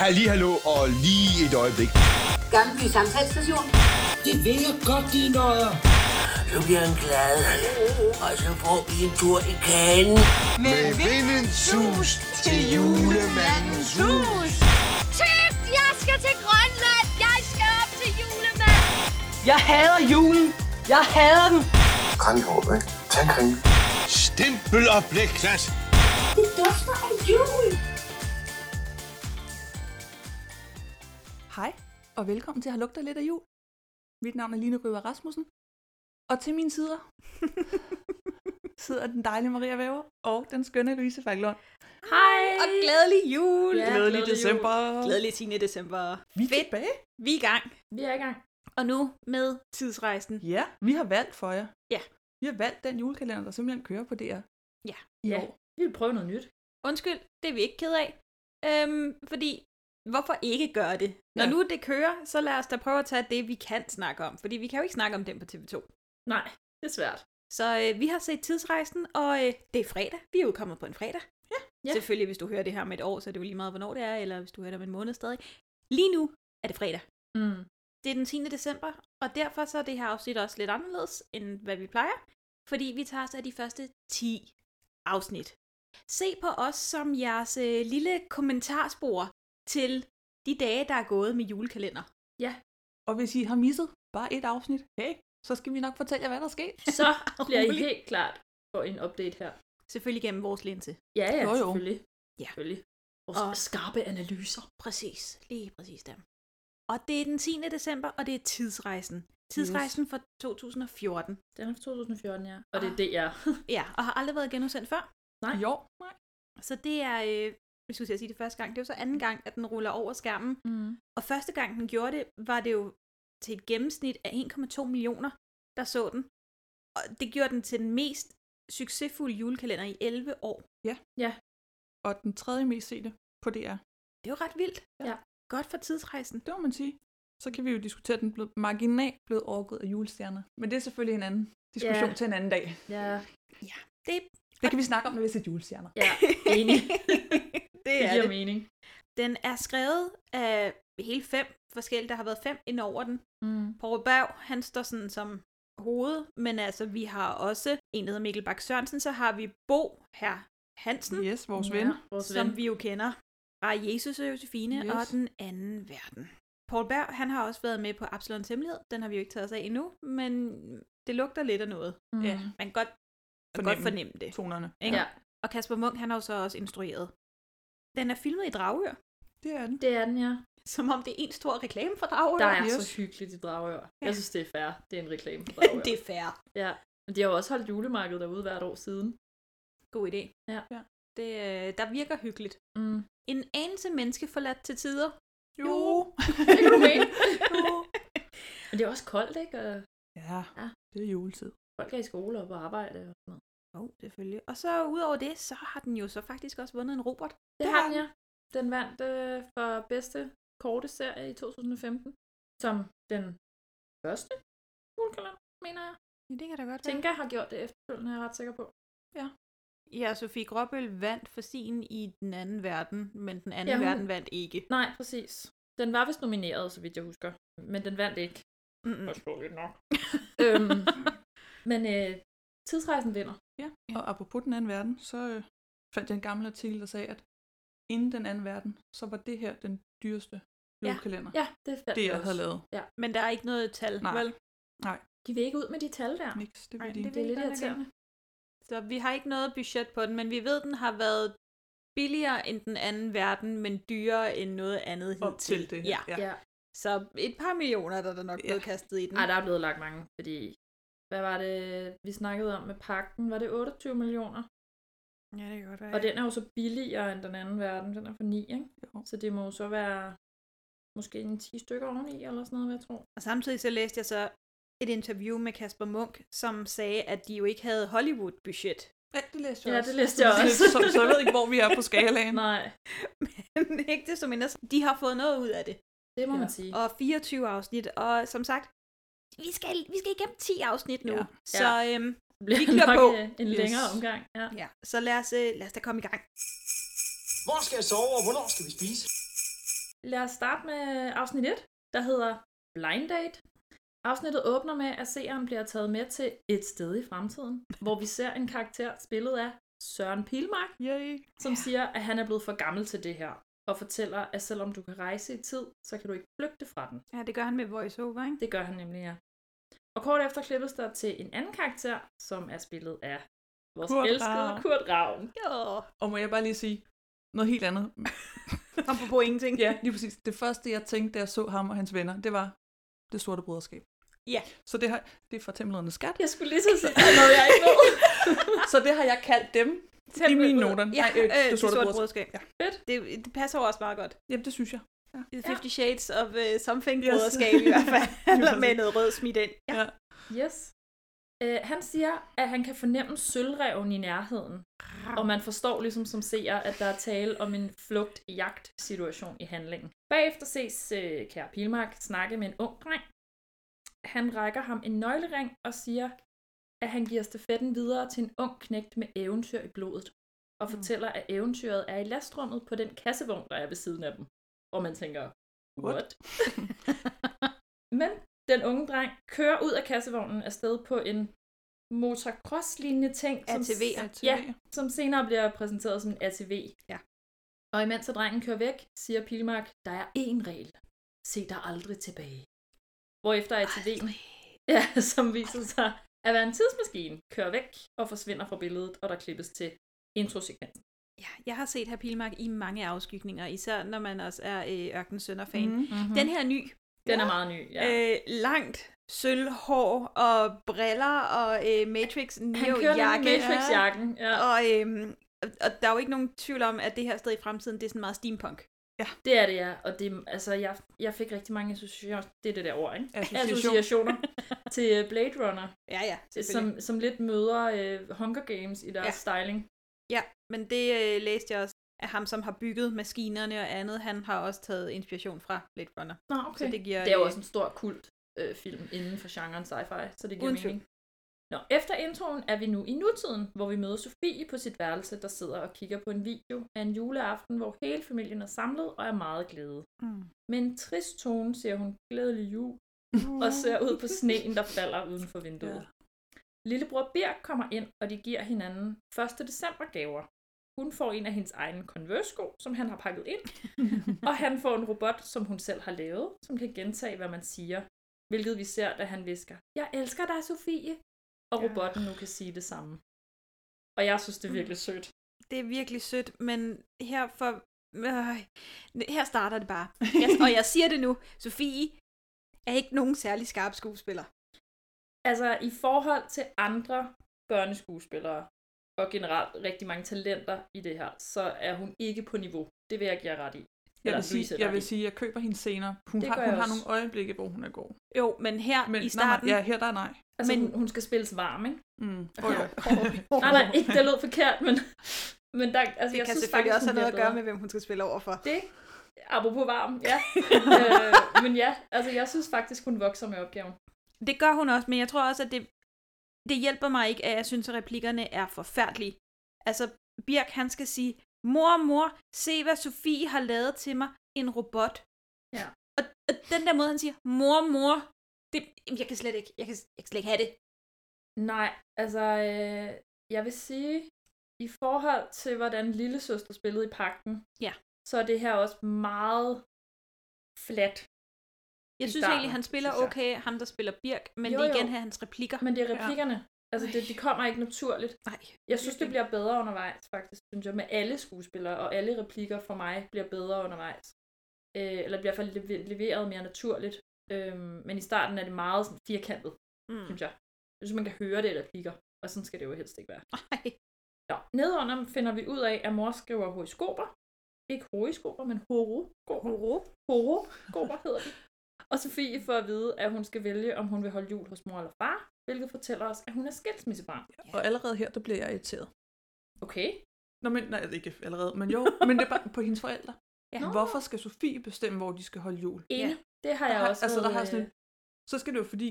Halli, hallo, og lige et øjeblik. Gammelby Samtalsstation. Det vil jeg godt, de nøjer. Så bliver han glad. Og så får vi en tur i kagen. Med vindens sus til julemandens hus. Tøft, jeg skal til Grønland. Jeg skal op til julemanden. Jeg hader julen. Jeg hader den. Kranjehåb, ikke? Tag kring. Stempel og blikklat. Det dufter af jul. Hej, og velkommen til Har lugter lidt af jul. Mit navn er Line Ryber Rasmussen, og til mine sider sidder den dejlige Maria Væver og den skønne Louise Faglund. Hej! Og glædelig jul. Ja, Glædelig Mm. glædelig december. Glædelig 10. december. Vi er Fedt. tilbage. Vi er i gang. Vi er i gang. Og nu med... Tidsrejsen. Ja, vi har valgt for jer. Ja. Vi har valgt den julekalender, der simpelthen kører på DR. Ja. I Ja. år. Vi vil prøve noget nyt. Undskyld, det er vi ikke ked af. Øhm, fordi, hvorfor ikke gøre det? Når Ja. ja. nu det kører, så lad os da prøve at tage det, vi kan snakke om. Fordi vi kan jo ikke snakke om den på TV2. Nej, det er svært. Så øh, vi har set Tidsrejsen, og øh, det er fredag. Vi er udkommet på en fredag. Ja. Selvfølgelig, hvis du hører det her om et år, så er det jo lige meget, hvornår det er, eller hvis du hører det om en måned stadig. Lige nu er det fredag. Mm. Det er den 10. december, og derfor så er det her afsnit også lidt anderledes, end hvad vi plejer, fordi vi tager os af de første 10 afsnit. Se på os som jeres øh, lille kommentarspor til de dage, der er gået med julekalender. Og hvis I har misset bare et afsnit, hey, så skal vi nok fortælle jer, hvad der er sket. Så bliver I Rolig. helt klart på en update her. Selvfølgelig gennem vores linse. Ja, ja, Jo, jo. selvfølgelig. Ja. Selvfølgelig. Vores Og- og... skarpe analyser. Præcis, lige præcis der. Og det er den 10. december, og det er tidsrejsen. Tidsrejsen yes. fra 2014. Den er fra 2014, ja. Og det er Ah. DR. Ja, og har aldrig været genudsendt før. Nej. Jo, nej. Så det er, øh, jeg skulle til at sige det første gang, det er jo så anden gang, at den ruller over skærmen. Mm. Og første gang den gjorde det, var det jo til et gennemsnit af 1,2 millioner, der så den. Og det gjorde den til den mest succesfulde julekalender i 11 år. Og den tredje mest sete på DR. Det er jo ret vildt. Ja. Godt for tidsrejsen. Det må man sige. Så kan vi jo diskutere, at den blev marginalt blevet overgået af julestjerner. Men det er selvfølgelig en anden diskussion Ja. til en anden dag. Ja, Det, Det kan vi snakke om, når vi ser julestjerner. ja. Enig. det Det er giver det. mening. Den er skrevet af hele fem forskellige. Der har været fem ind over den. Mm. Poul Berg, han står sådan som hoved, men altså vi har også en, der hedder Mikkel Bak Sørensen, så har vi Bo her Hansen, Yes, vores ven. Ja, vores ven. som vi jo kender fra Jesus og Josefine Yes. yes. og den anden verden. Paul Berg, han har også været med på Absalons Hemmelighed. Den har vi jo ikke taget os af endnu, men det lugter lidt af noget. Mm. Ja. Man kan godt, man kan godt fornemme det. Tonerne. Ikke? Ja. Og Kasper Munk, han har jo så også instrueret. Den er filmet i Dragør, Det er den. Det er den, ja. som om det er en stor reklame for Dragør. Der er Yes. så hyggeligt i Dragør. Jeg synes, det er fair. Det er en reklame for Men Dragør. det er fair. Ja. Men de har jo også holdt julemarkedet derude hvert år siden. God idé. Ja. Ja. Det, øh, der virker hyggeligt. Mm. En anelse menneske forladt til tider. Jo. Det kan du mene. Men det er også koldt, ikke? Og ja, Ja. det er juletid. folk er i skole og på arbejde og sådan noget. Jo, selvfølgelig. Og så udover det, så har den jo så faktisk også vundet en Robert. Det Det har har den, ja. Den vandt øh, for bedste korte serie i 2015, som den første julekalender, mener jeg. Ja, det kan da godt Tænker har gjort det efterfølgende, er jeg ret sikker på. Ja, Sofie Gråbøl vandt for sin i den anden verden, men den anden ja, Ja, hun- hun... verden vandt ikke. Nej, præcis. Den var vist nomineret, så vidt jeg husker. Men den vandt ikke. Mm-mm. Forståeligt nok. øhm, men øh, tidsrejsen vinder. Ja. Og apropos den anden verden, så øh, fandt jeg en gammel artikel, der sagde, at inden den anden verden, så var det her den dyreste julekalender, Ja, det fandt det jeg jeg havde også. lavet. Men der er ikke noget tal, Nej. vel? De vil ikke ud med de tal der. Niks, det Nej, ved de det ikke. Det er vil lidt jeg godt nok irriterende. Så vi har ikke noget budget på den, men vi ved, den har været billigere end den anden verden, men dyrere end noget andet Op til det her. Ja. Ja. Ja. Så et par millioner, der er der nok Ja. blevet kastet i den. Ej, der er blevet lagt mange, fordi... Hvad var det, vi snakkede om med pakken? Var det 28 millioner? Ja, det kan godt være. Og den er jo så billigere end den anden verden. Den er for 9, ikke? Jo. Så det må jo så være måske en 10 stykker oveni, eller sådan noget, vil jeg tro. Og samtidig så læste jeg så et interview med Kasper Munk, som sagde, at de jo ikke havde Hollywood-budget. Ja, det læste jeg Ja, også. det læste jeg også. Så, så jeg ved ikke, hvor vi er på skalaen. Nej, Men ikke det som mindre, de har fået noget ud af det. det må Ja. man sige. Og 24 afsnit, og som sagt, vi skal, vi skal igennem 10 afsnit nu. Ja. Ja. Så, Ja. øhm, Det bliver vi klør nok på. øh, en Yes. længere omgang. Ja. ja. så lad os, øh, lad os da komme i gang. Hvor skal jeg sove, og hvornår skal vi spise? Lad os starte med afsnit 1, der hedder Blind Date. Afsnittet åbner med, at seeren bliver taget med til et sted i fremtiden, hvor vi ser en karakter spillet af Søren Pilmark, Yay. som siger, at han er blevet for gammel til det her, og fortæller, at selvom du kan rejse i tid, så kan du ikke flygte fra den. Ja, det gør han med voiceover, ikke? Det gør han nemlig, ja. Og kort efter klippes der til en anden karakter, som er spillet af vores Kurt Kurt elskede Ravn. Kurt Ravn. Ja. Og må jeg bare lige sige noget helt andet? Apropos ingenting. ja, lige præcis. Det første, jeg tænkte, da jeg så ham og hans venner, det var det sorte broderskab. Ja. Så det, har, det er fra Templernes Skat. Jeg skulle lige så sige, der er noget, jeg ikke ved. Så det har jeg kaldt dem i mine noter. Ja, Nej, øh, det sorte broderskab. brødskab. Ja. Fedt. Det, det passer jo også meget godt. Jamen, det synes jeg. Det er Fifty Shades of uh, Something Yes. broderskab i hvert fald. Eller med præcis. noget rød smidt ind. Ja. ja. Yes. Øh, han siger, at han kan fornemme sølvreven i nærheden, og man forstår ligesom som seer, at der er tale om en flugt-jagt-situation i handlingen. Bagefter ses øh, Kære Pilmark snakke med en ung dreng. Han rækker ham en nøglering og siger, at han giver stafetten videre til en ung knægt med eventyr i blodet, og fortæller, at eventyret er i lastrummet på den kassevogn, der er ved siden af dem. Og man tænker, What? what? Men den unge dreng kører ud af kassevognen afsted på en motocross-lignende ting, ATV. ATV. Ja, som senere bliver præsenteret som en ATV. Ja. Og imens at drengen kører væk, siger Pilmark, der er én regel. Se dig aldrig tilbage. Hvorefter ATV'en, ja, som viser sig at være en tidsmaskine, kører væk og forsvinder fra billedet, og der klippes til introsekvensen. ja. Jeg har set her Pilmark i mange afskygninger, især når man også er øh, Ørkensønder-fan. Mm. Mm-hmm. Den her er ny. Den er meget ny, ja. Ja. Øh, langt sølvhår og briller og øh, Matrix Han Neo kører jakke. jakke. Matrix-jakken. Ja. Og, øhm, og- og der er jo ikke nogen tvivl om, at det her sted i fremtiden, det er sådan meget steampunk. Det er det, ja. Og det, altså, jeg, jeg fik rigtig mange associationer, det er det der ord, ikke? Association. associationer til øh, Blade Runner, Ja, ja, som... som, som lidt møder øh, Hunger Games i deres Ja. ja. styling. Ja, men det øh, læste jeg også af ham, som har bygget maskinerne og andet. Han har også taget inspiration fra Blade Runner. Nå, Så det giver... det er jo øh, også en stor kult øh, film inden for genren sci-fi, så det giver Uden tvivl. mening. Nå, efter introen er vi nu i nutiden, hvor vi møder Sofie på sit værelse, der sidder og kigger på en video af en juleaften, hvor hele familien er samlet og er meget glade. Mm. Med en trist tone siger hun glædelig jul, og ser ud på sneen, der falder uden for vinduet. Ja. Ja. Lillebror Birk kommer ind, og de giver hinanden 1. december gaver. Hun får en af hendes egne Converse-sko, som han har pakket ind, og han får en robot, som hun selv har lavet, som kan gentage, hvad man siger. Hvilket vi ser, da han visker, jeg elsker dig, Sofie, og Ja. robotten nu kan sige det samme. Og jeg synes, det er virkelig sødt. Det er virkelig sødt, men her for... Øh, her starter det bare. Jeg, og jeg siger det nu. Sofie er ikke nogen særlig skarp skuespiller. Altså, i forhold til andre børneskuespillere, og generelt rigtig mange talenter i det her, så er hun ikke på niveau. Det vil jeg give jer ret i. Jeg Eller vil, sige, Louise, der jeg er vil i. sige, jeg køber hende senere. Hun, Det har, gør hun jeg har også. Ah, nogle øjeblikke, hvor hun er god. Jo, men her Men, i starten... Nej, nej, ja, her der er nej. Altså, Men- men... hun, hun skal spilles varm, ikke? Mm. Oh, jo. Nej, nej, ikke det lød forkert, men, men der, altså, det jeg kan synes selvfølgelig faktisk, også hun have noget at bliver gøre bedre. med, hvem hun skal spille over for. Det, apropos varm, ja. øh, men ja, altså, jeg synes faktisk, hun vokser med opgaven. Det gør hun også, men jeg tror også, at det, det hjælper mig ikke, at jeg synes, at replikkerne er forfærdelige. Altså, Birk, han skal sige, mor, mor, se hvad Sofie har lavet til mig, en robot. Ja. Og, og den der måde, han siger, mor, mor, det, jamen, jeg kan slet ikke, jeg kan, jeg kan slet ikke have det. Nej, altså, øh, jeg vil sige, i forhold til, hvordan lillesøster spillede i pakken, Ja. så er det her også meget flat. Jeg I synes starten, egentlig, han spiller synes jeg. okay, ham der spiller Birk, men Jo, det er igen jo. her hans replikker. Men det er replikkerne. Ja. Altså, det, det kommer ikke naturligt. Nej, Jeg synes, det bliver bedre undervejs, faktisk, synes jeg. Med alle skuespillere og alle replikker for mig bliver bedre undervejs. Øh, eller bliver i hvert fald leve- leveret mere naturligt. Øhm, men i starten er det meget sådan, firkantet, Mm. synes jeg. Jeg synes, man kan høre det i replikker. Og sådan skal det jo helst ikke være. Nej. Nå, nedenunder finder vi ud af, at mor skriver horoskoper. Ikke horoskoper, men horoskoper. Horo. Horoskoper hedder de. Og Sofie får at vide, at hun skal vælge, om hun vil holde jul hos mor eller far, hvilket fortæller os, at hun er skilsmissebarn. Og allerede her, der bliver jeg irriteret. Okay. Nå, men, nej, ikke allerede, men jo. Men det er bare på hendes forældre. Ja. Nå. Hvorfor skal Sofie bestemme, hvor de skal holde jul? Ene. Ja. Ja. Det har Der jeg har, også altså, der været, har sådan øh, en, så skal det jo fordi,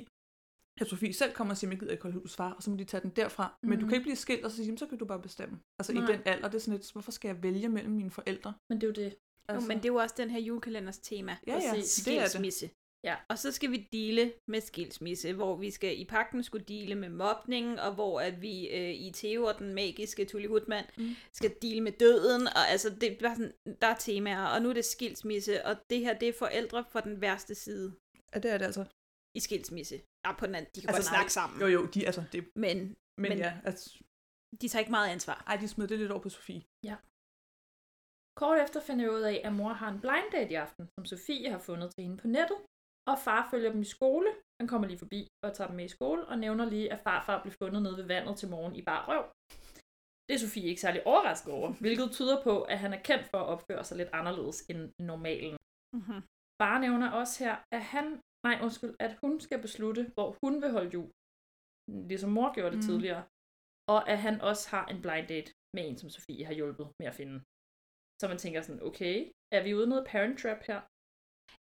at Sofie selv kommer og siger, at jeg gider ikke holde hus far, og så må de tage den derfra. Mm. Men du Mhm. kan ikke blive skilt, og så sige, "Jamen, så kan du bare bestemme. Altså Nej. i Nej. den alder, det er sådan lidt, hvorfor skal jeg vælge mellem mine forældre? Men det er jo det. Altså. Jo, men det er jo også den her julekalenders tema. Ja, ja, Præcis. det er det. Skilsmisse. Ja. Og så skal vi dele med skilsmisse, hvor vi skal i pakken skulle dele med mobning, og hvor at vi øh, i Theo og den magiske Tully Hutman mm. skal dele med døden, og altså, det er bare sådan, der er temaer, og nu er det skilsmisse, og det her, det er forældre fra den værste side Ja, det er det altså. i skilsmisse. Ja, på den anden, de kan Altså, altså, godt nej. snakke sammen, Jo, jo, de, altså, det, men, men, men, Men- ja, altså, de tager ikke meget ansvar. ej, de smed det lidt over på Sofie. Kort efter finder jeg ud af, at mor har en blind date i aften, som Sofie har fundet til hende på nettet, og far følger dem i skole. Han kommer lige forbi og tager dem med i skole, og nævner lige, at farfar blev fundet nede ved vandet til morgen i bar røv. Det er Sofie ikke særlig overrasket over, hvilket tyder på, at han er kendt for at opføre sig lidt anderledes end normalen. Mm-hmm. Far nævner også her, at han, nej undskyld, at hun skal beslutte, hvor hun vil holde jul. Ligesom mor gjorde Mm. det mm. tidligere. Og at han også har en blind date med en, som Sofie har hjulpet med at finde. Så man tænker sådan, okay, er vi ude i noget parent trap her?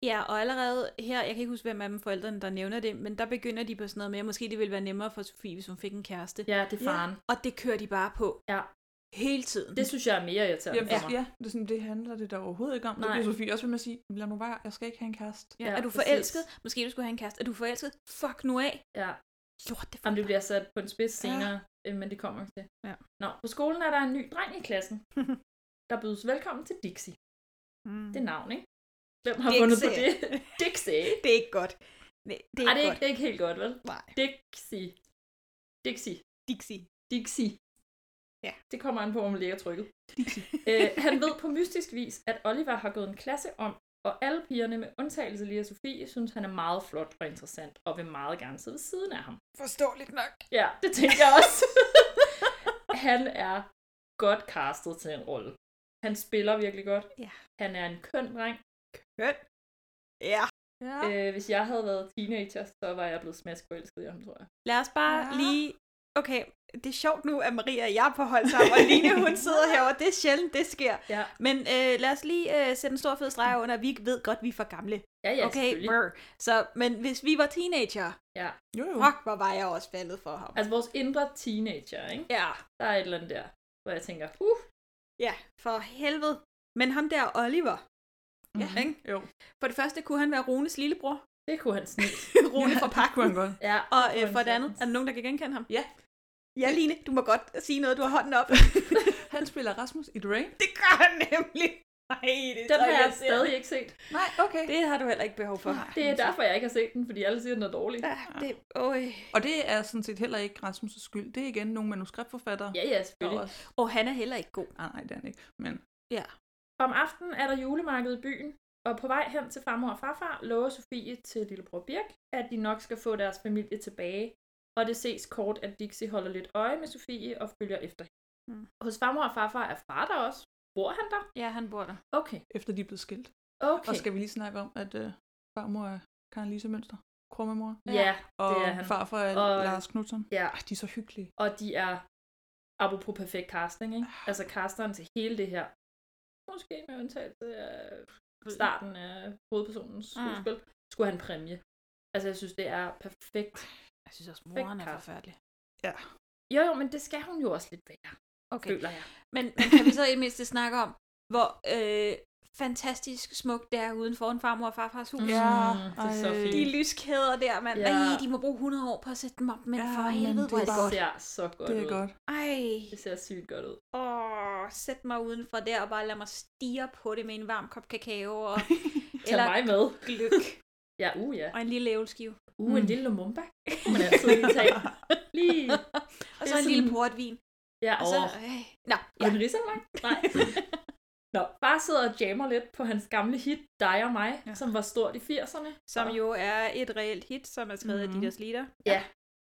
Ja, og allerede her, jeg kan ikke huske, hvem af dem forældrene, der nævner det, men der begynder de på sådan noget med, at måske det ville være nemmere for Sofie, hvis hun fik en kæreste. Ja, det er faren. Og det kører de bare på Ja. hele tiden. Det synes jeg er mere irriterende ja. for mig. ja, det, er sådan, det handler det der overhovedet ikke om. Nej. Det Nej. bliver Sofie også ved med at sige, lad nu bare, jeg skal ikke have en kæreste. ja, Ja, er du præcis. forelsket? Måske du skulle have en kæreste. Er du forelsket? Fuck nu af. Ja. Lort, det Jamen, for det bliver sat på en spids senere, ja. men det kommer vi til. Ja. Nå, på skolen er der en ny dreng i klassen, der bydes velkommen til Dixie. mm. Det er navn, ikke? Hvem har Dixie. fundet på det? Dixie. det er ikke godt. Det, det er ikke Ej, det er, ikke, godt. det er ikke helt godt, vel? Nej, Dixie. Dixie. Dixie. Dixie. Ja. Det kommer an på, om man ligger trykket. Æ, han ved på mystisk vis, at Oliver har gået en klasse om, og alle pigerne med undtagelse lige af Sofie, synes han er meget flot og interessant, og vil meget gerne sidde ved siden af ham. Forståeligt nok. Ja, det tænker jeg også. han er godt castet til en rolle. Han spiller virkelig godt. Ja. Han er en køn dreng. Køn. Ja. Ja. Ah. Øh, hvis jeg havde været teenager, så var jeg blevet smaskforelsket i ham, tror jeg. Lad os bare Ja. ja. lige... Okay, det er sjovt nu, at Maria og jeg er på hold sammen, og Line hun sidder herovre. Det er sjældent, det sker. Ja, Men øh, lad os lige øh, sætte en stor fed streg under, at vi ved godt, vi er for gamle. ja, ja okay, selvfølgelig. brr. Så, men hvis vi var teenager, Ja. Jo, jo. fuck, hvor var jeg også faldet for ham. Altså vores indre teenager, ikke? Ja, Der er et eller andet der, hvor jeg tænker, uh, ja, for helvede. Men ham der Oliver, ja. ikke? Mhm. Jo. For det første kunne han være Rones lillebror. det kunne han snit. Rune fra Det kunne pakken. han godt. Ja, Og det øh, kunne for han det andet, sagtens. er der nogen, der kan genkende ham? Ja. Ja, Line, du må godt sige noget, du har hånden op. Han spiller Rasmus i The Rain. det gør han nemlig. Nej, det er Den så har jeg irriterende. stadig ikke set. Nej, okay. Det har du heller ikke behov for. Nej. Det er derfor, jeg ikke har set den, fordi alle siger, den er dårlig. Ja, det, øh. Og det er sådan set heller ikke Rasmus' skyld. Det er igen nogle manuskriptforfattere. Ja, ja, Der selvfølgelig. også... Og han er heller ikke god. Ah, nej, det er han ikke. Men Om aftenen er der julemarked i byen, og på vej hen til farmor og farfar lover Sofie til lillebror Birk, at de nok skal få deres familie tilbage, og det ses kort, at Dixie holder lidt øje med Sofie og følger efter hende. Mm. Hos farmor og farfar er far der også. Bor han der? Ja, han bor der. Okay. efter de er blevet skilt. Okay. Og skal vi lige snakke om, at øh, farmor er Karen Lise Mønster, krummemor, Ja, og det er han. farfar er Og- Lars Knudsen. ja. Ej, de er så hyggelige. Og de er, apropos perfekt casting, ikke? Altså casteren til hele det her. Måske med undtagelse af starten af hovedpersonens skuespil. Skulle han præmie. Altså, jeg synes, det er perfekt. Jeg synes også, moren er forfærdelig. Jo, jo, men det skal hun jo også lidt være, okay. Okay. føler jeg. Men, men kan vi så i det mindste snakke om, hvor øh, fantastisk smukt det er uden foran farmor og farfars hus? Ja. Mm, det er så ej. fint. De lyskæder der, mand. Ja. Ja. Ej, de må bruge 100 år på at sætte dem op, men Ja, ja, for men helvede, det hvor er er det Det godt. ser så godt Det er ud. godt. Ej, Det ser sygt godt ud. åh, sæt mig udenfor der og bare lad mig stige på det med en varm kop kakao og Tag Eller- mig med. gløk Ja, uh ja. og en lille ævelskive. Uh, en lille lumumba. Kunne man altid lige tage. Lige. Og Det så er en lille sådan- portvin. Ja, altså- Og og så, øh, nå, ja. ja. en risalang. Nej. Nå, far sidder og jammer lidt på hans gamle hit, Dig og mig, ja. Ja. som var stort i 80'erne. Som jo er et reelt hit, som er skrevet mm-hmm. af Mhm. Didas Lider.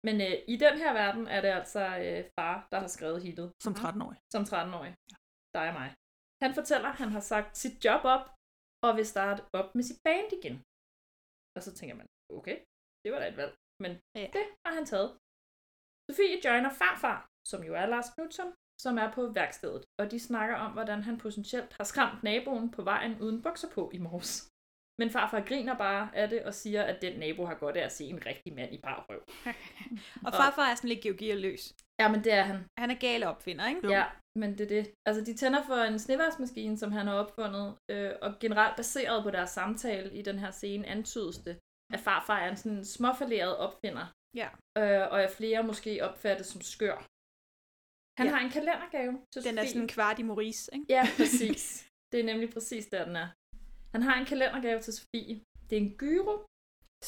Men øh, i den her verden er det altså øh, far, der har skrevet hittet. Som 13-årig. som 13-årig. Dig og mig. Han fortæller, at han har sagt sit job op, og vil starte op med sit band igen. Og så tænker man, okay, det var da et valg. Men Ja. ja. det har han taget. Sofie joiner farfar, som jo er Lars Knudsen, som er på værkstedet. Og de snakker om, hvordan han potentielt har skræmt naboen på vejen uden bukser på i morges. Men farfar griner bare af det og siger, at den nabo har godt af at se en rigtig mand i bar røv. Og farfar er sådan lidt georgierløs. Ja, men det er han. Han er gal opfinder, ikke? Jo. Ja, Men det er det. Altså, de tænder for en snevarsmaskine, som han har opfundet, øh, og generelt baseret på deres samtale i den her scene, antydes det, at farfar er en sådan småfalderet opfinder, Ja. øh, og at flere måske opfattes som skør. Han Ja. ja. har en kalendergave til Den er Sofie. sådan kvart i Maurice, ikke? Ja, præcis. Det er nemlig præcis der, den er. Han har en kalendergave til Sofie. Det er en gyro,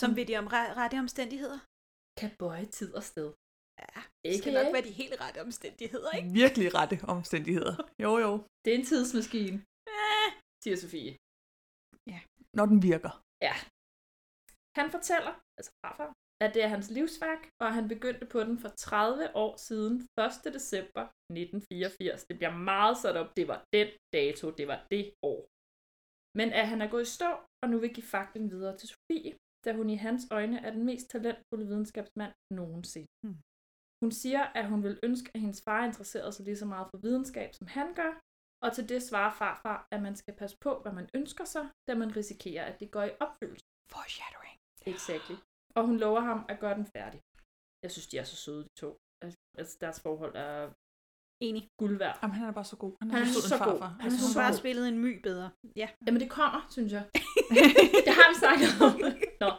Som Mm. ved de om re- rette omstændigheder. kan bøje tid og sted. Ja, det Ikke skal nok være de helt rette omstændigheder, ikke? Virkelig rette omstændigheder. Jo, jo. Det er en tidsmaskine, siger Sofie. Når den virker. Han fortæller, altså farfar, at det er hans livsværk, og han begyndte på den for 30 år siden, 1. december 1984. Det bliver meget sat op, det var den dato, det var det år. Men at han er gået i stå, og nu vil give fakten videre til Sofie, da hun i hans øjne er den mest talentfulde videnskabsmand nogensinde. Hmm. Hun siger, at hun vil ønske, at hendes far interesserede sig lige så meget for videnskab, som han gør, og til det svarer farfar, at man skal passe på, hvad man ønsker sig, da man risikerer, at det går i opfyldelse. Foreshadowing. Exactly. Og hun lover ham at gøre den færdig. Jeg synes, de er så søde, de to. Altså, deres forhold er Enig. guld værd. Jamen, han er bare så god. Han er, Han er sød en så god. farfar. Han er Hun så bare god. spillet en my bedre. Ja. Jamen, det kommer, synes jeg. det har vi snakket om. Nå.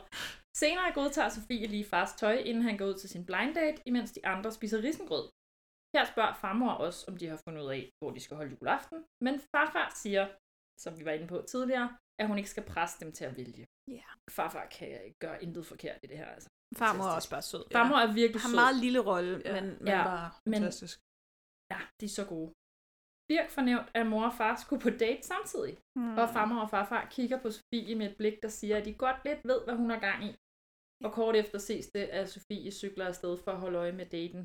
Senere godtager Sofie lige fars tøj, inden han går ud til sin blind date, imens de andre spiser risengrød. Her spørger farmor også, om de har fundet ud af, hvor de skal holde juleaften, men farfar siger, som vi var inde på tidligere, at hun ikke skal presse dem til at vælge. Ja. Farfar kan gøre intet forkert i det her. Altså. Farmor er Fantastisk. også bare sød. Farmor er virkelig Har sød. meget lille rolle, Ja. men, men Ja. ja. bare... Bare Men- fantastisk. Ja, de er så gode. Birk fornævnt, at mor og far skulle på date samtidig, mm. og farmor og farfar kigger på Sofie med et blik, der siger, at de godt lidt ved, hvad hun har gang i. Og kort efter ses det, at Sofie cykler afsted for at holde øje med daten,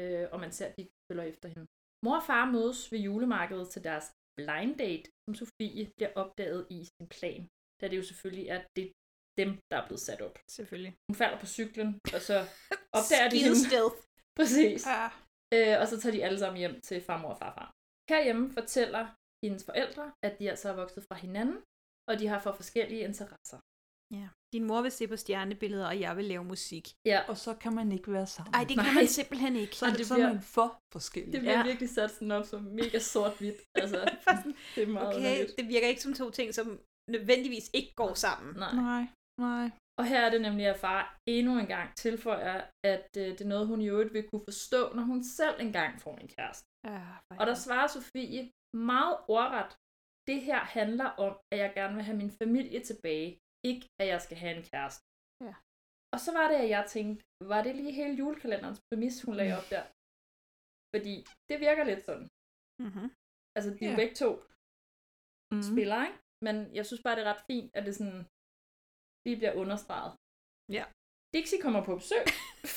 øh, og man ser, at de følger efter hende. Mor og far mødes ved julemarkedet til deres blind date, som Sofie bliver opdaget i sin plan, da det jo selvfølgelig er det dem, der er blevet sat op. Selvfølgelig. Hun falder på cyklen, og så opdager de Skide hende. stealth. Præcis. Ja. Øh, og så tager de alle sammen hjem til farmor og farfar. Herhjemme fortæller hendes forældre, at de altså er vokset fra hinanden, og de har for forskellige interesser. Ja. Din mor vil se på stjernebilleder, og jeg vil lave musik. Ja, Og så kan man ikke være sammen. Ej, det kan Nej. man simpelthen ikke. så er, og det, det så er bliver- man for forskellig. det bliver Ja. ja. virkelig sat sådan op som mega sort-hvidt. Altså, det er meget Okay, underligt. det virker ikke som to ting, som nødvendigvis ikke går sammen. Nej. Nej, nej. Og her er det nemlig, at far endnu en gang tilføjer, at øh, det er noget, hun i øvrigt vil kunne forstå, når hun selv engang får en kæreste. Ja, Og der svarer Sofie meget ordret, det her handler om, at jeg gerne vil have min familie tilbage, ikke at jeg skal have en kæreste. Ja. Og så var det, at jeg tænkte, var det lige hele julekalenderens præmis, hun lagde op der? Fordi det virker lidt sådan. mm-hmm. Altså, de er Ja. jo begge to Mm. spillere, ikke? Men jeg synes bare, det er ret fint, at det sådan lige bliver understreget. Ja. Dixie kommer på besøg,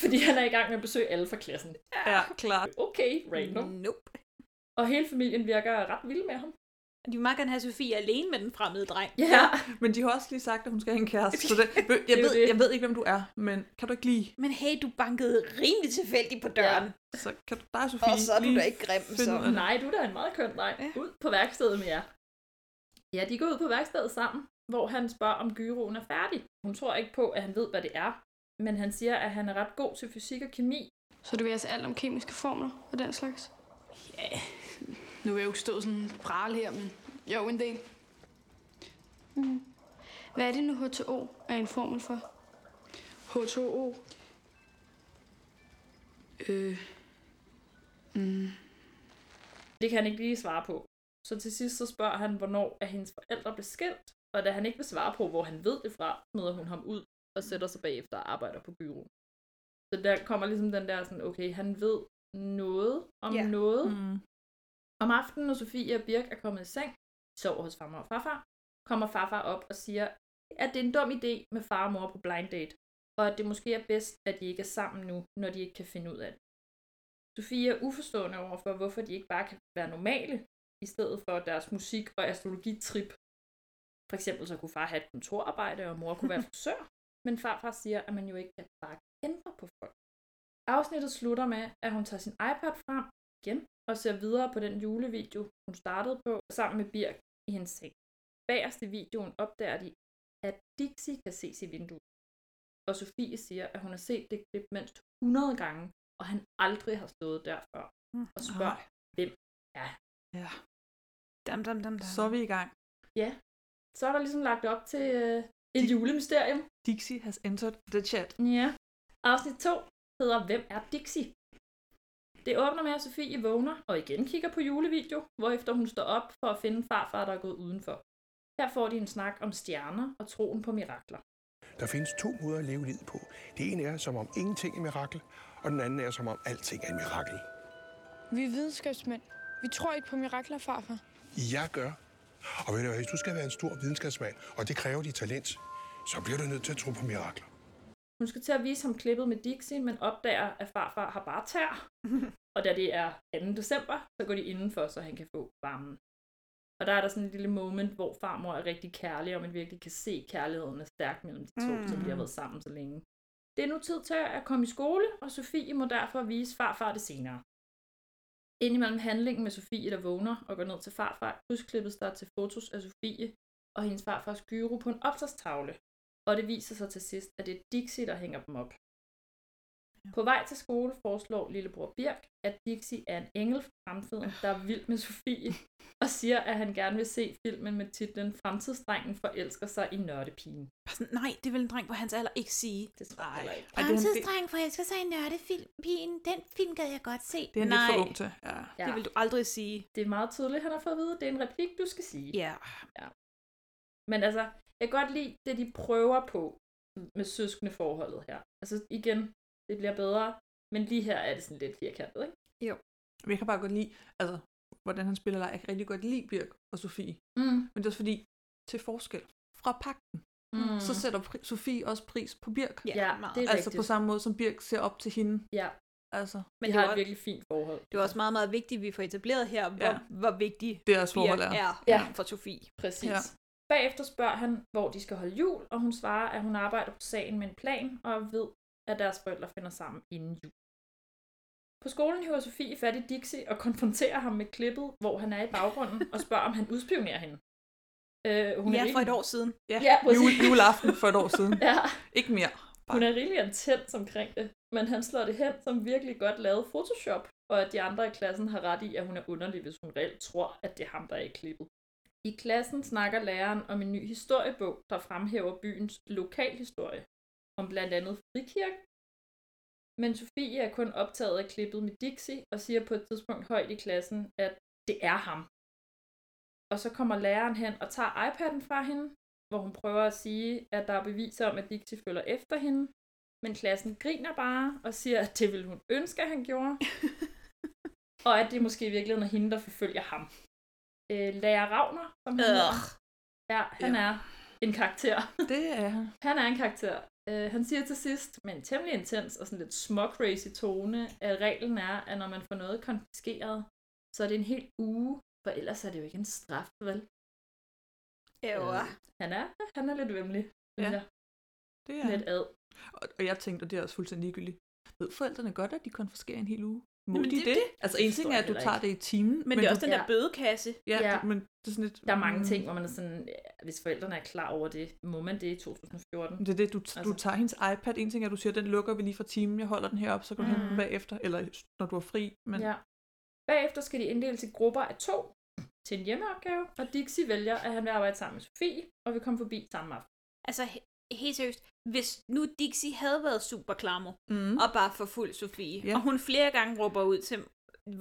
fordi han er i gang med at besøge alle fra klassen. Ja, klart. Okay, random. Mm. Nope. Og hele familien virker ret vild med ham. De vil meget gerne have Sofie alene med den fremmede dreng. Ja. Yeah. Men de har også lige sagt, at hun skal have en kæreste. Så det, jeg, jo ved, det. jeg ved ikke, hvem du er, men kan du ikke lige... Men hey, du bankede rimelig tilfældigt på døren. Ja. Så kan du dig, Sofie, Og så er du lige da ikke grim, finde så. ud af det? Nej, du er da en meget køn dreng. Ja. Ja. Ud på værkstedet med jer. Ja, de går ud på værkstedet sammen, hvor han spørger, om gyroen er færdig. Hun tror ikke på, at han ved, hvad det er. Men han siger, at han er ret god til fysik og kemi. Så du vil altså alt om kemiske formler og den slags? Ja, nu vil jeg jo ikke stå sådan pral her, men jo, en del. Mm. Hvad er det nu, H2O er en formel for? H2O. Øh, Det kan han ikke lige svare på. Så til sidst så spørger han, hvornår er hendes forældre blev skilt. Og da han ikke vil svare på, hvor han ved det fra, smider hun ham ud og sætter sig bagefter og arbejder på gyroen. Så der kommer ligesom den der sådan, okay, han ved noget om Ja. yeah. noget. Mm. Om aftenen, når Sofie og Birk er kommet i seng, sover hos farmor og farfar, kommer farfar op og siger, at det er en dum idé med far og mor på blind date, og at det måske er bedst, at de ikke er sammen nu, når de ikke kan finde ud af det. Sofie er uforstående overfor, hvorfor de ikke bare kan være normale, i stedet for deres musik- og astrologitrip. For eksempel så kunne far have et kontorarbejde, og mor kunne være frisør, men farfar siger, at man jo ikke kan bare ændre på folk. Afsnittet slutter med, at hun tager sin iPad frem igen og ser videre på den julevideo, hun startede på sammen med Birk i hendes seng. Bagerst i videoen opdager de, at Dixie kan ses i vinduet. Og Sofie siger, at hun har set det klip mindst 100 gange, og han aldrig har stået der før og spørger, hvem Mm. Ja. Ah, Ja. Dam, dam, dam, dam. Så er vi i gang. Ja. Så er der ligesom lagt op til øh, et julemysterium. Dixie has entered the chat. Ja. Afsnit 2 hedder Hvem er Dixie? Det åbner med, at Sofie vågner og igen kigger på julevideo, hvorefter hun står op for at finde farfar, der er gået udenfor. Her får de en snak om stjerner og troen på mirakler. Der findes to måder at leve livet på. Det ene er, som om ingenting er et mirakel, og den anden er, som om alting er et mirakel. Vi er videnskabsmænd. Vi tror ikke på mirakler, farfar. Jeg gør. Og ved du, hvad, hvis du skal være en stor videnskabsmand, og det kræver dit talent, så bliver du nødt til at tro på mirakler. Hun skal til at vise ham klippet med Dixie, men opdager, at farfar har bare tær. og da det er 2. december, så går de indenfor, så han kan få varmen. Og der er der sådan et lille moment, hvor farmor er rigtig kærlig, og man virkelig kan se kærligheden er stærk mellem de to, mm. som de har været sammen så længe. Det er nu tid til at komme i skole, og Sofie må derfor vise farfar det senere. Indimellem handlingen med Sofie, der vågner og går ned til farfar, udsklippes der til fotos af Sofie og hendes farfars gyro på en opslagstavle, og det viser sig til sidst, at det er Dixie, der hænger dem op. På vej til skole foreslår lillebror Birk, at Dixie er en engel fra fremtiden, der er vild med Sofie, og siger, at han gerne vil se filmen med titlen Fremtidsdrengen forelsker sig i nørdepigen. Sådan, Nej, det vil en dreng på hans alder ikke sige. Det tror jeg heller ikke. Fremtidsdreng forelsker sig i nørdepigen. Den film gad jeg godt se. Det er han lidt Nej. for ung til. Ja. Ja. Det vil du aldrig sige. Det er meget tydeligt, at han har fået at vide, at det er en replik, du skal sige. Ja. Men altså, jeg kan godt lide det, de prøver på med søskende forholdet her. Altså igen, det bliver bedre, men lige her er det sådan lidt firkantet, ikke? Men jeg kan bare godt lide, altså, hvordan han spiller leg. Jeg kan rigtig godt lide Birk og Sofie. Mm. Men det er også fordi, til forskel fra pakken, Mm. mm. så sætter pri- Sofie også pris på Birk. Ja, Ja, meget. det er altså rigtigt. på samme måde, som Birk ser op til hende. Ja, Altså, Men det de har er, et også, virkelig fint forhold. det er også meget, meget vigtigt, at vi får etableret her, hvor, ja. hvor vigtig deres forhold Birk er. er Ja. ja. for Sofie. Præcis. Ja. Ja. Bagefter spørger han, hvor de skal holde jul, og hun svarer, at hun arbejder på sagen med en plan, og ved, at deres forældre finder sammen inden jul. På skolen hører Sofie fat i Dixie og konfronterer ham med klippet, hvor han er i baggrunden, og spørger, om han udspionerer hende. Øh, hun Ja, er for et år siden. Ja, præcis. Jul, juleaften for et år siden. Ja, Ikke mere. hun er rigtig intens omkring det, men han slår det hen som virkelig godt lavet Photoshop, og at de andre i klassen har ret i, at hun er underlig, hvis hun reelt tror, at det er ham, der er i klippet. I klassen snakker læreren om en ny historiebog, der fremhæver byens lokalhistorie, om blandt andet frikirken. Men Sofie er kun optaget af klippet med Dixie og siger på et tidspunkt højt i klassen, at det er ham. Og så kommer læreren hen og tager iPad'en fra hende, hvor hun prøver at sige, at der er beviser om, at Dixie følger efter hende. Men klassen griner bare og siger, at det ville hun ønske, at han gjorde. og at det måske i virkeligheden er hende, der forfølger ham. Øh, Lærer Ravner, som han hedder. Ja, han er en karakter. Det er han. Han er en karakter. Øh, han siger til sidst, med en temmelig intens og sådan lidt småcrazy tone, at reglen er, at når man får noget konfiskeret, så er det en hel uge, for ellers er det jo ikke en straf, vel? Ja. Han er, han er lidt vemmelig, synes Ja. jeg. Det er Ja. han. Lidt ad. Og, og jeg tænkte, og det er også fuldstændig ligegyldigt. Ved forældrene godt, at de konfiskerer en hel uge? Må Jamen, de det det? er det. Altså en ting forstår er, jeg at du heller tager det i timen. Men det er også du, den der Ja. bødekasse. Ja, Ja. ja. men det er sådan lidt... Der er mange mm, ting, hvor man er sådan, ja, hvis forældrene er klar over det, må man det i 2014? Det er det, du, altså. du Altså. tager hendes iPad. En ting er, at du siger, den lukker vi lige for timen. Jeg holder den her op, så kan du hente den bagefter. Eller når du er fri. Men Ja. Bagefter skal de inddeles i grupper af to til en hjemmeopgave, og Dixie vælger, at han vil arbejde sammen med Sofie, og vil komme forbi samme aften. Altså, he- helt seriøst, hvis nu Dixie havde været super klamo, Mm. og bare for fuld Sofie, Ja. og hun flere gange råber ud til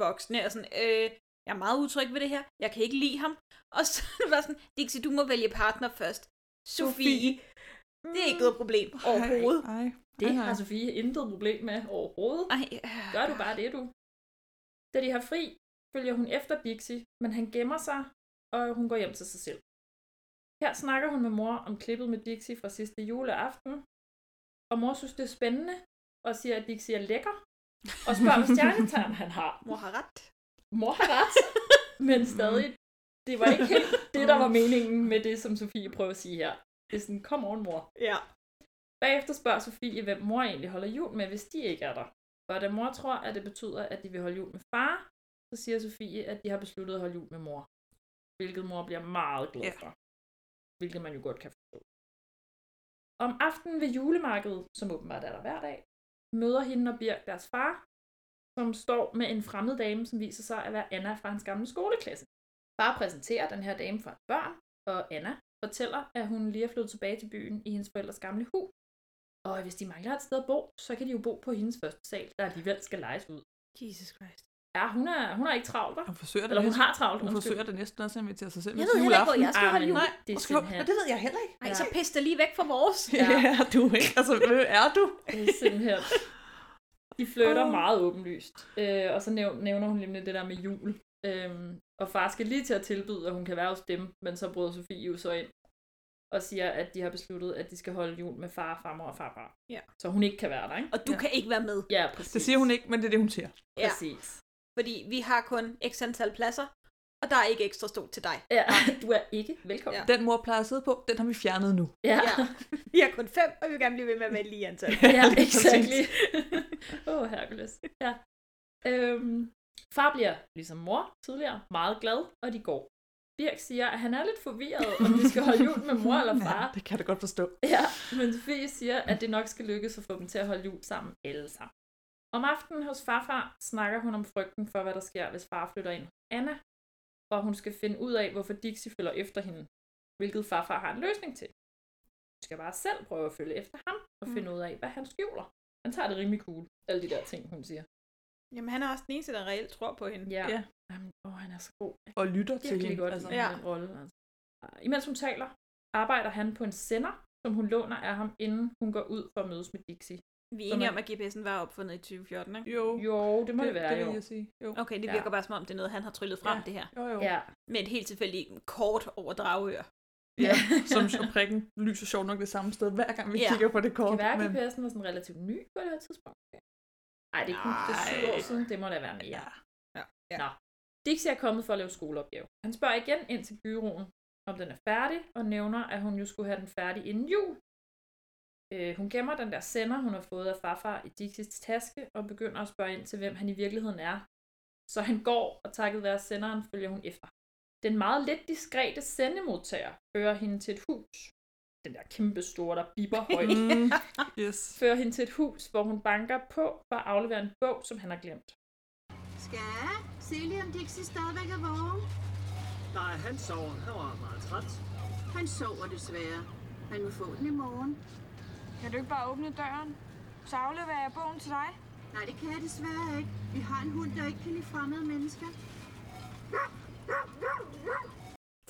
voksne, og sådan, øh, jeg er meget utryg ved det her, jeg kan ikke lide ham, og så er det bare sådan, Dixie, du må vælge partner først. Sofie, Sofie. Mm. det er ikke noget problem overhovedet. Ej, ej, Det altså- ej, har ej. Sofie intet problem med overhovedet. Ej, øh, Gør du bare det, du. Da de har fri, følger hun efter Dixie, men han gemmer sig, og hun går hjem til sig selv. Her snakker hun med mor om klippet med Dixie fra sidste juleaften, og mor synes, det er spændende, og siger, at Dixie er lækker, og spørger, hvad stjernetegn han har. mor har ret. Mor har ret, men stadig, det var ikke helt det, der var meningen med det, som Sofie prøver at sige her. Det er sådan, kom on, mor. Ja. Bagefter spørger Sofie, hvem mor egentlig holder jul med, hvis de ikke er der. Og da mor tror, at det betyder, at de vil holde jul med far, så siger Sofie, at de har besluttet at holde jul med mor. Hvilket mor bliver meget glad Ja. for. Hvilket man jo godt kan forstå. Om aftenen ved julemarkedet, som åbenbart er der hver dag, møder hende og Birk deres far, som står med en fremmed dame, som viser sig at være Anna fra hans gamle skoleklasse. Far præsenterer den her dame for et børn, og Anna fortæller, at hun lige er flyttet tilbage til byen i hendes forældres gamle hus. Og hvis de mangler et sted at bo, så kan de jo bo på hendes første sal, der alligevel skal lejes ud. Jesus Christ. Ja, hun er, hun er ikke travlt, hva'? Hun forsøger det Eller hun næsten- har travlt. Hun undskyld. forsøger det næsten også at invitere sig selv Jeg med ved til heller ikke, hvor jeg juleaften. skal holde jul. Nej, det er og skal hun- simpelthen- og det ved jeg heller ikke. Nej, så pis det lige væk fra vores. Ja, du er ikke. Altså, hvem er du? Det er simpelthen... De flytter Åh. oh. meget åbenlyst. Øh, og så nævner, nævner hun nemlig det der med jul. Øhm, og far skal lige til at tilbyde, at hun kan være hos dem, men så bryder Sofie jo så ind og siger, at de har besluttet, at de skal holde jul med far, farmor og farfar. Ja. Så hun ikke kan være der, ikke? Og du ja. kan ikke være med. Ja, præcis. Det siger hun ikke, men det er det, hun siger. Ja. Præcis. Fordi vi har kun x antal pladser, og der er ikke ekstra stol til dig. Ja, du er ikke velkommen. Ja. Den mor plejer at sidde på, den har vi fjernet nu. Ja, Ja. ja. Vi har kun fem, og vi vil gerne blive ved med at være lige antal. ja lige præcis. exactly. Åh, oh, Hercules. Ja. Øhm, far bliver, ligesom mor tidligere, meget glad, og de går. Birk siger, at han er lidt forvirret, om de skal holde jul med mor eller far. Ja, det kan jeg da godt forstå. Ja, men Sofie siger, at det nok skal lykkes at få dem til at holde jul sammen alle sammen. Om aftenen hos farfar snakker hun om frygten for, hvad der sker, hvis far flytter ind hos Anna, og hun skal finde ud af, hvorfor Dixie følger efter hende, hvilket farfar har en løsning til. Hun skal bare selv prøve at følge efter ham og Mm. finde ud af, hvad han skjuler. Han tager det rimelig cool, alle de der ting, hun siger. Jamen, han er også den eneste, der reelt tror på hende. Ja. Ja. ja. Jamen, åh, han er så god. Jeg Og lytter kan til virkelig hende. godt Altså. altså. lide Ja. ja. den rolle. Altså. Imens hun taler, arbejder han på en sender, som hun låner af ham, inden hun går ud for at mødes med Dixie. Vi er Så enige om, man- at GPS'en var opfundet i 2014, ikke? Jo, Jo, det må det, det være, det jo. vil jeg sige. Jo. Okay, det Ja. virker bare som om, det er noget, han har tryllet frem, det her. Jo, jo. Ja. Med et helt tilfældigt kort over Dragør. Ja, som så prikken lyser sjovt nok det samme sted, hver gang vi Ja. kigger på det Kan kort. være, at men- GPS'en var sådan relativt ny på det her tidspunkt. Nej, det er kun det er syv Nej. år siden. Det må da være mere. Ja. Ja, ja. Nå. Dixie er kommet for at lave skoleopgave. Han spørger igen ind til gyroen, om den er færdig, og nævner, at hun jo skulle have den færdig inden jul. Øh, hun gemmer den der sender, hun har fået af farfar i Dixies taske, og begynder at spørge ind til, hvem han i virkeligheden er. Så han går, og takket være senderen følger hun efter. Den meget lidt diskrete sendemodtager fører hende til et hus. Den der kæmpe store, der biber højt Mm, yes. fører hende til et hus, hvor hun banker på for at aflevere en bog, som han har glemt. Skat, se lige om Dixie stadigvæk er vågen. Nej, han sover. Han var meget træt. Han sover desværre. Han vil få den i morgen. Kan du ikke bare åbne døren? Så afleverer jeg bogen til dig. Nej, det kan jeg desværre ikke. Vi har en hund, der ikke kan lide fremmede mennesker.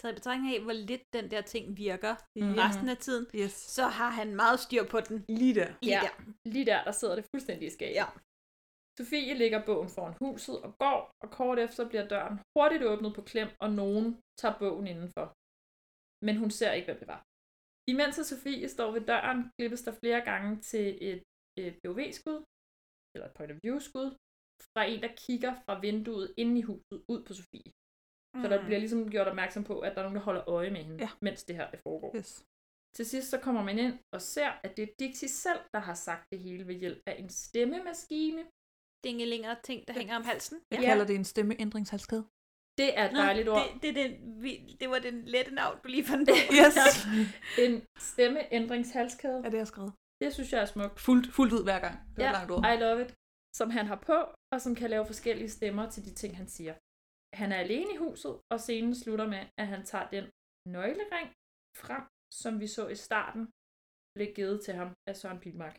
Taget i betragtning af, hvor lidt den der ting virker Mhm. resten af tiden, Yes. så har han meget styr på den Lige der. lige ja. der. Lige der, der sidder det fuldstændig i skabet. Ja. Sofie lægger bogen foran huset og går, og kort efter bliver døren hurtigt åbnet på klem, og nogen tager bogen indenfor. Men hun ser ikke, hvem det var. Imens at Sofie står ved døren, klippes der flere gange til et, et POV-skud, eller et point of view-skud, fra en, der kigger fra vinduet inde i huset ud på Sofie. Så Mm. der bliver ligesom gjort opmærksom på, at der er nogen, der holder øje med hende, Ja. ja. mens det her det foregår. Yes. Til sidst så kommer man ind og ser, at det er Dixie selv, der har sagt det hele ved hjælp af en stemmemaskine. Dingelinger og ting, der hænger om halsen. Jeg Ja. kalder det en stemmeændringshalskæde. Det er et dejligt Nå, ord. Det, det, det, vi, det var den lette navn, du lige fandt på. Yes. En stemmeændringshalskæde. Ja, det har jeg skrevet. Det synes jeg er smukt. Fuldt, fuldt ud hver gang. Det var Ja, et langt ord. I love it. Som han har på, og som kan lave forskellige stemmer til de ting, han siger. Han er alene i huset, og scenen slutter med, at han tager den nøglering frem, som vi så i starten, blev givet til ham af Søren Pilmark.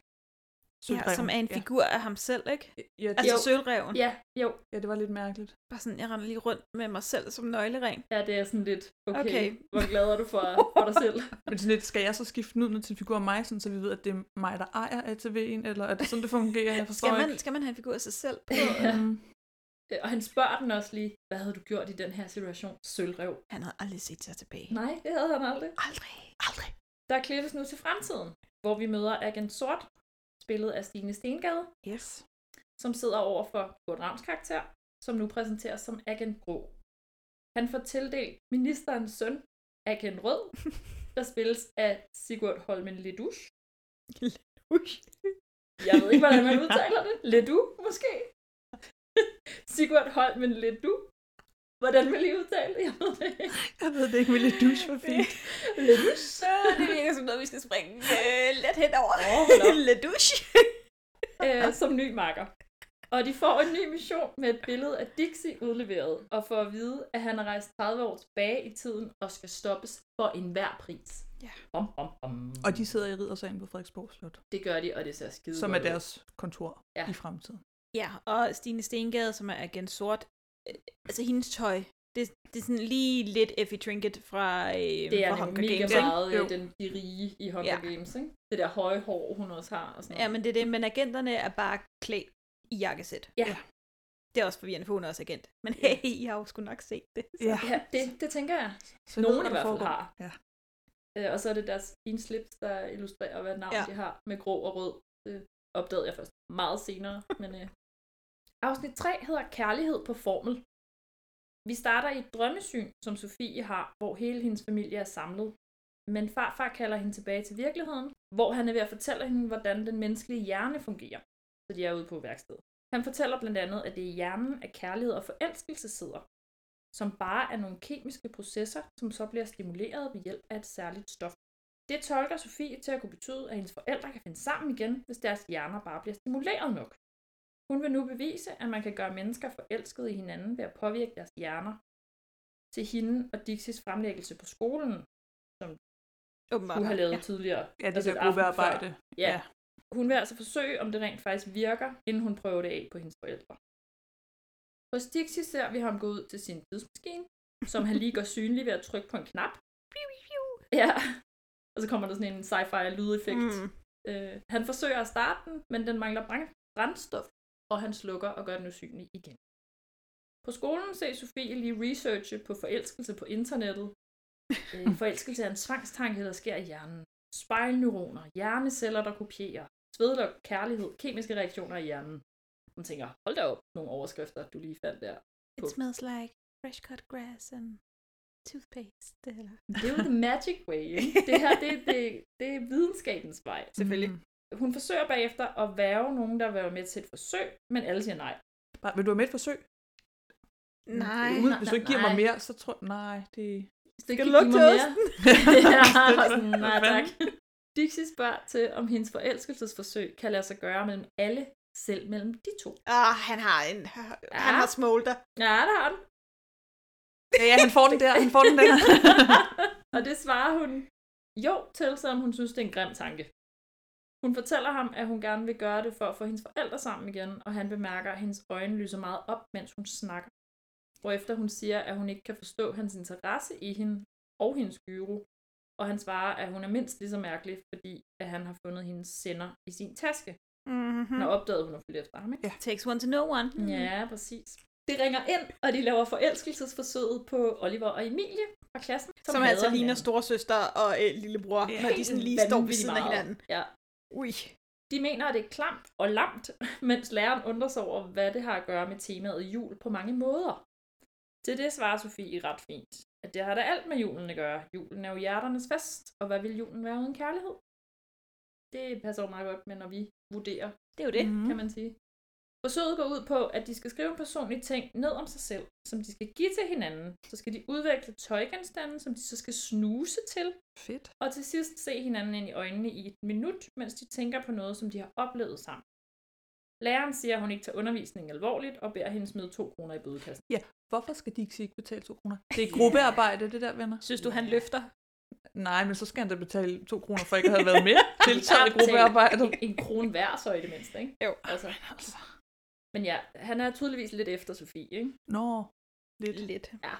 Ja, som er en figur af ham selv, ikke? Ja, Altså det, Jo. sølvreven. Ja, jo. ja, det var lidt mærkeligt. Bare sådan, jeg render lige rundt med mig selv som nøglering. Ja, det er sådan lidt, okay, Okay. okay. hvor glad er du for, for dig selv? Men sådan lidt, skal jeg så skifte den ud nu til en figur af mig, sådan, så vi ved, at det er mig, der ejer ATV'en, eller er det sådan, det fungerer? Jeg forstår Skal man, ikke. skal man have en figur af sig selv på? Øhm, Øh, Og han spørger den også lige, hvad havde du gjort i den her situation, sølvrev? Han havde aldrig set sig tilbage. Nej, det havde han aldrig. Aldrig. Aldrig. Der klippes nu til fremtiden, hvor vi møder Agent Sort, spillet af Stine Stengade, Yes. som sidder over for Kurt Rams karakter, som nu præsenteres som Agent Grå. Han får tildelt ministerens søn, Agent Rød, der spilles af Sigurd Holmen Ledusch. Ush. Jeg ved ikke, hvordan man udtaler det. Ledu, måske? Sigurd Holmen Ledu? Hvordan vil I udtale det? Jeg ved det ikke. Jeg ved det ikke, men lidt douche var fint. Ledus? Øh, Det virker som noget, vi skal springe øh, let hen over. Åh, hold op. Ledush. Øh, som ny marker. Og de får en ny mission med et billede af Dixie udleveret, og får at vide, at han er rejst 30 år tilbage i tiden og skal stoppes for enhver pris. Ja. Bom, bom, bom. Og de sidder i riddersagen på Frederiksborg Slot, Det gør de, og det ser skide som er godt ud. deres kontor Ja. ja. i fremtiden. Ja, og Stine Stengade, som er igen sort, øh, altså hendes tøj, det, det er sådan lige lidt Effie Trinket fra, øh, Det er fra Hunger nemlig mega Games. Games, ikke? meget Jo. øh, den, de rige i Hunger Ja. ja. Games, ikke? Det der høje hår, hun også har. Og sådan noget. Ja, men det er det, men agenterne er bare klædt i jakkesæt. Ja. Det er også forvirrende, for hun er også agent. Men hey, I har jo sgu nok set det. så. Ja, ja det, det tænker jeg. Så Så ved Nogen du, i hvad hvert der fald foregår. har. Ja. Øh, og så er det deres en slips, der illustrerer, hvad navn Ja. ja. de har med grå og rød. Det opdagede jeg først meget senere. Men, øh. Afsnit 3 hedder Kærlighed på formel. Vi starter i et drømmesyn, som Sofie har, hvor hele hendes familie er samlet. Men farfar kalder hende tilbage til virkeligheden, hvor han er ved at fortælle hende, hvordan den menneskelige hjerne fungerer. Så de er ude på værkstedet. Han fortæller blandt andet, at det er hjernen af kærlighed og forelskelse sidder, som bare er nogle kemiske processer, som så bliver stimuleret ved hjælp af et særligt stof. Det tolker Sofie til at kunne betyde, at hendes forældre kan finde sammen igen, hvis deres hjerner bare bliver stimuleret nok. Hun vil nu bevise, at man kan gøre mennesker forelskede i hinanden ved at påvirke deres hjerner til hende og Dixies fremlæggelse på skolen, som Åbenbart, hun har lavet ja. tidligere. Ja, det Altså der et aften gruppearbejde. før. Ja. Ja. ja. Hun vil altså forsøge, om det rent faktisk virker, inden hun prøver det af på hendes forældre. Hos Dixie ser vi ham gå ud til sin tidsmaskine, som han lige gør synlig ved at trykke på en knap. Ja, og så kommer der sådan en sci-fi lydeffekt. Mm. Øh, han forsøger at starte den, men den mangler brænd- brændstof, og han slukker og gør den usynlig igen. På skolen ser Sofie lige researche på forelskelse på internettet. Øh, forelskelse er en tvangstanke, der sker i hjernen. Spejlneuroner, hjerneceller, der kopierer, svedlok, kærlighed, kemiske reaktioner i hjernen. Man tænker, hold da op, nogle overskrifter, du lige fandt der. It smells like fresh cut grass and toothpaste. Eller... Det er jo the magic way. ikke? Det her, det, det, det er videnskabens vej. Selvfølgelig. Mm. Hun forsøger bagefter at værve nogen, der vil være med til et forsøg, men alle siger nej. Bare, vil du have med et forsøg? Nej. Uden, hvis du ikke giver mig Nej. mere, så tror jeg, nej, det... Det Skal kan du lugte give mig til mere. osten? ja, og sådan, nej Hvad tak. fanden? Dixie spørger til, om hendes forelskelsesforsøg kan lade sig gøre mellem alle, selv mellem de to. Ah, han har en... Ah. Han har smålt dig. Ja, der har han. Ja, ja, han får den der, han får den der. Og det svarer hun jo til, selvom hun synes, det er en grim tanke. Hun fortæller ham, at hun gerne vil gøre det for at få hendes forældre sammen igen, og han bemærker, at hendes øjne lyser meget op, mens hun snakker. Hvorefter hun siger, at hun ikke kan forstå hans interesse i hende og hendes gyro, og han svarer, at hun er mindst lige så mærkelig, fordi at han har fundet hendes sender i sin taske. Mm-hmm. Han har opdaget, at hun har fulgt efter ham, ikke? Ja. Takes one to know one. Mm. Ja, præcis. Det ringer ind, og de laver forelskelsesforsøget på Oliver og Emilie fra klassen. Som, som altså hader ligner hinanden. storsøster og øh, lillebror, Ja. når de sådan lige står ved Vanvittigt siden af meget. hinanden. Ja. Ui. De mener, at det er klamt og lamt, mens læreren undrer sig over, hvad det har at gøre med temaet jul på mange måder. Til det svarer Sofie ret fint, at det har da alt med julen at gøre. Julen er jo hjerternes fest, og hvad vil julen være uden kærlighed? Det passer jo meget godt med, når vi vurderer, Det er jo det. mm-hmm. kan man sige. Forsøget går ud på, at de skal skrive en personlig ting ned om sig selv, som de skal give til hinanden. Så skal de udvikle tøjgenstande, som de så skal snuse til, Fedt. og til sidst se hinanden ind i øjnene i et minut, mens de tænker på noget, som de har oplevet sammen. Læreren siger, at hun ikke tager undervisningen alvorligt, og beder hende smide to kroner i bødekassen. Ja, hvorfor skal de ikke betale 2 kroner? Det er gruppearbejde, det der, venner. Synes du, han løfter? Nej, men så skal han da betale 2 kroner, for ikke at have været med. Deltaget i gruppearbejdet. En, en krone hver så i det mindste, ikke? Jo. Altså. Men ja, han er tydeligvis lidt efter Sofie, ikke? Nå, lidt. Lidt. Ja.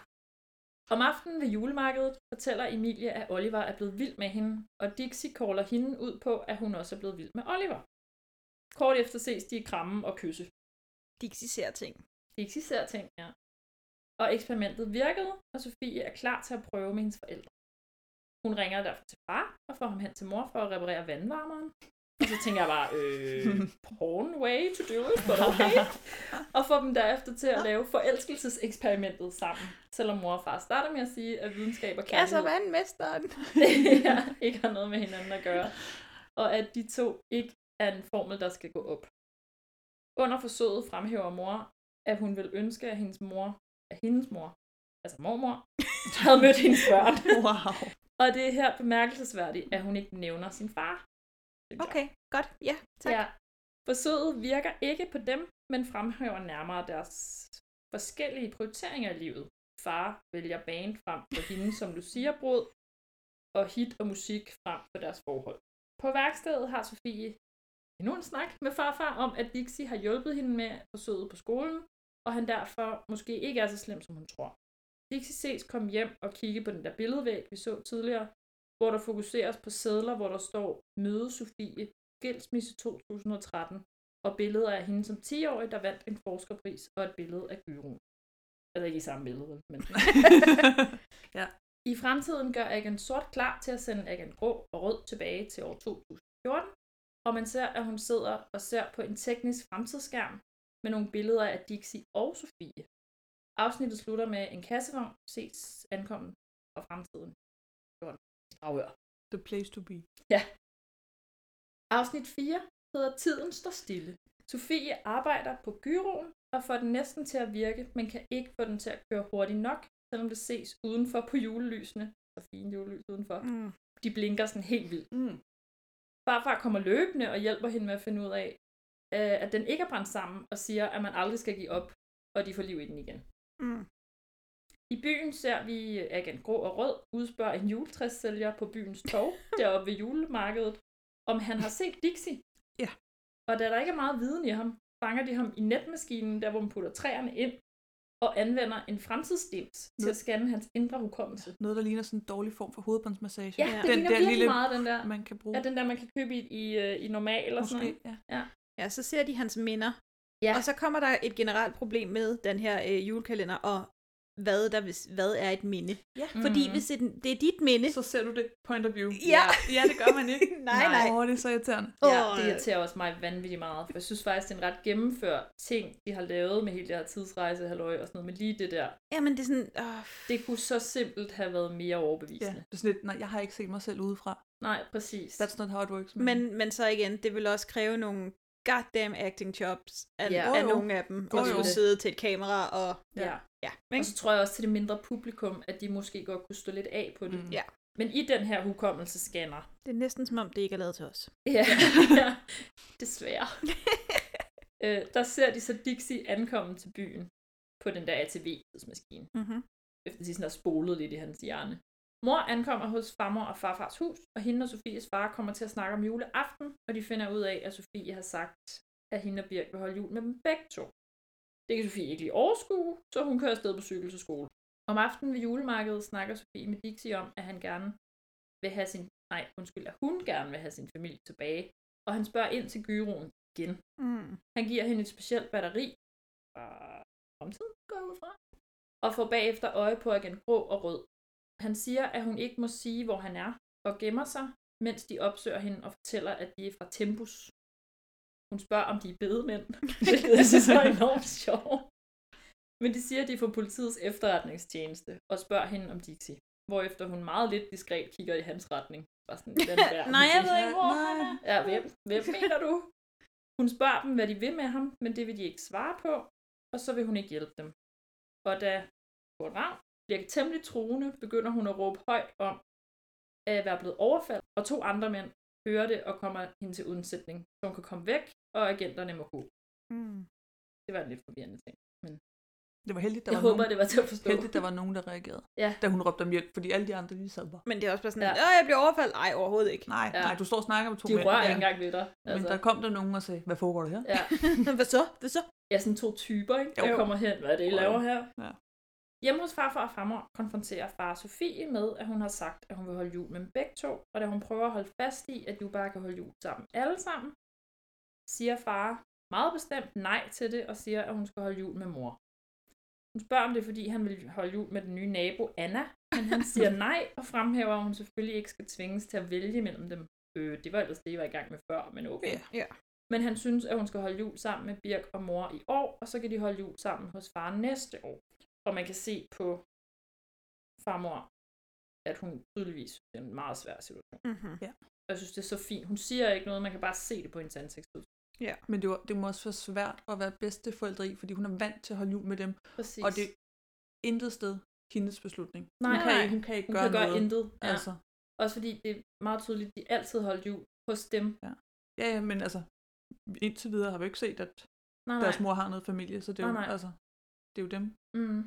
Om aftenen ved julemarkedet fortæller Emilie, at Oliver er blevet vild med hende, og Dixie caller hende ud på, at hun også er blevet vild med Oliver. Kort efter ses de i krammen og kysse. Dixie ser ting. Dixie ser ting, ja. Og eksperimentet virkede, og Sofie er klar til at prøve med hendes forældre. Hun ringer derfor til far og får ham hen til mor for at reparere vandvarmeren. Og så tænker jeg bare, øh, porn way to do it, but okay. og får dem derefter til at lave forelskelseseksperimentet sammen. Selvom mor og far starter med at sige, at videnskab og Kasser kærlighed Altså, vandmesteren. ja, ikke har noget med hinanden at gøre. Og at de to ikke er en formel, der skal gå op. Under forsøget fremhæver mor, at hun vil ønske, at hendes mor, at hendes mor, altså mormor, havde mødt hendes børn. wow. Og det er her bemærkelsesværdigt, at hun ikke nævner sin far. Okay, godt. Ja, tak. Ja. Forsøget virker ikke på dem, men fremhæver nærmere deres forskellige prioriteringer i livet. Far vælger band frem for hende som Lucia-brud, og hit og musik frem for deres forhold. På værkstedet har Sofie endnu en snak med farfar om, at Dixie har hjulpet hende med forsøget på skolen, og han derfor måske ikke er så slem, som hun tror. Dixie ses komme hjem og kigge på den der billedvæg, vi så tidligere, hvor der fokuseres på sædler, hvor der står Møde Sofie, Gældsmisse 2013, og billeder af hende som 10-årig, der vandt en forskerpris, og et billede af Gyruen. Eller ikke i samme billede, men... ja. I fremtiden gør Agent Sort klar til at sende Agent Grå og Rød tilbage til år 2014, og man ser, at hun sidder og ser på en teknisk fremtidsskærm med nogle billeder af Dixie og Sofie. Afsnittet slutter med en kassevogn, ses ankommen og fremtiden. Afhør. The place to be. Ja. Afsnit 4 hedder Tiden står stille. Sofie arbejder på gyroen og får den næsten til at virke, men kan ikke få den til at køre hurtigt nok, selvom det ses udenfor på julelysene. Så fine julelys udenfor. Mm. De blinker sådan helt vildt. Mm. Farfar kommer løbende og hjælper hende med at finde ud af, øh, at den ikke er brændt sammen, og siger, at man aldrig skal give op, og de får liv i den igen. Mm. I byen ser vi øh, Agent Grå og Rød udspørge en juletræssælger på byens torv, deroppe ved julemarkedet, om han har set Dixie. Ja. Og da der ikke er meget viden i ham, fanger de ham i netmaskinen, der hvor man putter træerne ind, og anvender en Mm. fremtidsdims til at scanne hans indre hukommelse. Noget, der ligner sådan en dårlig form for hovedbåndsmassage. Ja, det ligner virkelig meget den der. Man kan bruge. Ja, den der, man kan købe i, i, øh, i normal eller sådan noget. Måske, ja. ja. Ja, så ser de hans minder. Ja. Og så kommer der et generelt problem med den her øh, julekalender, og hvad, der, hvis, hvad er et minde? Ja. Fordi Mhm. hvis et, det er dit minde... Så ser du det point of view. Ja, ja det gør man ikke. nej, nej. Åh, øh. det er så irriterende. Ja, det irriterer også mig vanvittigt meget, for jeg synes faktisk, det er en ret gennemført ting, de har lavet med hele det her tidsrejse, halløj og sådan noget, men lige det der, Jamen, det er sådan... Øh, det kunne så simpelt have været mere Ja, overbevisende. det er sådan lidt, nej, jeg har ikke set mig selv udefra. Nej, præcis. That's not how it works. men, men så igen, det vil også kræve nogle goddamn acting jobs af, Ja. yeah. Jo, af jo. nogle af dem, Jo, og jo. skulle sidde til et kamera og... Ja. ja. Og så tror jeg også til det mindre publikum, at de måske godt kunne stå lidt af på det. Mm. Ja. Men i den her hukommelsescanner, Det er næsten som om, det ikke er lavet til os. Ja, ja. desværre. øh, der ser de så Dixie ankomme til byen på den der ATV-tidsmaskine. Mhm. Efter de sådan har spolet lidt i hans hjerne. Mor ankommer hos farmor og farfars hus, og hende og Sofies far kommer til at snakke om juleaften, og de finder ud af, at Sofie har sagt, at hende og Birk vil holde jul med dem begge to. Det kan Sofie ikke lige overskue, så hun kører afsted på cykel til skole. Om aftenen ved julemarkedet snakker Sofie med Dixie om, at han gerne vil have sin... Nej, undskyld, at hun gerne vil have sin familie tilbage. Og han spørger ind til gyroen igen. Mm. Han giver hende et specielt batteri fra fremtiden, går jeg ud fra. Og får bagefter øje på igen grå og rød. Han siger, at hun ikke må sige, hvor han er, og gemmer sig, mens de opsøger hende og fortæller, at de er fra Tempus. Hun spørger, om de er bedemænd, hvilket jeg synes er enormt sjovt. Men de siger, at de er fra politiets efterretningstjeneste, og spørger hende om Dixie. Hvorefter hun meget lidt diskret kigger i hans retning. Bare sådan, den der, Nej, jeg Dixie. ved ikke, hvor han er. Ja, hvem, hvem mener du? Hun spørger dem, hvad de vil med ham, men det vil de ikke svare på, og så vil hun ikke hjælpe dem. Og da Kurt Ravn bliver temmelig truende, begynder hun at råbe højt om at være blevet overfaldet, og to andre mænd hører det og kommer hende til undsætning, så hun kan komme væk, og agenterne må gå. Mm. Det var en lidt forvirrende ting. Men... Det var heldigt, der Jeg var håber, nogen, det var til at forstå. Heldigt, der var nogen, der reagerede. Ja. Da hun råbte om hjælp, fordi alle de andre, de sad bare. Men det er også bare sådan, Ja. ja. Åh, jeg bliver overfaldet. Nej, overhovedet ikke. Nej, Ja. ja. nej, du står og snakker med to De mænd. rører ikke engang ved dig. Altså. Men altså. der kom der nogen og sagde, hvad foregår der her? Ja. Hvad så? Hvad så? Ja, sådan to typer, ikke? Jo. Der kommer hen, hvad er det, I Jo. laver her? Ja. Hjemme hos farfar og farmor konfronterer far Sofie med, at hun har sagt, at hun vil holde jul med dem begge to, og da hun prøver at holde fast i, at de jo bare kan holde jul sammen alle sammen, siger far meget bestemt nej til det, og siger, at hun skal holde jul med mor. Hun spørger, om det er, fordi han vil holde jul med den nye nabo, Anna, men han siger nej, og fremhæver, at hun selvfølgelig ikke skal tvinges til at vælge mellem dem. Øh, det var ellers det, jeg var i gang med før, men okay. Ja. Men han synes, at hun skal holde jul sammen med Birk og mor i år, og så kan de holde jul sammen hos far næste år. Og man kan se på farmor, at hun tydeligvis er i en meget svær situation. Mhm. Ja. Og jeg synes, det er så fint. Hun siger ikke noget, man kan bare se det på hendes ansigtsudtryk. Ja. Men det, var, det må også være svært at være bedsteforældre i, fordi hun er vant til at holde jul med dem. Præcis. Og det er intet sted hendes beslutning. Nej, hun kan, nej, ikke, hun kan ikke hun gøre kan gøre noget. intet. Ja. Altså, Også fordi det er meget tydeligt, at de altid holdt jul hos dem. Ja. ja, ja, men altså, indtil videre har vi jo ikke set, at Nej, Deres nej. mor har noget familie, så det er, jo, Nej, nej. altså, det er jo dem. Mm.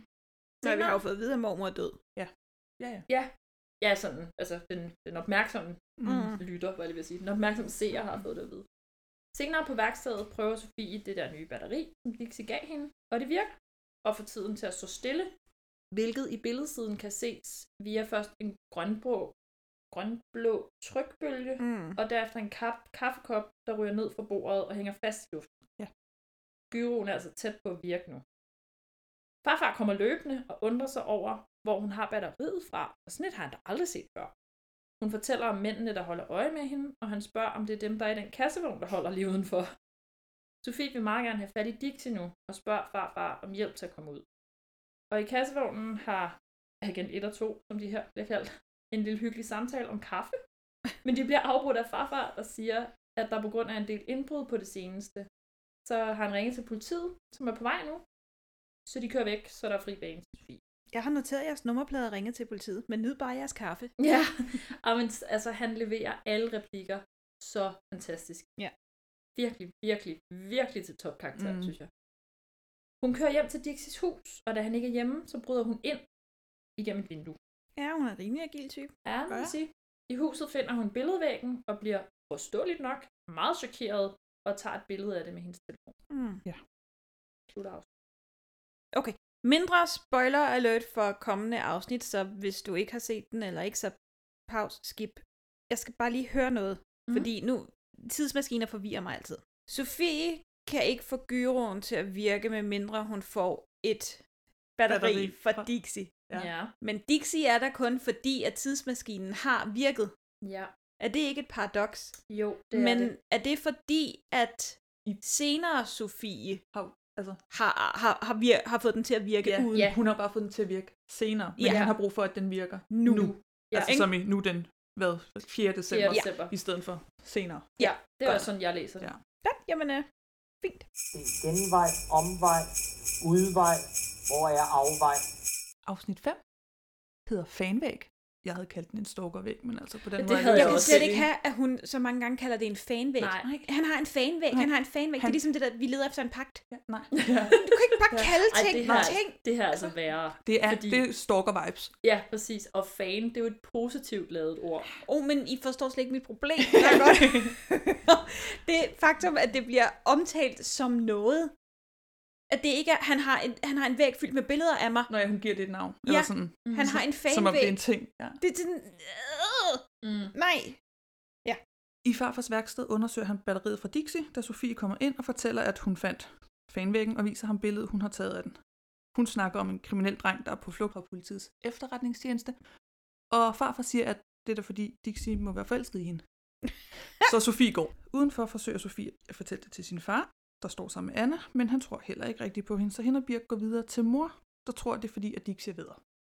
Nej, vi har jo fået at vide, at mormor er død. Ja. Ja, ja. Ja. Ja, sådan, altså den, den opmærksomme Mm. mm. lytter, hvad jeg lige vil sige. Den opmærksomme seer har fået det at vide. Senere på værkstedet prøver Sofie det der nye batteri, som Dixie gav hende, og det virker, og får tiden til at stå stille, hvilket i billedsiden kan ses via først en grønbrå, grønblå trykbølge, Mm. og derefter en kaf- kaffekop, der ryger ned fra bordet og hænger fast i luften. Ja. Gyroen er altså tæt på at virke nu. Farfar kommer løbende og undrer sig over, hvor hun har batteriet fra, og sådan et har han da aldrig set før. Hun fortæller om mændene, der holder øje med hende, og han spørger, om det er dem, der er i den kassevogn, der holder lige udenfor. Sofie vil meget gerne have fat i Dixie nu, og spørger farfar om hjælp til at komme ud. Og i kassevognen har agent 1 og 2, som de her bliver kaldt, en lille hyggelig samtale om kaffe. Men de bliver afbrudt af farfar, der siger, at der på grund af en del indbrud på det seneste, så har han ringet til politiet, som er på vej nu, så de kører væk, så der er fri bane til Sofie. Jeg har noteret jeres nummerplade og ringet til politiet, men nyd bare jeres kaffe. Ja, og men, altså han leverer alle replikker så fantastisk. Ja. Virkelig, virkelig, virkelig til topkarakteren, Mm. mm. synes jeg. Hun kører hjem til Dixies hus, og da han ikke er hjemme, så bryder hun ind igennem et vindue. Ja, hun er en rimelig agil type. Ja, må man sige. I huset finder hun billedvæggen og bliver forståeligt nok meget chokeret og tager et billede af det med hendes telefon. Mm. Ja. Slutter afsnit. Okay. Mindre spoiler alert for kommende afsnit, så hvis du ikke har set den eller ikke, så pause, skip. Jeg skal bare lige høre noget, mm. fordi nu, tidsmaskiner forvirrer mig altid. Sofie kan ikke få gyroen til at virke, medmindre hun får et batteri, Batteri batteri fra Dixie. Ja. Ja. Men Dixie er der kun fordi, at tidsmaskinen har virket. Ja. Er det ikke et paradoks? Jo, det Men er det. er det fordi, at senere Sofie har, altså, har, har, har, vir- har fået den til at virke Ja, uden? ja. hun har bare fået den til at virke senere, men Ja. ja. han har brug for, at den virker Nu. nu. Ja, Ja, altså ikke? som i nu den, hvad, 4. december, december. i stedet for senere. Ja, det er Godt. også sådan, jeg læser det. Ja. Ja, jamen, øh, fint. Genvej, omvej, udvej, hvor er afvej? Afsnit 5 hedder Fanvæg. Jeg havde kaldt den en stalkervæg, men altså på den Det måde... havde jeg, jeg kan slet ikke have, at hun så mange gange kalder det en fanvæg. Nej. Han har en fanvæg, Nej. han har en fanvæg. Det Han- er ligesom det der, vi leder efter en pagt. Ja, nej. Du kan ikke bare kalde Ej, ting det her, ting. det her er altså værre. Det er, det er stalker-vibes. Ja, præcis. Og fan, det er jo et positivt lavet ord. Åh, oh, men I forstår slet ikke mit problem. Det er godt. det er faktum, at det bliver omtalt som noget. At det ikke er, han har en, han har en væg fyldt med billeder af mig. Når jeg, hun giver det et navn. Ja, Eller sådan, han har en Mm. Som om det er fanvæg. en ting. Ja. Det er sådan... Øh, mm. Nej. I farfars værksted undersøger han batteriet fra Dixie, da Sofie kommer ind og fortæller, at hun fandt fanvæggen og viser ham billedet, hun har taget af den. Hun snakker om en kriminel dreng, der er på flugt fra politiets efterretningstjeneste, og farfar siger, at det er da fordi, Dixie må være forelsket i hende. Så Sofie går. Udenfor forsøger Sofie at fortælle det til sin far, der står sammen med Anna, men han tror heller ikke rigtigt på hende, så hende og Birk går videre til mor, der tror, det er fordi, at Dixie ved.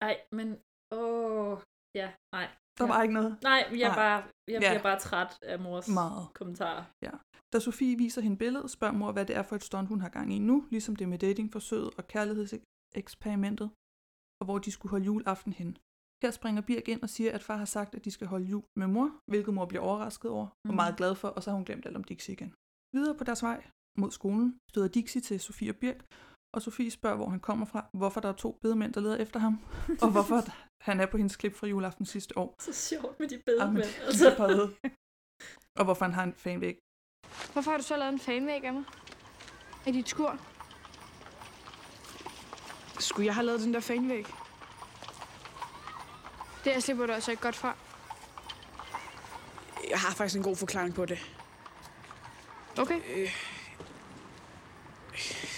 Ej, men... Åh... Ja, nej. Der ja. var ikke noget. Nej, jeg, Nej. Bare, jeg Ja. bliver bare træt af mors Meget. kommentarer. Ja. Da Sofie viser hende billedet, spørger mor, hvad det er for et stunt, hun har gang i nu, ligesom det med datingforsøget og kærlighedseksperimentet, og hvor de skulle holde juleaften hen. Her springer Birk ind og siger, at far har sagt, at de skal holde jul med mor, hvilket mor bliver overrasket over og Mhm. meget glad for, og så har hun glemt alt om Dixie igen. Videre på deres vej mod skolen støder Dixie til Sofie og Birk, og Sofie spørger, hvor han kommer fra, hvorfor der er to bedemænd, der leder efter ham, og hvorfor han er på hendes klip fra juleaften sidste år. Så sjovt med de bedemænd, Altså. Og hvorfor han har en fanvæg. Hvorfor har du så lavet en fanvæg af mig? Er dit skur? Skulle jeg have lavet den der fanvæg? Det her slipper du altså ikke godt fra. Jeg har faktisk en god forklaring på det. Okay. Øh,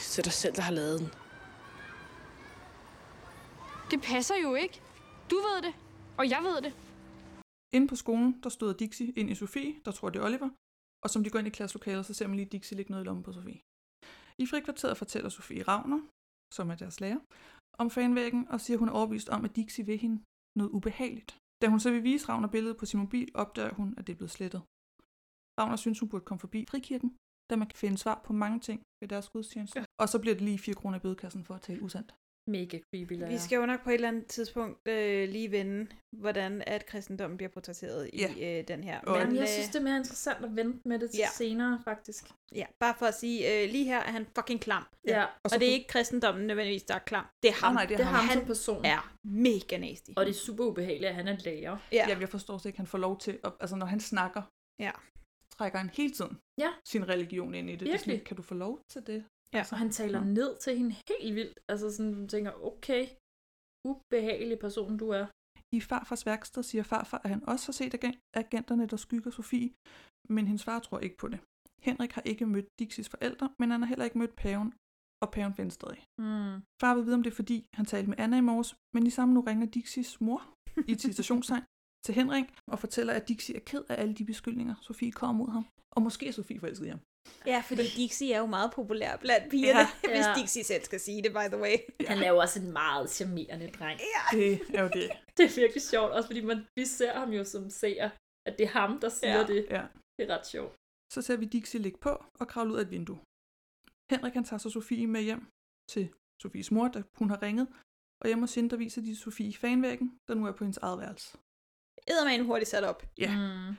så er dig selv, der har lavet den. Det passer jo ikke. Du ved det, og jeg ved det. Inde på skolen, der støder Dixie ind i Sofie, der tror, det er Oliver, og som de går ind i klasselokalet, så ser man lige Dixie lægge noget i lommen på Sofie. I frikvarteret fortæller Sofie Ravner, som er deres lærer, om fanvæggen og siger, hun er overbevist om, at Dixie vil hende noget ubehageligt. Da hun så vil vise Ravner billedet på sin mobil, opdager hun, at det er blevet slettet. Ravner synes, hun burde komme forbi frikirken, da man kan finde svar på mange ting ved deres gudstjeneste. Ja. Og så bliver det lige 4 kroner i bødekassen for at tale usandt. Mega creepy lærer. Vi skal jo nok på et eller andet tidspunkt øh, lige vende, hvordan at kristendommen bliver portrætteret ja. i øh, den her. Men jeg øh, synes, det er mere interessant at vente med det til Ja. senere, faktisk. Ja, bare for at sige, øh, lige her er han fucking klam. Ja. Og, og det er ikke kristendommen nødvendigvis, der er klam. Det er ham. Åh, nej, det er Det er ham. ham som Han person. er mega nasty. Og det er super ubehageligt, at han er lærer. Ja. Jamen, jeg forstår slet ikke, han får lov til, at, altså når han snakker, ja. trækker han hele tiden ja. sin religion ind i det. det. er sådan, Virkelig. Kan du få lov til det? Ja. Og han taler Nå. ned til hende helt vildt. Altså sådan, man tænker, okay, ubehagelig person du er. I farfars værksted siger farfar, at han også har set agen- agenterne, der skygger Sofie, men hendes far tror ikke på det. Henrik har ikke mødt Dixies forældre, men han har heller ikke mødt paven, og paven findes stadig. Mm. Far vil vide, om det er fordi, han talte med Anna i morges, men i samme nu ringer Dixies mor i et citationstegn til Henrik og fortæller, at Dixie er ked af alle de beskyldninger, Sofie kommer mod ham. Og måske er Sofie forelsket i ham. Ja, fordi Dixie er jo meget populær blandt pigerne, ja. Ja. hvis Ja. Dixie selv skal sige det, by the way. Han er jo også en meget charmerende dreng. Ja. Det er jo det. Det er virkelig sjovt, også fordi man, vi ser ham jo som seer, at det er ham, der siger Ja. det. Ja. Det er ret sjovt. Så ser vi Dixie ligge på og kravle ud af et vindue. Henrik han tager så Sofie med hjem til Sofies mor, da hun har ringet, og hjemme hos hende, der viser de Sofie fanvæggen, der nu er på hendes eget værelse. Eddermane hurtigt sat op. Ja. Mm.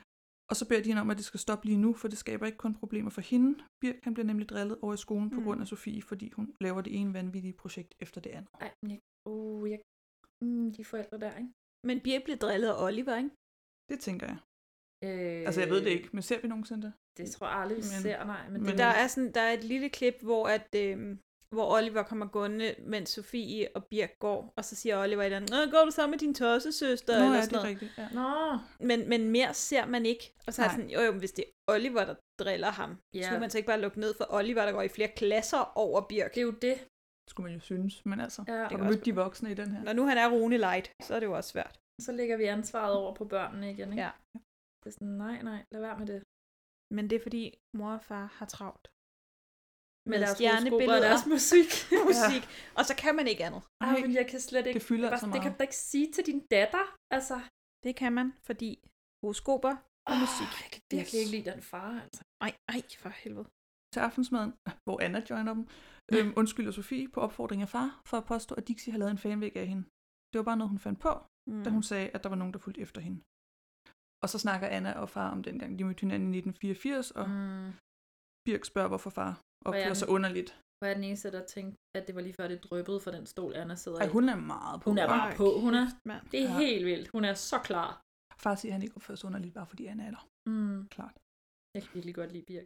Og så beder de hende om, at det skal stoppe lige nu, for det skaber ikke kun problemer for hende. Birk han bliver nemlig drillet over i skolen på Mm. grund af Sofie, fordi hun laver det ene vanvittige projekt efter det andet. Ej, men jeg, uh, jeg, mm, de forældre der, ikke? Men Birk blev drillet af Oliver, ikke? Det tænker jeg. Øh, Altså jeg ved det ikke, men ser vi nogensinde det? Det tror jeg aldrig, vi Men- ser, nej. Men, men- men Der er, sådan, der er et lille klip, hvor, at, øh, hvor Oliver kommer gående, mens Sofie og Birk går, og så siger Oliver et eller andet, "Nå, går du sammen med din tossesøster? Nå, eller ja, sådan det er noget. rigtigt. Ja. Nå. Men, men mere ser man ikke. Og så er Nej. jeg sådan, jo, jo, men hvis det er Oliver, der driller ham, yeah. Ja. skulle man så ikke bare lukke ned for Oliver, der går i flere klasser over Birk? Det er jo det. Skulle man jo synes, men altså, Ja. ja, Det har kan du også mødt de voksne i den her? Når nu han er Rune Light, så er det jo også svært. så lægger vi ansvaret over på børnene igen, ikke? Ja. Det er sådan, nej, nej, lad være med det. Men det er fordi mor og far har travlt. Med Med deres horoskoper stjernebilleder og deres musik. musik. Og så kan man ikke andet. Ej, men jeg kan slet ikke... Det fylder jeg bare, altså Det kan meget. du da ikke sige til din datter, altså. Det kan man, fordi horoskoper og musik. Jeg kan virkelig ikke lide den far, altså. Ej, ej, for helvede. til aftensmaden, hvor Anna joiner dem, øhm, undskylder Sofie på opfordring af far for at påstå, at Dixie har lavet en fanvæg af hende. Det var bare noget, hun fandt på, mm. da Mm. hun sagde, at der var nogen, der fulgte efter hende. Og så snakker Anna og far om dengang, de mødte hinanden i 1984, og mm. Birk spørger, hvorfor far opfører den- sig underligt. Hvor er den eneste, der tænkte, at det var lige før, det drøbbede fra den stol, Anna sidder Ej, i? hun er meget på. Hun er bare Ej, på. Hun er, kæft, mand. det er Ja. helt vildt. Hun er så klar. Far siger, at han ikke opfører sig underligt, bare fordi Anna er der. Mm. Klart. Jeg kan virkelig godt lide Ja, Birk.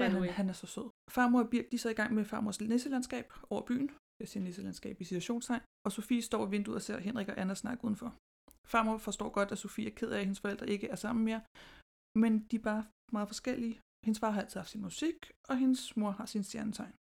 By the han, way. han er så sød. Farmor og Birk, de er så i gang med farmors nisselandskab over byen. Jeg siger nisselandskab i situationstegn. Og Sofie står ved vinduet og ser Henrik og Anna snakke udenfor. Farmor forstår godt, at Sofie er ked af, at hendes forældre ikke er sammen mere. Men de er bare meget forskellige. Hendes far har altid haft sin musik, og hendes mor har sin stjernetegn.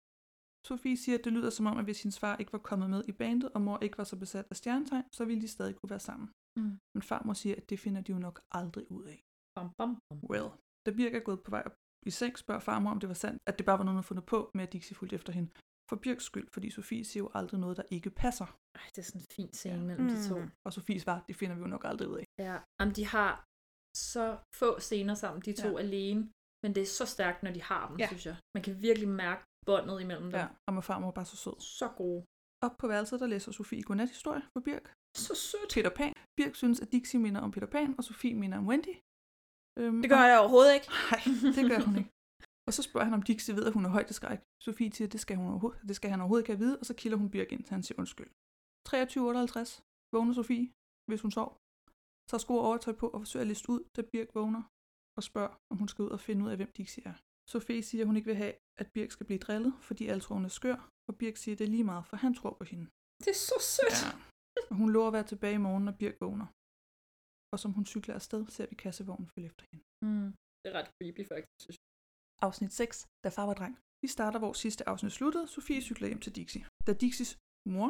Sofie siger, at det lyder som om, at hvis hendes far ikke var kommet med i bandet, og mor ikke var så besat af stjernetegn, så ville de stadig kunne være sammen. Mm. Men farmor siger, at det finder de jo nok aldrig ud af. Bam, bam, bam. Well, da Birk er gået på vej op i seng, spørger farmor, om det var sandt, at det bare var noget, hun havde fundet på med, at Dixie fulgte efter hende. For Birks skyld, fordi Sofie siger jo aldrig noget, der ikke passer. Ej, det er sådan en fin scene ja. mellem de to. Og Sofie svar, det finder vi jo nok aldrig ud af. Ja, Jamen, de har så få scener sammen, de to ja. Ja. alene, men det er så stærkt, når de har dem, ja. Ja. synes jeg. Man kan virkelig mærke båndet imellem dem. Ja, og med farmor bare så sød. Så gode. Op på værelset, der læser Sofie godnathistorie for Birk. Så sødt. Peter Pan. Birk synes, at Dixie minder om Peter Pan, og Sofie minder om Wendy. Øhm, Det gør jeg overhovedet ikke. Nej, det gør hun ikke. Og så spørger han, om Dixie ved, at hun er højdeskræk. Sofie siger, at det skal, hun overhovedet, det skal han overhovedet ikke have at vide, og så kilder hun Birk ind, så han siger undskyld. 23.58 vågner Sofie, hvis hun sov. Tager sko og overtøj på og forsøger at liste ud, da Birk vågner og spørger, om hun skal ud og finde ud af, hvem Dixie er. Sofie siger, at hun ikke vil have, at Birk skal blive drillet, fordi alle tror, hun er skør, og Birk siger, at det er lige meget, for han tror på hende. Det er så sødt. Ja. Og hun lover at være tilbage i morgen, når Birk vågner. Og som hun cykler afsted, ser vi kassevognen følge efter hende. Mm. Det er ret creepy, faktisk, synes jeg. Afsnit 6, da far var dreng. Vi starter, hvor sidste afsnit sluttede. Sofie cykler hjem til Dixie. Da Dixies mor,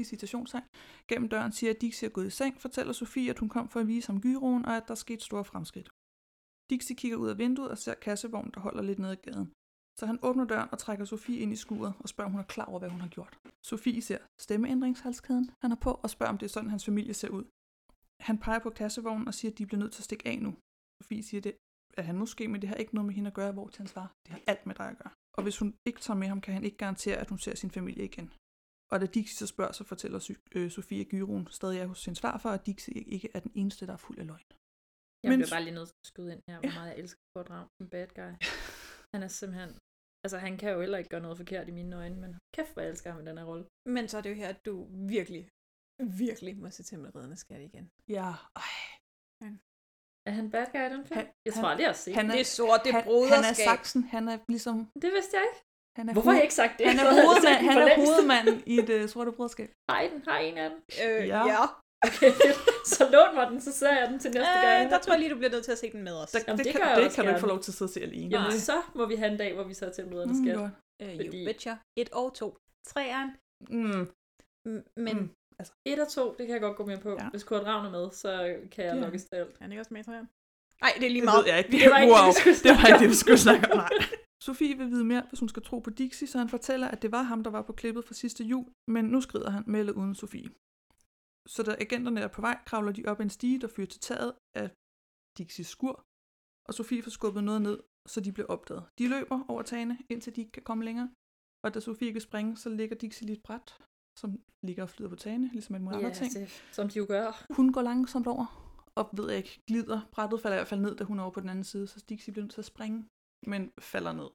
i citationstegn, gennem døren siger, at Dixie er gået i seng, fortæller Sofie, at hun kom for at vise ham gyroen, og at der skete store fremskridt. Dixie kigger ud af vinduet og ser kassevognen, der holder lidt nede ad gaden. Så han åbner døren og trækker Sofie ind i skuret og spørger, om hun er klar over, hvad hun har gjort. Sofie ser stemmeændringshalskæden, han har på, og spørger, om det er sådan, hans familie ser ud. Han peger på kassevognen og siger, at de bliver nødt til at stikke af nu. Sofie siger, det er han måske, men det har ikke noget med hende at gøre, hvor til hans far. Det har alt med dig at gøre. Og hvis hun ikke tager med ham, kan han ikke garantere, at hun ser sin familie igen. Og da Dixie så spørger, så fortæller Sy- øh, Sofia Gyron stadig er hos sin farfar, og Dixie ikke er den eneste, der er fuld af løgn. Jeg Men- bliver bare lige nødt til at skyde ind her, hvor Ja. meget jeg elsker Kurt Ravn som bad guy. Han er simpelthen... Altså, han kan jo heller ikke gøre noget forkert i mine øjne, men kæft, hvor jeg elsker ham i den her rolle. Men så er det jo her, at du virkelig, virkelig må se til med reddende skat igen. Ja, Er han bad guy i den film? Han- jeg han- tror aldrig, jeg har set han den. er- Det sorte han, han er saksen, han er ligesom... Det vidste jeg ikke. Han er Hvorfor har hoved- jeg ikke sagt det? Han er, Jeg havde set hovedmand, den han for er længst. hovedmanden i det uh, sorte broderskab. Har I den? Har I en af dem? Øh, Ja. ja. Okay, fedt. så lån mig den, så ser jeg den til næste Øh, gang. der tror jeg lige, du bliver nødt til at se den med os. Jamen, det det kan- gør jeg det også kan du ikke gerne. få lov til at sidde og se alene. Jamen, Nej. så må vi have en dag, hvor vi så til møderne skat. Mm, godt. Øh, you Fordi- betcher. Et og to. Træeren. Mm. M- Men Mm. Et og to, det kan jeg godt gå med på. Ja. Hvis Kurt Ravn er med, så kan jeg Ja. ja. lukkes til alt. Han er ikke også med i træeren? Nej, det er lige Det meget. ved jeg ikke. Det var ikke det, vi wow. skulle det, var snakke ikke det, vi om. skulle snakke om. Nej. Sofie vil vide mere, hvis hun skal tro på Dixie, så han fortæller, at det var ham, der var på klippet fra sidste jul, men nu skrider han med eller uden Sofie. Så da agenterne er på vej, kravler de op ad en stige, der fører til taget af Dixies skur, og Sofie får skubbet noget ned, så de bliver opdaget. De løber over tagene, indtil de ikke kan komme længere, og da Sofie ikke vil springe, så ligger Dixie lige et bræt, som ligger og flyder på tagene, ligesom en Ja, andre ting. det- som de jo gør. Hun går langsomt over, og ved jeg ikke, glider. Brættet falder i hvert fald ned, da hun er over på den anden side, så Dixie bliver nødt til at springe, men falder ned.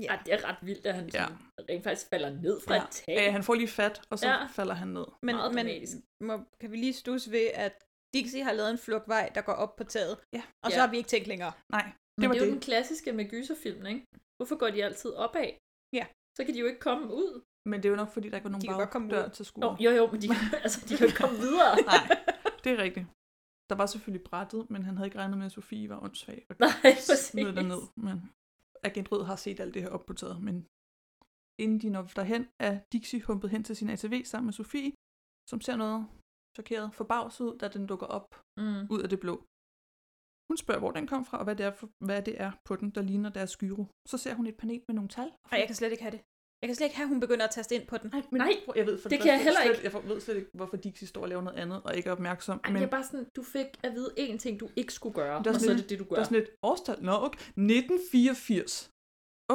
Ja. Ej, det er ret vildt, at han Ja. ja. rent faktisk falder ned fra ja. et tag. Ja, Øh, han får lige fat, og så ja. Ja. falder han ned. Men, Meget men dramatisk. må, kan vi lige stusse ved, at Dixie har lavet en flugtvej, der går op på taget. Ja. Og så Ja. har vi ikke tænkt længere. Nej, Men det var det er det. jo den klassiske med gyserfilmen, ikke? Hvorfor går de altid opad? Ja. Så kan de jo ikke komme ud. Men det er jo nok, fordi der ikke var nogen De kan godt komme bagdør ud. til Jo, skuret. jo, jo, men de, kan- altså, de kan jo ikke komme videre. Nej, det er rigtigt. Der var selvfølgelig brættet, men han havde ikke regnet med, at Sofie var åndssvag. Og Nej, smed præcis. derned, men Agent Rød har set alt det her op på taget, men inden de når derhen, er Dixie humpet hen til sin ATV sammen med Sofie, som ser noget chokeret forbavset ud, da den dukker op Mm. ud af det blå. Hun spørger, hvor den kom fra, og hvad det er, for, hvad det er på den, der ligner deres gyro. Så ser hun et panel med nogle tal. Og jeg kan slet ikke have det. Jeg kan slet ikke have, at hun begynder at taste ind på den. Nej, men Nej, jeg ved for det kan jeg første heller slet, ikke. Jeg for- ved slet ikke, hvorfor Dixie står og laver noget andet, og ikke er opmærksom. Ej, men... det er bare sådan, du fik at vide én ting, du ikke skulle gøre, Der og så sådan er lidt- det det, du gør. Der er sådan et årstal. Nå, okay. 1984.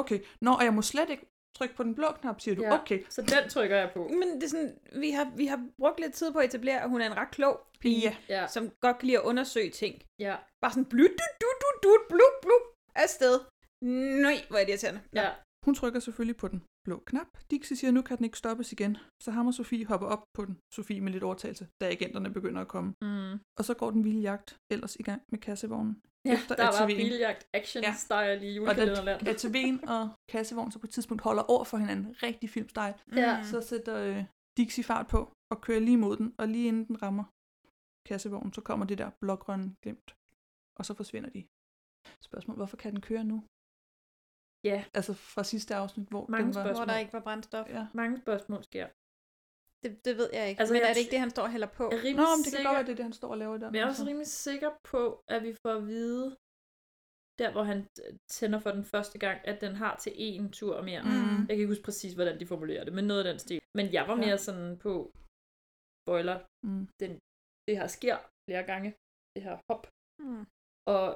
Okay. Nå, og jeg må slet ikke trykke på den blå knap, siger du. Ja. Okay. Så den trykker jeg på. Men det er sådan, vi har, vi har brugt lidt tid på at etablere, at hun er en ret klog pige, Ja. Ja. som godt kan lide at undersøge ting. Ja. Bare sådan, blut, du, du, du, du, blup, blup, afsted. Nej, hvor er det irriterende. Ja. Hun trykker selvfølgelig på den blå knap. Dixie siger, nu kan den ikke stoppes igen. Så ham og Sofie hopper op på den. Sofie med lidt overtagelse, da agenterne begynder at komme. Mm. Og så går den vilde jagt ellers i gang med kassevognen. ja efter der var ATV'en. biljagt action Ja. ja. style i Og da julekalenderland. ATV'en og kassevognen så på et tidspunkt holder over for hinanden, rigtig filmstyle, Mm. Ja. så sætter øh, Dixie fart på og kører lige mod den, og lige inden den rammer kassevognen, så kommer det der blågrønne glimt, og så forsvinder de. Spørgsmål, hvorfor kan den køre nu? Ja. Altså fra sidste afsnit, hvor Mange den var... spørgsmål. Hvor der ikke var brændstof. Ja. Mange spørgsmål sker. Det, det ved jeg ikke. Altså, Altså, men men jeg er det tr- ikke det, han står og hælder på? Jeg er Nå, rimelig men det kan sikker, godt være, det er det, han står og laver der. men jeg er også rimelig sikker på, at vi får at vide, der hvor han t- tænder for den første gang, at den har til én tur mere. Mm. Jeg kan ikke huske præcis, hvordan de formulerer det, men noget af den stil. Men jeg var Ja. mere sådan på, spoiler, Mm. den, det her sker flere gange, det her hop. Mm. Og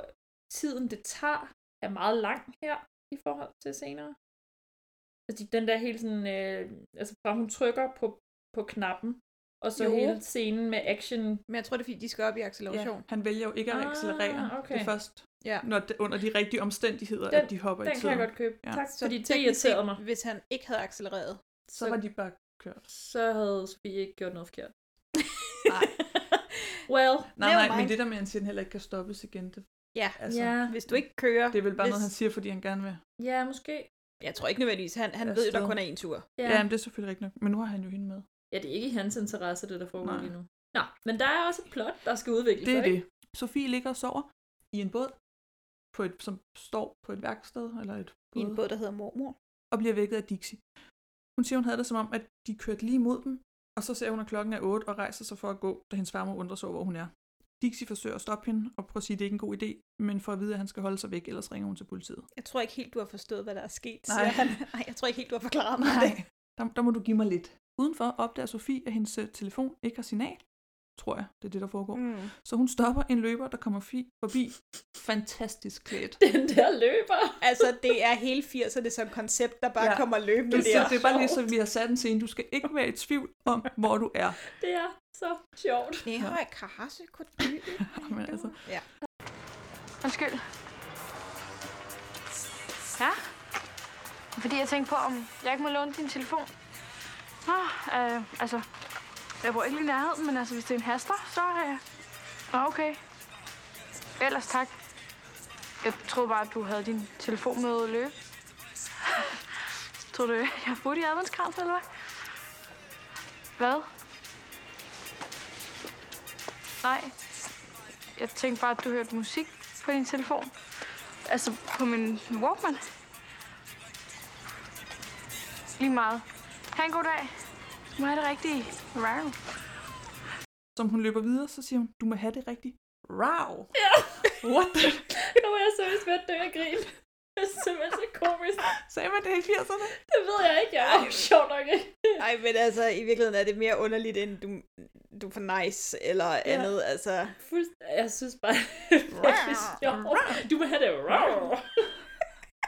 tiden, det tager, er meget lang her i forhold til senere. Altså den der hele sådan, øh, altså fra hun trykker på, på knappen, og så Jo. jo. hele scenen med action. Men jeg tror, det er, fordi de skal op i acceleration. Mm. Ja, han vælger jo ikke at Ah, accelerere okay. det er først, Ja. når det, under de rigtige omstændigheder, Den- at de hopper i Den kan tiden. jeg godt købe. Ja. Ja. Tak, Så fordi det teknisk irriterede set, mig. Hvis han ikke havde accelereret. Så var de bare kørt. Så havde Sofie ikke gjort noget forkert. Nej. Well, Nej, Never nej, men mind. det der med, at han siger, at den heller ikke kan stoppes igen, det, Ja. altså, ja, Hvis du ikke kører. det er vel bare hvis... noget, han siger, fordi han gerne vil. ja, måske. Jeg tror ikke nødvendigvis. Han, han ved jo, der Afsted. kun er én tur. Ja. Ja, men det er selvfølgelig rigtigt nok. Men nu har han jo hende med. ja, det er ikke i hans interesse, det der foregår Nej. lige nu. Nå, men der er også et plot, der skal udvikles. Det er ikke? det. Sofie ligger og sover i en båd, på et, som står på et værksted, eller et I en båd, der hedder Mormor. og bliver vækket af Dixie. Hun siger, hun havde det som om, at de kørte lige mod dem, og så ser hun, at klokken er 8 og rejser sig for at gå, da hendes farmor undrer sig over, hvor hun er. Dixie forsøger at stoppe hende og prøver at sige, at det ikke er en god idé, men for at vide, at han skal holde sig væk, ellers ringer hun til politiet. Jeg tror ikke helt, du har forstået, hvad der er sket. Nej. siger han. Nej, jeg tror ikke helt, du har forklaret mig det. Nej, der, der må du give mig lidt. Udenfor opdager Sofie, at hendes øh, telefon ikke har signal, tror jeg, det er det, der foregår. Mm. Så hun stopper en løber, der kommer fi- forbi fantastisk klædt. Den der løber. altså, det er hele 80'erne som koncept, der bare ja. kommer løbende det, der. Så det er bare lige, så vi har sat en scene. Du skal ikke være i tvivl om, hvor du er. Det er så sjovt. Det har jeg krasse Men altså, Ja. Undskyld. Ja? Fordi jeg tænkte på, om jeg ikke må låne din telefon. Nå, øh, altså, jeg bor ikke lige i nærheden, men altså, hvis det er en haster, så er øh... Nå, okay. Ellers tak. Jeg troede bare, at du havde din telefon med at løbe. Tror du, jeg har budt i adventskransen, eller hvad? Hvad? Nej. Jeg tænkte bare, at du hørte musik på din telefon. Altså på min Walkman. Lige meget. Ha' en god dag. Du må have det rigtige. Wow. som hun løber videre, så siger hun, du må have det rigtigt. Wow! Ja. What the? Nu er jeg seriøst ved at dø af grin. Det er simpelthen så komisk. Sagde man det i 80'erne? Det ved jeg ikke, jeg er jo sjovt nok ikke. Nej, men altså, i virkeligheden er det mere underligt, end du, du er for nice eller ja. andet. Altså. Fuldst- jeg synes bare, det er sjovt. Du må have det. Rar.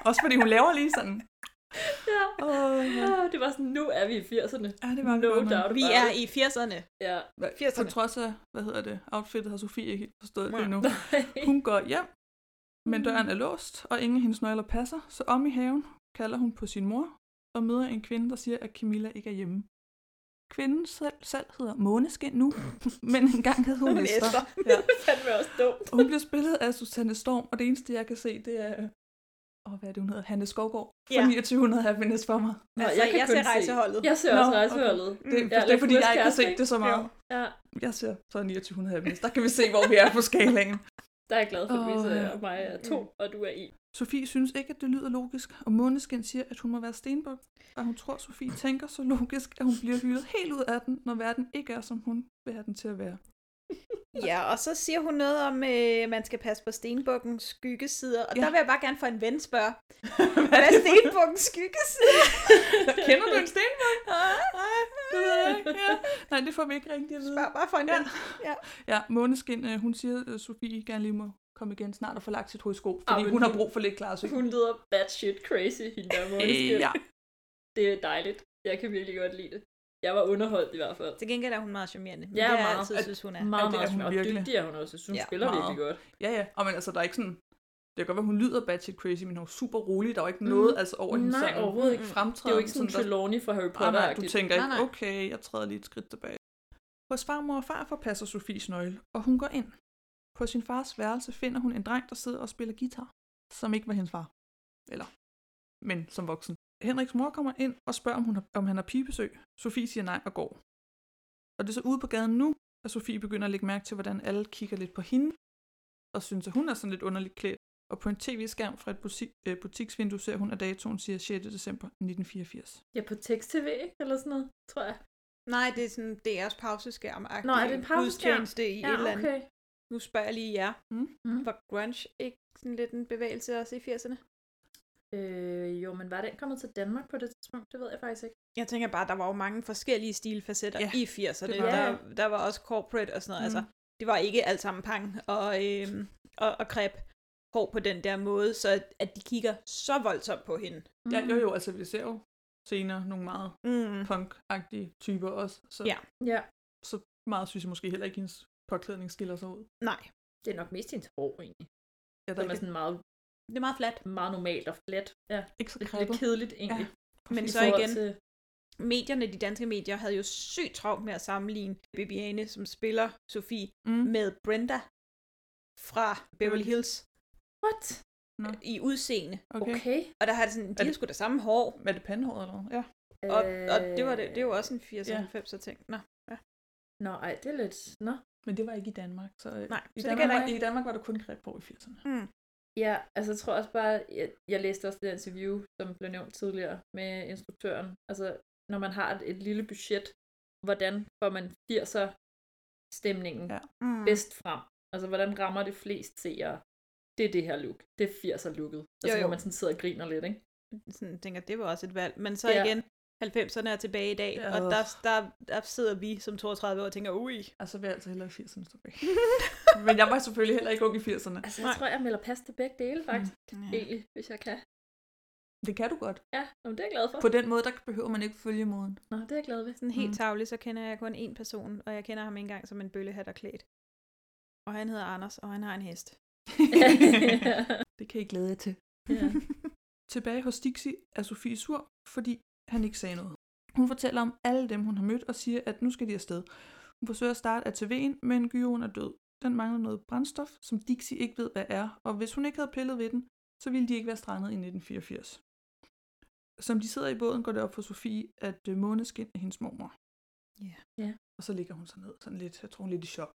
Også fordi hun laver lige sådan. Ja. Oh, ja. Ah, Det var sådan, nu er vi i 80'erne. Ja, det var no doubt Vi er about it. i 80'erne. Ja. På trods af, hvad hedder det, outfittet har Sofie ikke helt forstået det endnu. Hun går hjem, men døren er låst, og ingen af hendes nøgler passer, så om i haven kalder hun på sin mor og møder en kvinde, der siger, at Camilla ikke er hjemme. Kvinden selv, selv hedder Måneskin nu, men engang hed hun Hun er Esther. Esther. Ja. Fandme også dumt. Og hun bliver spillet af Susanne Storm, og det eneste, jeg kan se, det er... Åh, hvad er det, hun hedder? Hanne Skovgaard fra Ja. ja. 2900 Happiness for mig. Nå, Altså, jeg kan jeg kun ser se- Rejseholdet. jeg ser også Rejseholdet. Okay. Det, Mm. mm. Ja, det er, fordi Leif jeg ikke har Muskærst, set det så ikke? meget. Ja. Jeg ser så 2900 Happiness. Der kan vi se, hvor vi er på skalaen. Der er jeg glad for, at Åh, Louise ja. Mm. og mig er to, og du er i. Sofie synes ikke, at det lyder logisk, og Måneskin siger, at hun må være stenbuk, og hun tror, Sofie tænker så logisk, at hun bliver hyldet helt ud af den, når verden ikke er, som hun vil have den til at være. Ja, og så siger hun noget om, øh, man skal passe på stenbukkens skyggesider. Og ja. der vil jeg bare gerne få en ven spørge. Hvad er stenbukkens skyggesider? Kender du en stenbuk? Det ved jeg ikke. Ja. Nej, det får vi ikke rigtig at vide. Spørg bare for en ja. ven. Ja. Ja, Måneskin, øh, hun siger, at Sofie gerne lige må komme igen snart og få lagt sit hovedsko, Ah, fordi men hun har hun- brug for lidt klarsyn. Hun lyder batshit crazy, hende der Øh, måneskin. ja. Det er dejligt. Jeg kan virkelig godt lide det. Jeg var underholdt i hvert fald. Til gengæld er hun meget charmerende. Men Ja, det har meget. jeg altid At- synes, hun er. meget, Ej, det meget er hun smart. virkelig. Dygtig er hun også. Jeg synes, hun spiller virkelig godt. Ja, ja. Og men altså, der er ikke sådan... Det kan godt være, hun lyder batshit crazy, men hun er super rolig. Der er jo ikke noget Mm. altså, over hendes Nej, sådan overhovedet ikke. fremtræden. Det er jo ikke sådan Trelawney fra Harry Ah, nej, du Potter-agtigt. tænker Nej, ikke, nej. okay, jeg træder lige et skridt tilbage. Hos farmor og farfar passer Sofies nøgle, og hun går ind. På sin fars værelse finder hun en dreng, der sidder og spiller guitar, som ikke var hendes far. Eller, men som voksen. Henriks mor kommer ind og spørger, om, hun har, om han har pigebesøg. Sofie siger nej og går. Og det er så ude på gaden nu, at Sofie begynder at lægge mærke til, hvordan alle kigger lidt på hende, og synes, at hun er sådan lidt underligt klædt. Og på en tv-skærm fra et butik, øh, butiksvindue ser hun, at datoen siger 6. december 1984. Ja, på tekst-tv, ikke? Eller sådan noget, tror jeg. Nej, det er sådan DR's pauseskærm. Nå, er det en pauseskærm? Gudstjeneste i Ja, et eller andet. okay. Nu spørger jeg lige jer. Mm. Var grunge ikke sådan lidt en bevægelse også i 80'erne? Øh, jo, men var den kommet til Danmark på det tidspunkt? Det ved jeg faktisk ikke. Jeg tænker bare, der var jo mange forskellige stilfacetter Ja, ja, i 80'erne. det var der. Der, der var også corporate og sådan noget. Mm. Mm. Altså, det var ikke alt sammen pang og, øhm, og, og kreb hår på den der måde, så at, at de kigger så voldsomt på hende. Mm. Ja, jo jo, altså vi ser jo senere nogle meget mm. punk-agtige typer også. Så, Ja. Ja. så meget synes jeg måske heller ikke, hendes påklædning skiller sig ud. Nej. Det er nok mest hendes hår, egentlig. Ja, der Som er er ikke- sådan meget... Det er meget fladt. Meget normalt og fladt. Ja. Ikke så lidt, lidt kreppet. kedeligt, egentlig. Ja. Men så igen, til... medierne, de danske medier, havde jo sygt travlt med at sammenligne Bibiane, som spiller Sofie, mm. med Brenda fra Beverly Hills What? No. i udseende. Okay. Okay. Og der har det sådan, de har sgu da samme hår. Med det pandehåret eller noget? Ja. Og, og det, var det, det Øh, var også en 80-90'er ting. Nå, ja. Nå, ej, det er lidt... Nå. Men det var ikke i Danmark, så... øh, Nej, i så det Danmark, gælder var- ikke. I Danmark var der kun greb på i 80'erne. Mm. Ja, altså jeg tror også bare, jeg, jeg læste også det der interview, som blev nævnt tidligere med instruktøren. Altså, når man har et, et lille budget, hvordan får man 80'er stemningen ja. mm. bedst frem? Altså, hvordan rammer det flest seere? Det er det her look. Det er 80'er looket. Altså, jo, Jo, jo. jo. hvor man sådan sidder og griner lidt, ikke? Sådan, jeg tænker, det var også et valg. Men så Ja. ja. igen, 90'erne er tilbage i dag, Ja. og der, der, der sidder vi som 32 år og tænker, ui. Og så vil jeg altså hellere 80'erne tilbage. Men jeg var selvfølgelig heller ikke ung i 80'erne. Altså, jeg tror, jeg melder pas til begge dele, faktisk. Mm. Egentlig, hvis jeg kan. Det kan du godt. Ja, nå, men det er jeg glad for. På den måde, der behøver man ikke følge moden. Nå, det er jeg glad ved. Sådan helt tavlig, så kender jeg kun én person, og jeg kender ham ikke engang som en bøllehat og klædt. Og han hedder Anders, og han har en hest. Det kan I glæde jer til. Ja. Tilbage hos Dixie er Sofie sur, fordi han ikke sagde noget. Hun fortæller om alle dem, hun har mødt, og siger, at nu skal de afsted. Hun forsøger at starte ATV'en, men Gyoen er død. Den mangler noget brændstof, som Dixie ikke ved, hvad er, og hvis hun ikke havde pillet ved den, så ville de ikke være strandet i 1984. Som de sidder i båden, går det op for Sofie, at øh, måneskin er hendes mormor. Ja. Ja. Og så ligger hun sig ned, sådan lidt, jeg tror hun er lidt i chok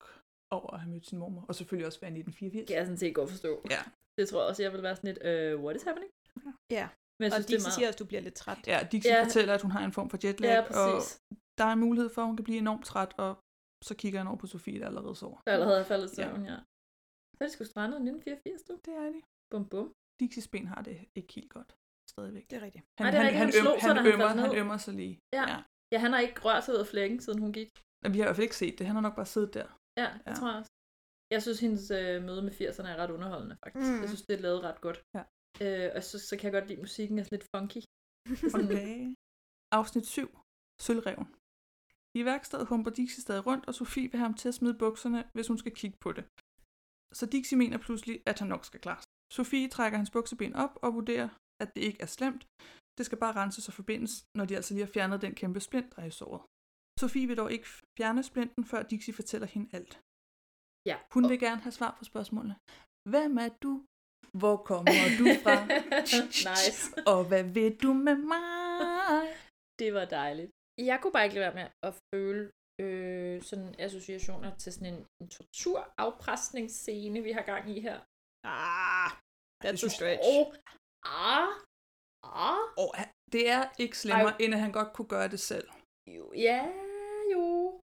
over at have mødt sin mormor, og selvfølgelig også være i 1984. Kan jeg sådan set godt forstå. Ja. Det tror jeg også, jeg vil være sådan lidt, øh, what is happening? Ja. Men jeg og synes, det er Dixie meget- siger også, at du bliver lidt træt. Ja, Dixie Ja. ja. fortæller, at hun har en form for jetlag, Ja, og præcis. der er en mulighed for, at hun kan blive enormt træt, og så kigger han over på Sofie, der allerede sover. Der allerede er faldet i søvn, ja. Så er de sgu strandet i 1984, du? Det er de. Bum bum. Dixies ben har det ikke helt godt stadigvæk. Det er rigtigt. Han, Nej, det er han, rigtigt, han, han slog øm, sig, han, da han ømmer, faldt han ned. ømmer sig lige. Ja. ja. Ja, han har ikke rørt sig ud af flækken, siden hun gik. Men vi har i hvert fald ikke set det. Han har nok bare siddet der. Ja, det ja. Ja. tror jeg også. Jeg synes, hendes øh, møde med 80'erne er ret underholdende, faktisk. Mm. Mm. Jeg synes, det er lavet ret godt. Ja. Øh, og så, så kan jeg godt lide, at musikken er sådan lidt funky. Okay. Afsnit 7. Sølvreven. I værkstedet humper Dixie stadig rundt, og Sofie vil have ham til at smide bukserne, hvis hun skal kigge på det. Så Dixie mener pludselig, at han nok skal klare sig. Sofie trækker hans bukseben op og vurderer, at det ikke er slemt. Det skal bare renses og forbindes, når de altså lige har fjernet den kæmpe splint, der er i såret. Sofie vil dog ikke fjerne splinten, før Dixie fortæller hende alt. Ja. Hun vil gerne have svar på spørgsmålene. Hvem er du? Hvor kommer du fra? nice. og hvad ved du med mig? Det var dejligt. Jeg kunne bare ikke lade være med at føle øh, sådan associationer til sådan en, en torturafpresningsscene, vi har gang i her. Ah, synes that's a jeg stretch. ikke. Oh, ah, ah. Og han- det er ikke slemmere, Ej. end at han godt kunne gøre det selv. Jo, ja, jo.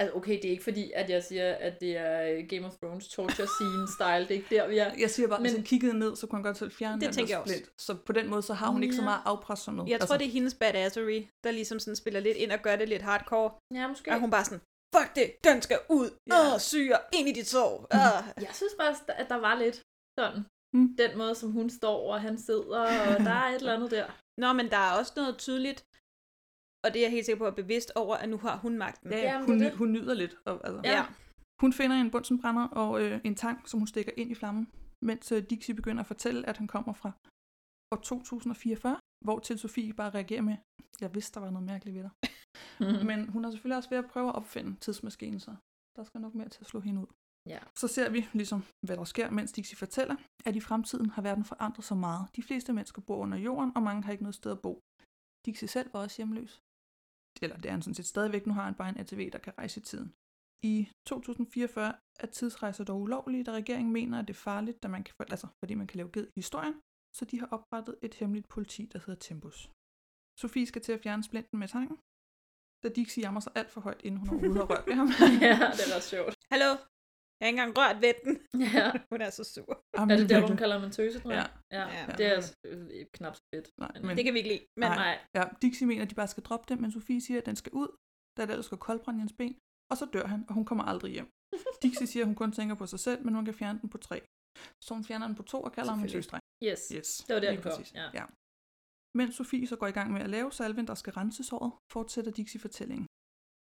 Altså, okay, det er ikke fordi, at jeg siger, at det er øh, Game of Thrones torture scene style. Det er ikke der, vi er. Jeg siger bare, Men- Men... hvis han kiggede ned, så kunne han godt selv fjerne Det den der tænker jeg også. split. Så på den måde, så har hun ikke så Ja. meget afpres som noget. Altså, Jeg Altså- tror, det er hendes badassery, der ligesom sådan spiller lidt ind og gør det lidt hardcore. Ja, måske. Og hun bare sådan, fuck det, den skal ud, ja. øh, syre, ind i dit sår. Øh. Jeg synes bare, at der var lidt sådan. Mm. Den måde, som hun står, og han sidder, og der er et eller andet der. Nå, men der er også noget tydeligt, og det er jeg helt sikker på er bevidst over, at nu har hun magten. Ja, ja, hun, ny- hun nyder lidt. Og, altså. Ja. Hun finder en bunsenbrænder og øh, en tang, som hun stikker ind i flammen, mens øh, Dixie begynder at fortælle, at han kommer fra år 2044, hvor til Sofie bare reagerer med, jeg vidste, der var noget mærkeligt ved dig. Men hun er selvfølgelig også ved at prøve at opfinde tidsmaskinen, så der skal nok mere til at slå hende ud. Ja. Så ser vi ligesom, hvad der sker, mens Dixie fortæller, at i fremtiden har verden forandret sig meget. De fleste mennesker bor under jorden, og mange har ikke noget sted at bo. Dixie selv var også hjemløs. Eller det er han sådan set stadigvæk. Nu har han bare en ATV, der kan rejse i tiden. I 2044 er tidsrejser dog ulovlige, da regeringen mener, at det er farligt, da man kan, altså, fordi man kan lave ged i historien, så de har oprettet et hemmeligt politi, der hedder Tempus. Sofie skal til at fjerne splinten med tanken, da Dixie jammer sig alt for højt, inden hun overhovedet har rørt ved ham. ja, det er ret sjovt. Hallo? Jeg har ikke engang rørt ved den. Ja. hun er så sur. Jamen, er det der, hvor hun virkelig- kalder man tøsedreng? Ja. ja. Ja. Det er altså, øh, knap så fedt. Nej, men- men... Det kan vi ikke lide, men nej. Ja, Dixie mener, at de bare skal droppe det, men Sofie siger, at den skal ud, da det ellers går koldbrænde i hans ben, og så dør han, og hun kommer aldrig hjem. Dixie siger, at hun kun tænker på sig selv, men hun kan fjerne den på tre. Så hun fjerner den på to og kalder ham en Selvfølgelig. tøsdreng. Yes. yes. Det var der, lige den kom, præcis. ja. ja. Mens Sofie så går i gang med at lave salven, der skal rense såret, fortsætter Dixie fortællingen.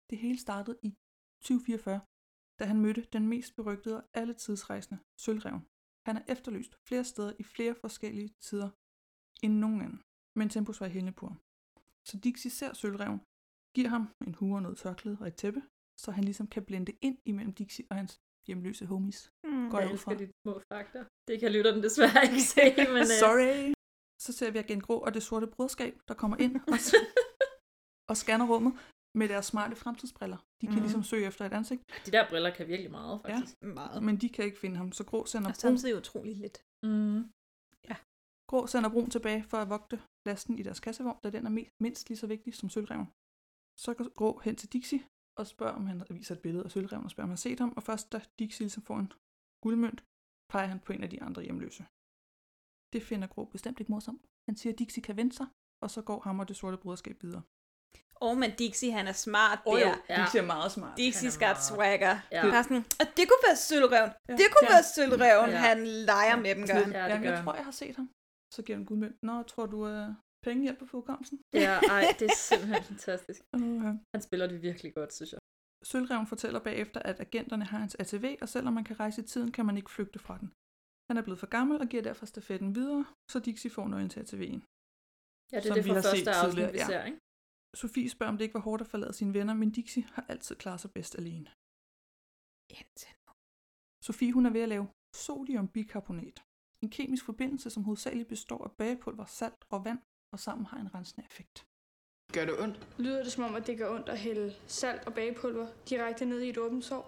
Det hele startede i 2044, da han mødte den mest berygtede af alle tidsrejsende, Sølvreven. Han er efterlyst flere steder i flere forskellige tider end nogen anden, men Tempus var i hælene på ham. Så Dixie ser Sølvreven, giver ham en hue og noget tørklæde og et tæppe, så han ligesom kan blende ind imellem Dixie og hans hjemløse homies. Mm. Går jeg jeg ud fra. elsker de små fakta. Det kan lytterne desværre ikke se, men... øh, Sorry. Så ser vi igen Grå og det sorte brødskab, der kommer ind og, og scanner rummet med deres smarte fremtidsbriller. De kan Mhm. mm. ligesom søge efter et ansigt. De der briller kan virkelig meget, Ja, faktisk. meget. men de kan ikke finde ham, så Grå sender, Og brun, samtidig utrolig lidt. Mm. Grå sender Brun tilbage for at vogte lasten i deres kassevogn, da den er me- mindst lige så vigtig som sølvreven. Så går Grå hen til Dixie og spørger, om han viser et billede af sølvreven og spørger, om han har set ham, og først da Dixie ligesom får en guldmønt, peger han på en af de andre hjemløse. Det finder Grå bestemt ikke morsomt. Han siger, at Dixie kan vente sig, og så går ham og det sorte bruderskab videre. Og man Dixie, han er smart Åh, der. jo, Dixie er meget smart. Dixie's Han er got swagger. Ja. Ja. Bare sådan, og det kunne være sølvrøven. Ja. Det kunne Ja. ja. være sølvrøven. Ja. Ja. Han leger ja. med dem, gør han. Ja, Jamen, jeg tror, jeg har set ham. Så giver han gudmønt. Nå, tror du, uh, penge hjælper på hukommelsen? Ja, ej, det er simpelthen fantastisk. Uh-huh. Han spiller det virkelig godt, synes jeg. Sølvreven fortæller bagefter, at agenterne har hans ATV, og selvom man kan rejse i tiden, kan man ikke flygte fra den. Han er blevet for gammel og giver derfor stafetten videre, så Dixie får nøglen til ATV'en. Ja, det er Som det vi fra har set første afsnit, tidligere, vi ja. ser, ikke? Sofie spørger, om det ikke var hårdt at forlade sine venner, men Dixie har altid klaret sig bedst alene. Sofie hun er ved at lave sodiumbikarbonat. En kemisk forbindelse, som hovedsageligt består af bagepulver, salt og vand, og sammen har en rensende effekt. Gør det ondt? Lyder det som om, at det gør ondt at hælde salt og bagepulver direkte ned i et åbent sår?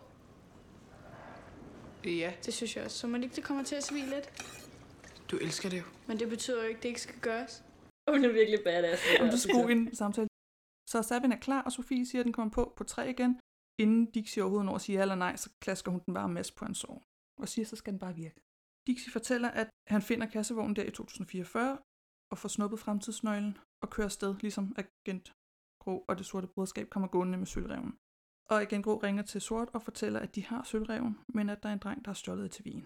Ja, Det synes jeg også. Så man ikke det kommer til at svige lidt. du elsker det jo. Men det betyder jo ikke, at det ikke skal gøres. Hun er virkelig badass. det Om der, du synes jeg. skulle en samtale. Så Sabin er klar, og Sofie siger, at den kommer på på tre igen. Inden Dixie overhovedet når at sige ja eller nej, så klasker hun den bare masse på hans sår. Og siger, så skal den bare virke. Dixie fortæller, at han finder kassevognen der i 2044, og får snuppet fremtidsnøglen, og kører afsted, ligesom agent Grå og det sorte broderskab kommer gående med sølvreven. Og agent Grå ringer til Sort og fortæller, at de har sølvreven, men at der er en dreng, der har stjålet til vin.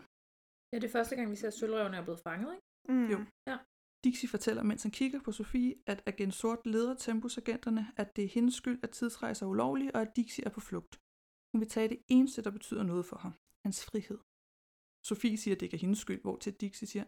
Ja, det er første gang, vi ser, at sølvrøven er blevet fanget, ikke? Mm. Jo. Ja. Dixie fortæller, mens han kigger på Sofie, at agent Sort leder Tempus-agenterne, at det er hendes skyld, at tidsrejser er ulovlige, og at Dixie er på flugt. Hun vil tage det eneste, der betyder noget for ham. Hans frihed. Sofie siger, at det ikke er hendes skyld, hvor til Dixie siger,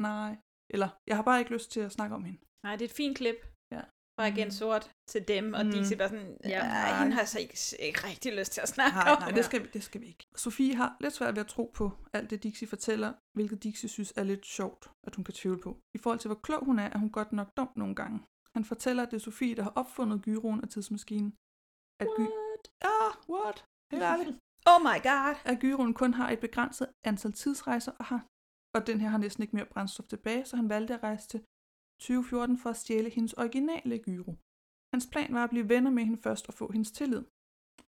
nej, eller jeg har bare ikke lyst til at snakke om hende. Nej, det er et fint klip. Ja. Fra igen sort til dem, og Mm. mm. Dixie bare sådan, Ja. ja, hende har jeg så ikke, ikke rigtig lyst til at snakke Nej, om. nej, det skal, vi, det skal vi ikke. Sofie har lidt svært ved at tro på alt det, Dixie fortæller, hvilket Dixie synes er lidt sjovt, at hun kan tvivle på. I forhold til, hvor klog hun er, er hun godt nok dum nogle gange. Han fortæller, at det er Sofie, der har opfundet gyroen og tidsmaskinen. At gy... Ah, what? Helt ærligt. oh my god. At gyroen kun har et begrænset antal tidsrejser, og, har... og den her har næsten ikke mere brændstof tilbage, så han valgte at rejse til 2014 for at stjæle hendes originale gyro. Hans plan var at blive venner med hende først og få hendes tillid.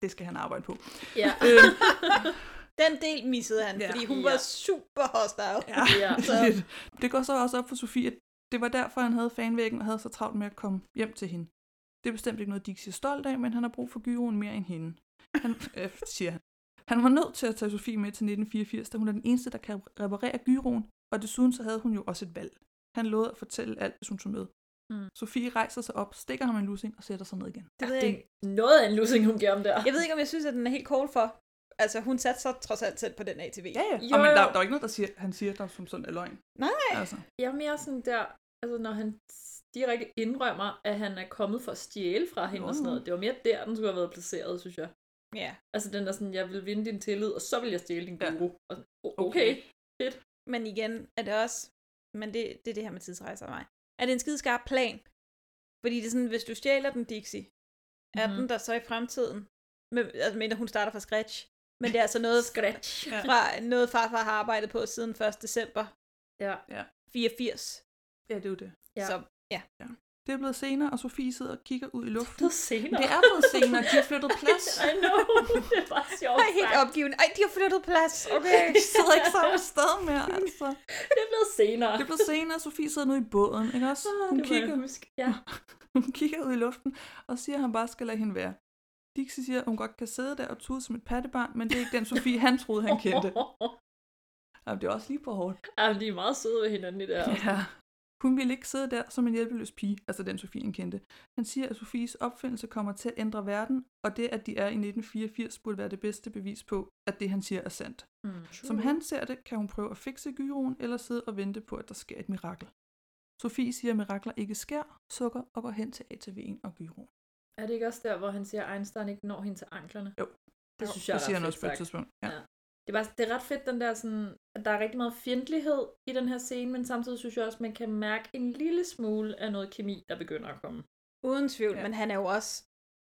Det skal han arbejde på. Ja. Øhm, Den del missede han, ja. fordi hun ja. var super hostile. Ja, ja. Lidt. Det går så også op for Sofie, at det var derfor, han havde fanvæggen og havde så travlt med at komme hjem til hende. Det er bestemt ikke noget, Dixie er stolt af, men han har brug for gyroen mere end hende. Han, øh, siger han. Han var nødt til at tage Sofie med til 1984, da hun er den eneste, der kan reparere gyroen, og desuden så havde hun jo også et valg. Han lovede at fortælle alt, hvis hun tog med. Mm. Sofie rejser sig op, stikker ham en lussing og sætter sig ned igen. Det ved jeg ikke. Noget af en lussing, hun giver ham der. Jeg ved ikke, om jeg synes, at den er helt cold for. Altså, hun satte sig trods alt selv på den ATV. Ja, ja. Jo, og men der, der er ikke noget, der siger, han siger, der som sådan er løgn. Nej. Altså. Jeg er mere sådan der, altså når han s- direkte indrømmer, at han er kommet for at stjæle fra hende og sådan Nå. noget. Det var mere der, den skulle have været placeret, synes jeg. Ja. Altså den der sådan, jeg vil vinde din tillid, og så vil jeg stjæle din guru. Og, o- okay. Okay. Fedt. Men igen, er det også... Men det, det er det her med tidsrejser og mig. Er det en skideskarp plan? Fordi det er sådan, hvis du stjæler den, Dixie, er Mhm. den der så i fremtiden? Men, altså, mindre hun starter fra scratch. Men det er altså noget, scratch. fra noget farfar har arbejdet på siden 1. december Ja. ja. 84. Ja, det er jo det. Ja. Så, ja. Ja. Det er blevet senere, og Sofie sidder og kigger ud i luften. Det er blevet senere. Det er blevet senere. De har flyttet plads. I know. Det er bare sjovt. Jeg er helt opgivende. Ej, de har flyttet plads. Okay. De sidder ikke samme sted mere, altså. Det er blevet senere. Ah, Det er blevet senere, og Sofie sidder nu i båden, ikke også? Hun, det må jeg kigger, huske. Ja. hun kigger ud i luften og siger, at han bare skal lade hende være. Dixie siger, at hun godt kan sidde der og tude som et pattebarn, men det er ikke den Sofie, han troede, han kendte. Jamen, det er også lige på hårdt. Jamen, de er meget søde ved hinanden i det her. Ja. Hun ville ikke sidde der som en hjælpeløs pige, altså den Sofie, han kendte. Han siger, at Sofies opfindelse kommer til at ændre verden, og det, at de er i 1984, burde være det bedste bevis på, at det, han siger, er sandt. Mm. Som han ser det, kan hun prøve at fikse gyroen, eller sidde og vente på, at der sker et mirakel. Sofie siger, at mirakler ikke sker, sukker og går hen til ATV'en og gyroen. Er det ikke også der, hvor han siger, at Einstein ikke når hende til anklerne? Jo. Det Jo, synes jeg det er siger ret han også fedt på et sagt. tidspunkt, ja. Det, er bare, det er ret fedt, den der sådan, at der er rigtig meget fjendtlighed i den her scene, men samtidig synes jeg også, at man kan mærke en lille smule af noget kemi, der begynder at komme. Uden tvivl, Ja. ja. men han er jo også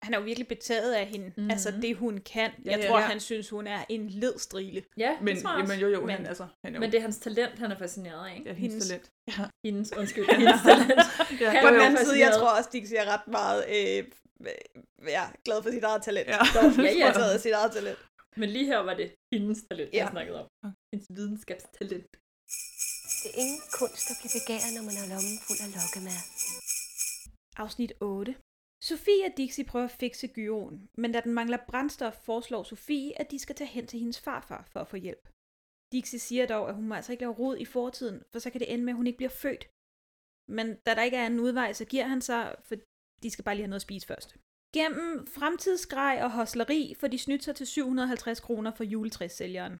han er jo virkelig betaget af hende. Mm. Altså det, hun kan. Ja, Jeg ja, tror, ja. han synes, hun er en ledstrile. Ja, det Men- tror jeg også. jamen, jo, jo, men, han- altså, han Men det er hans talent, han er fascineret af. Ja, hendes Hendes- talent. Ja. Hendes, undskyld, hendes talent. ja, Han på er den jo anden side, jeg fascineret. tror også, Dixie er ret meget øh, øh, ja, glad for sit eget talent. Ja. Så hun Ja, ja. er betaget af sit eget talent. Men lige her var det hendes talent, ja. jeg Ja. snakkede om. Hendes videnskabstalent. Det er ingen kunst at blive begæret, når man har lommen fuld af lokkemad. Afsnit 8. Sofie og Dixie prøver at fikse gyroen, men da den mangler brændstof, foreslår Sofie, at de skal tage hen til hendes farfar for at få hjælp. Dixie siger dog, at hun må altså ikke lave rod i fortiden, for så kan det ende med, at hun ikke bliver født. Men da der ikke er en udvej, så giver han sig, for de skal bare lige have noget at spise først. Gennem fremtidsgrej og hosleri får de snydt sig til 750 kroner for juletræssælgeren.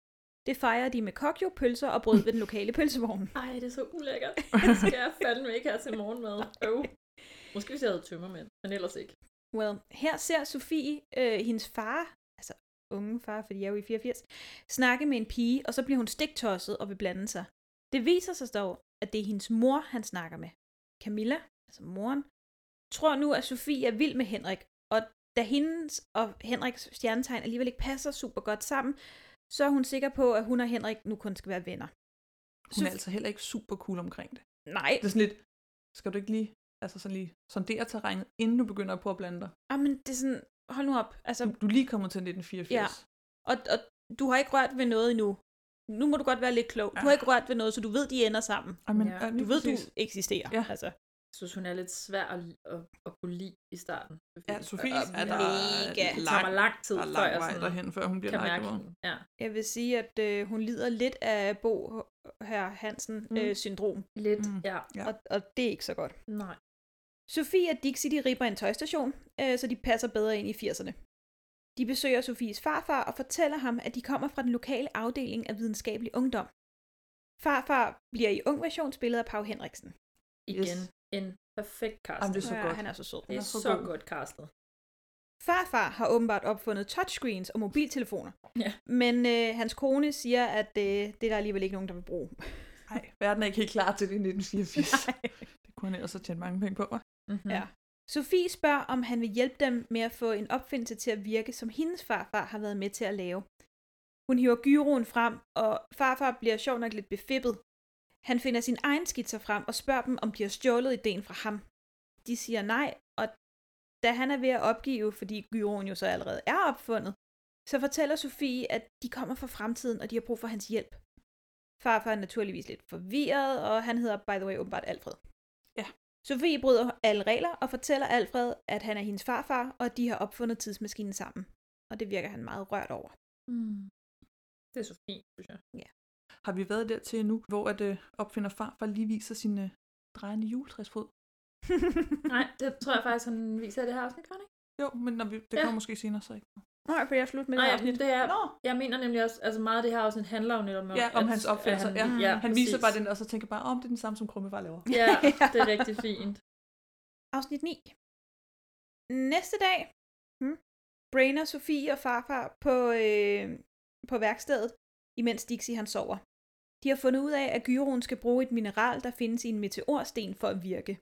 Det fejrer de med kokjo, pølser og brød ved den lokale pølsevogn. Ej, det er så ulækkert. Det skal jeg fandme ikke have til morgenmad. Øv. Måske hvis jeg havde tømmermænd, men ellers ikke. Well, her ser Sofie, øh, hendes far, altså unge far, fordi jeg er jo i 84, snakke med en pige, og så bliver hun stiktosset og vil blande sig. Det viser sig dog, at det er hendes mor, han snakker med. Camilla, altså moren, tror nu, at Sofie er vild med Henrik, og da hendes og Henriks stjernetegn alligevel ikke passer super godt sammen, så er hun sikker på, at hun og Henrik nu kun skal være venner. Hun er Sof- altså heller ikke super cool omkring det. Nej. Det er sådan lidt, skal du ikke lige, altså sådan lige sondere terrænet, inden du begynder at prøve at blande dig? Jamen, ah, det er sådan, hold nu op. Altså, Du er lige kommet til 1984. Ja. Og, og du har ikke rørt ved noget endnu. Nu må du godt være lidt klog. Du har ikke rørt ved noget, så du ved, de ender sammen. Amen, Ja. Du ved, du eksisterer. Ja. Altså. Jeg synes, hun er lidt svær at, at, at kunne lide i starten. altså, Ja, Sofie Og- er der mega. Det tager mig lang tid, der er før lang jeg vej sådan derhen, før hun bliver kan lagt mærke over. hende. Ja. Jeg vil sige, at øh, hun lider lidt af Bo her Hansen-syndrom. Mm. Øh, syndrom. Lidt, ja. Og, og det er ikke så godt. Nej. Sofie og Dixie de ripper en tøjstation, øh, så de passer bedre ind i 80'erne. De besøger Sofies farfar og fortæller ham, at de kommer fra den lokale afdeling af videnskabelig ungdom. Farfar bliver i ung version spillet af Pau Henriksen. Igen. En perfekt cast. Jamen, det er så Ja, godt. han er så sød. Det Han er, er så så god. godt castet. Farfar har åbenbart opfundet touchscreens og mobiltelefoner, Ja. men øh, hans kone siger, at øh, det er der alligevel ikke nogen, der vil bruge. Nej, verden er ikke helt klar til det i 1984. det kunne han ellers have tjent mange penge på, hva'? Mm-hmm. Ja. Sofie spørger, om han vil hjælpe dem med at få en opfindelse til at virke, som hendes farfar har været med til at lave. Hun hiver gyroen frem, og farfar bliver sjov nok lidt befippet. Han finder sin egen skitser frem og spørger dem, om de har stjålet ideen fra ham. De siger nej, og da han er ved at opgive, fordi gyroen jo så allerede er opfundet, så fortæller Sofie, at de kommer fra fremtiden, og de har brug for hans hjælp. Farfar er naturligvis lidt forvirret, og han hedder, by the way, åbenbart Alfred. Sofie bryder alle regler og fortæller Alfred, at han er hendes farfar, og at de har opfundet tidsmaskinen sammen. Og det virker han meget rørt over. Mm. Det er så fint, synes jeg. Ja. Har vi været dertil nu, hvor at, øh, opfinder farfar lige viser sin øh, drejende juletræsfod? Nej, det tror jeg faktisk, han viser i det her afsnit, kan han ikke? Jo, men når vi, det Ja. kommer måske senere, så ikke. Nej, for jeg er slut med det Nej, her afsnit. det er, jeg mener nemlig også, altså meget af det her afsnit handler jo netop om, Ja, om at- hans at opfindelse. altså, han- ja. ja, han viser præcis. bare den, og så tænker bare, om det er den samme, som Krummefar laver. Ja, det er rigtig fint. Afsnit 9. Næste dag hmm, brainer Sofie og farfar på, øh, på værkstedet, imens Dixie han sover. De har fundet ud af, at gyroen skal bruge et mineral, der findes i en meteorsten for at virke.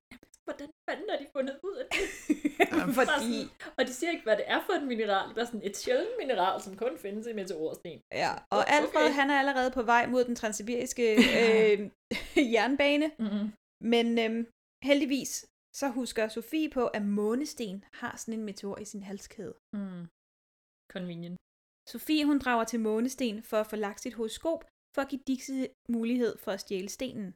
Hvordan fanden har de fundet ud af det? Bare Fordi... Sådan, og de siger ikke, hvad det er for et mineral. Det er sådan et sjældent mineral, som kun findes i meteorsten. Ja, og okay. Alfred han er allerede på vej mod den transsibiriske øh, jernbane. Mm-hmm. Men øhm, heldigvis så husker Sofie på, at månesten har sådan en meteor i sin halskæde. Mm. Convenient. Sofie hun drager til månesten for at få lagt sit horoskop, for at give Dixie mulighed for at stjæle stenen.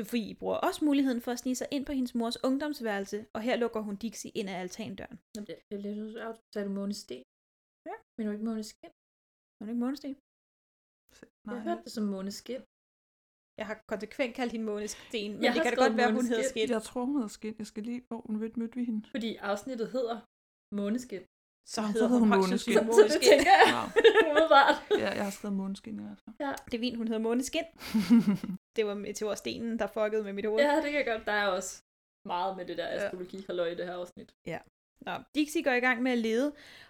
Sofie bruger også muligheden for at snige sig ind på hendes mors ungdomsværelse, og her lukker hun Dixie ind ad altandøren. Jamen, Det det er lidt sjovt. Så er det månesten. Ja. Men du ikke måneskin? Er hun ikke månesten? Nej. Jeg hørte det som måneskin. Jeg har konsekvent kaldt hende månesten, men Jeg det har kan da skrevet godt være, hun hedder Måneskin. skidt. Jeg tror, hun hedder Skin. Jeg skal lige... Hvor hun mødte, mødte vi hende? Fordi afsnittet hedder Måneskin. Så Nå, hedder hun højst Måneskin. sandsynligt Så det Måneskin. tænker jeg Wow. umiddelbart. Ja, jeg har skrevet Måneskin i hvert fald. Ja. Det er fint, hun hedder Måneskin. det var meteorstenen, der fuckede med mit hoved. ja, det kan jeg godt. Der er også meget med det der astrologi halløj i det her afsnit. Ja. Nå, Dixie går i gang med at lede,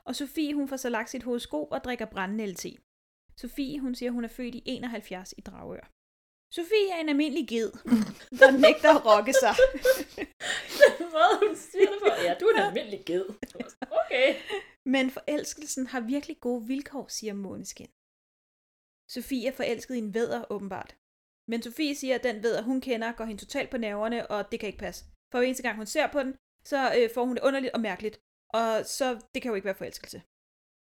og Sofie hun får så lagt sit horoskop og drikker brændende te. Sofie hun siger, hun er født i 71 i Dragør. Sofie er en almindelig ged, der nægter at rokke sig. Den måde, hun siger det på. Ja, du er en almindelig ged. Jeg var sådan, Okay. Men forelskelsen har virkelig gode vilkår, siger Måneskin. Sofie er forelsket i en vædder, åbenbart. Men Sofie siger, at den vædder, hun kender, går hende totalt på nerverne, og det kan ikke passe. For hver eneste gang, hun ser på den, så øh, får hun det underligt og mærkeligt. Og så, det kan jo ikke være forelskelse.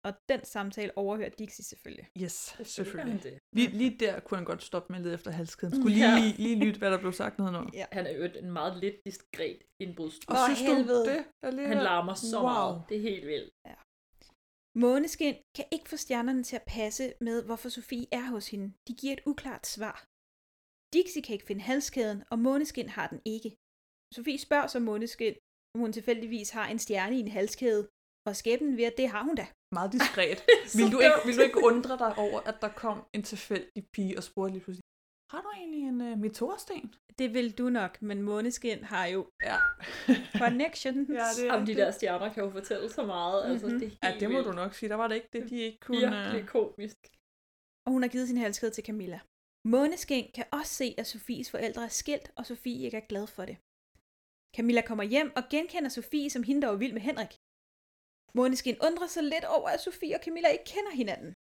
Og den samtale overhører Dixie selvfølgelig. Yes, han det. selvfølgelig. Lige, lige der kunne han godt stoppe med at lede efter halskæden. Mm. Skulle lige, Ja. lige, lige lytte, hvad der blev sagt nedenunder. Ja. Han er jo en meget lidt diskret indbrudstyr. Og Åh, synes du, helvede. det alligevel? Han larmer så Wow. wow. meget. Det er helt vildt. Ja. Måneskin kan ikke få stjernerne til at passe med, hvorfor Sofie er hos hende. De giver et uklart svar. Dixie kan ikke finde halskæden, og Måneskin har den ikke. Sofie spørger så Måneskin, om hun tilfældigvis har en stjerne i en halskæde, og skæbnen ved, at det har hun da. Meget diskret. Så Vil du, ikke, dumt. vil du ikke undre dig over, at der kom en tilfældig pige og spurgte lige pludselig, har du egentlig en uh, meteorsten? Det vil du nok, men Måneskin har jo ja. connections. Ja, det- Om de der stjerner kan jo fortælle så meget. Altså, Mhm. det er Ja, helt det må vildt. du nok sige. Der var det ikke det, de ikke kunne... Virkelig øh, komisk. og hun har givet sin halskæde til Camilla. Måneskin kan også se, at Sofies forældre er skilt, og Sofie ikke er glad for det. Camilla kommer hjem og genkender Sofie som hende, der var vild med Henrik. Måneskin undrer sig lidt over, at Sofie og Camilla ikke kender hinanden.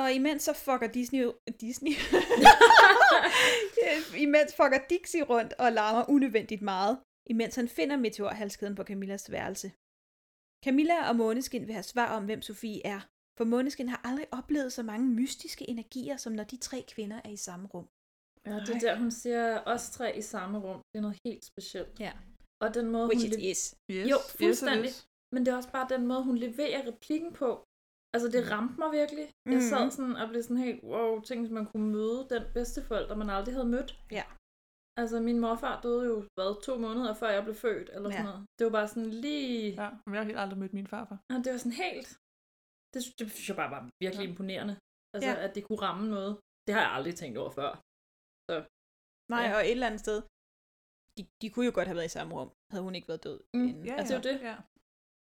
Og imens så fucker Disney... Disney? imens fucker Dixie rundt og larmer unødvendigt meget, imens han finder meteorhalskæden på Camillas værelse. Camilla og Måneskin vil have svar om, hvem Sofie er, for Måneskin har aldrig oplevet så mange mystiske energier, som når de tre kvinder er i samme rum. Ja, det er der, hun siger os tre i samme rum. Det er noget helt specielt. Ja. Og den måde, Which hun... it le- is. Yes, Jo, yes, it fuldstændig. is. Men det er også bare den måde, hun leverer replikken på. Altså, det ramte mig virkelig. Mm. Jeg sad Mhm. sådan og blev sådan helt, wow, tænkte, at man kunne møde den bedsteforælder, man aldrig havde mødt. Ja. Altså, min morfar døde jo, hvad, to måneder før jeg blev født, eller ja. Ja. sådan noget. Det var bare sådan lige... Ja, men jeg har helt aldrig mødt min farfar. Og det var sådan helt... Det, sy- det synes jeg bare var virkelig ja. imponerende. Altså, Ja. ja. at det kunne ramme noget. Det har jeg aldrig tænkt over før. Så, Nej, Ja. og et eller andet sted. De, de kunne jo godt have været i samme rum, havde hun ikke været død. mm, inden. ja, altså, det er jo det. Ja.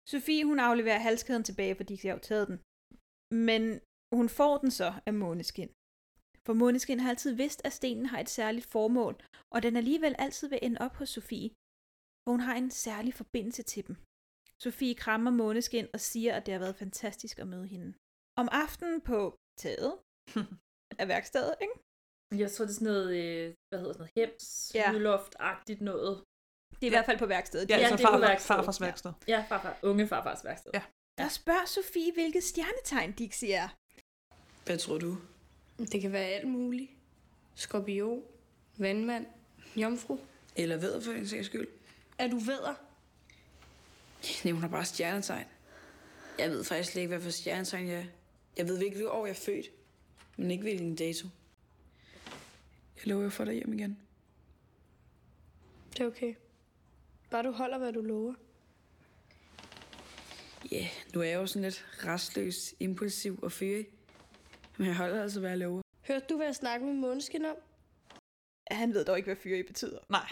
Sofie, hun afleverer halskæden tilbage, fordi de har jo taget den. Men hun får den så af Måneskin. For Måneskin har altid vidst, at stenen har et særligt formål, og den alligevel altid vil ende op hos Sofie, hvor hun har en særlig forbindelse til dem. Sofie krammer Måneskin og siger, at det har været fantastisk at møde hende. Om aftenen på taget af værkstedet, ikke? Jeg tror, det er sådan noget, øh, hvad hedder sådan noget, hems, Ja. ja. agtigt noget. Det er i hvert fald på værkstedet. Ja, altså det er på farfar- værkstedet. farfars værksted. Ja, ja farfar, unge farfars værksted. Ja. Der spørger Sofie, hvilket stjernetegn Dixie er. Hvad tror du? Det kan være alt muligt. Skorpion, vandmand, jomfru. Eller vædder for den sags skyld? Er du vædder? Jeg nævner bare stjernetegn. Jeg ved faktisk slet ikke, hvad for stjernetegn jeg er. Jeg ved hvilket år jeg er født, men ikke hvilken dato. Jeg lover, jeg får dig hjem igen. Det er okay. Bare du holder, hvad du lover. Ja, yeah, nu er jeg jo sådan lidt restløs, impulsiv og fyrig. Men jeg holder altså, hvad jeg lover. Hørte du, hvad jeg snakkede med Måneskin om? Han ved dog ikke, hvad fyre i betyder. Nej.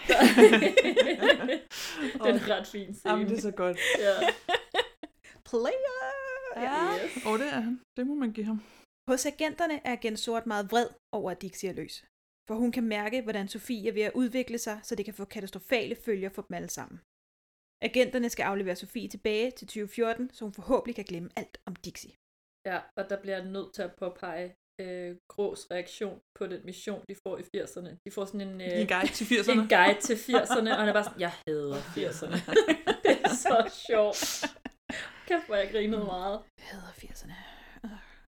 Det er en ret fin scene. Jamen, det er så godt. Ja. Player! Ja. Og det er han. Det må man give ham. Hos agenterne er agent Sort meget vred over, at Dixie er løs. For hun kan mærke, hvordan Sofie er ved at udvikle sig, så det kan få katastrofale følger for dem alle sammen. Agenterne skal aflevere Sofie tilbage til 2014, så hun forhåbentlig kan glemme alt om Dixie. ja, og der bliver jeg nødt til at påpege øh, Grås reaktion på den mission, de får i 80'erne. De får sådan en... Øh, En guide til 80'erne. En guide til 80'erne, og han er bare sådan, jeg hader 80'erne. det er så sjovt. Kæft, hvor jeg grinede meget. Jeg hader 80'erne.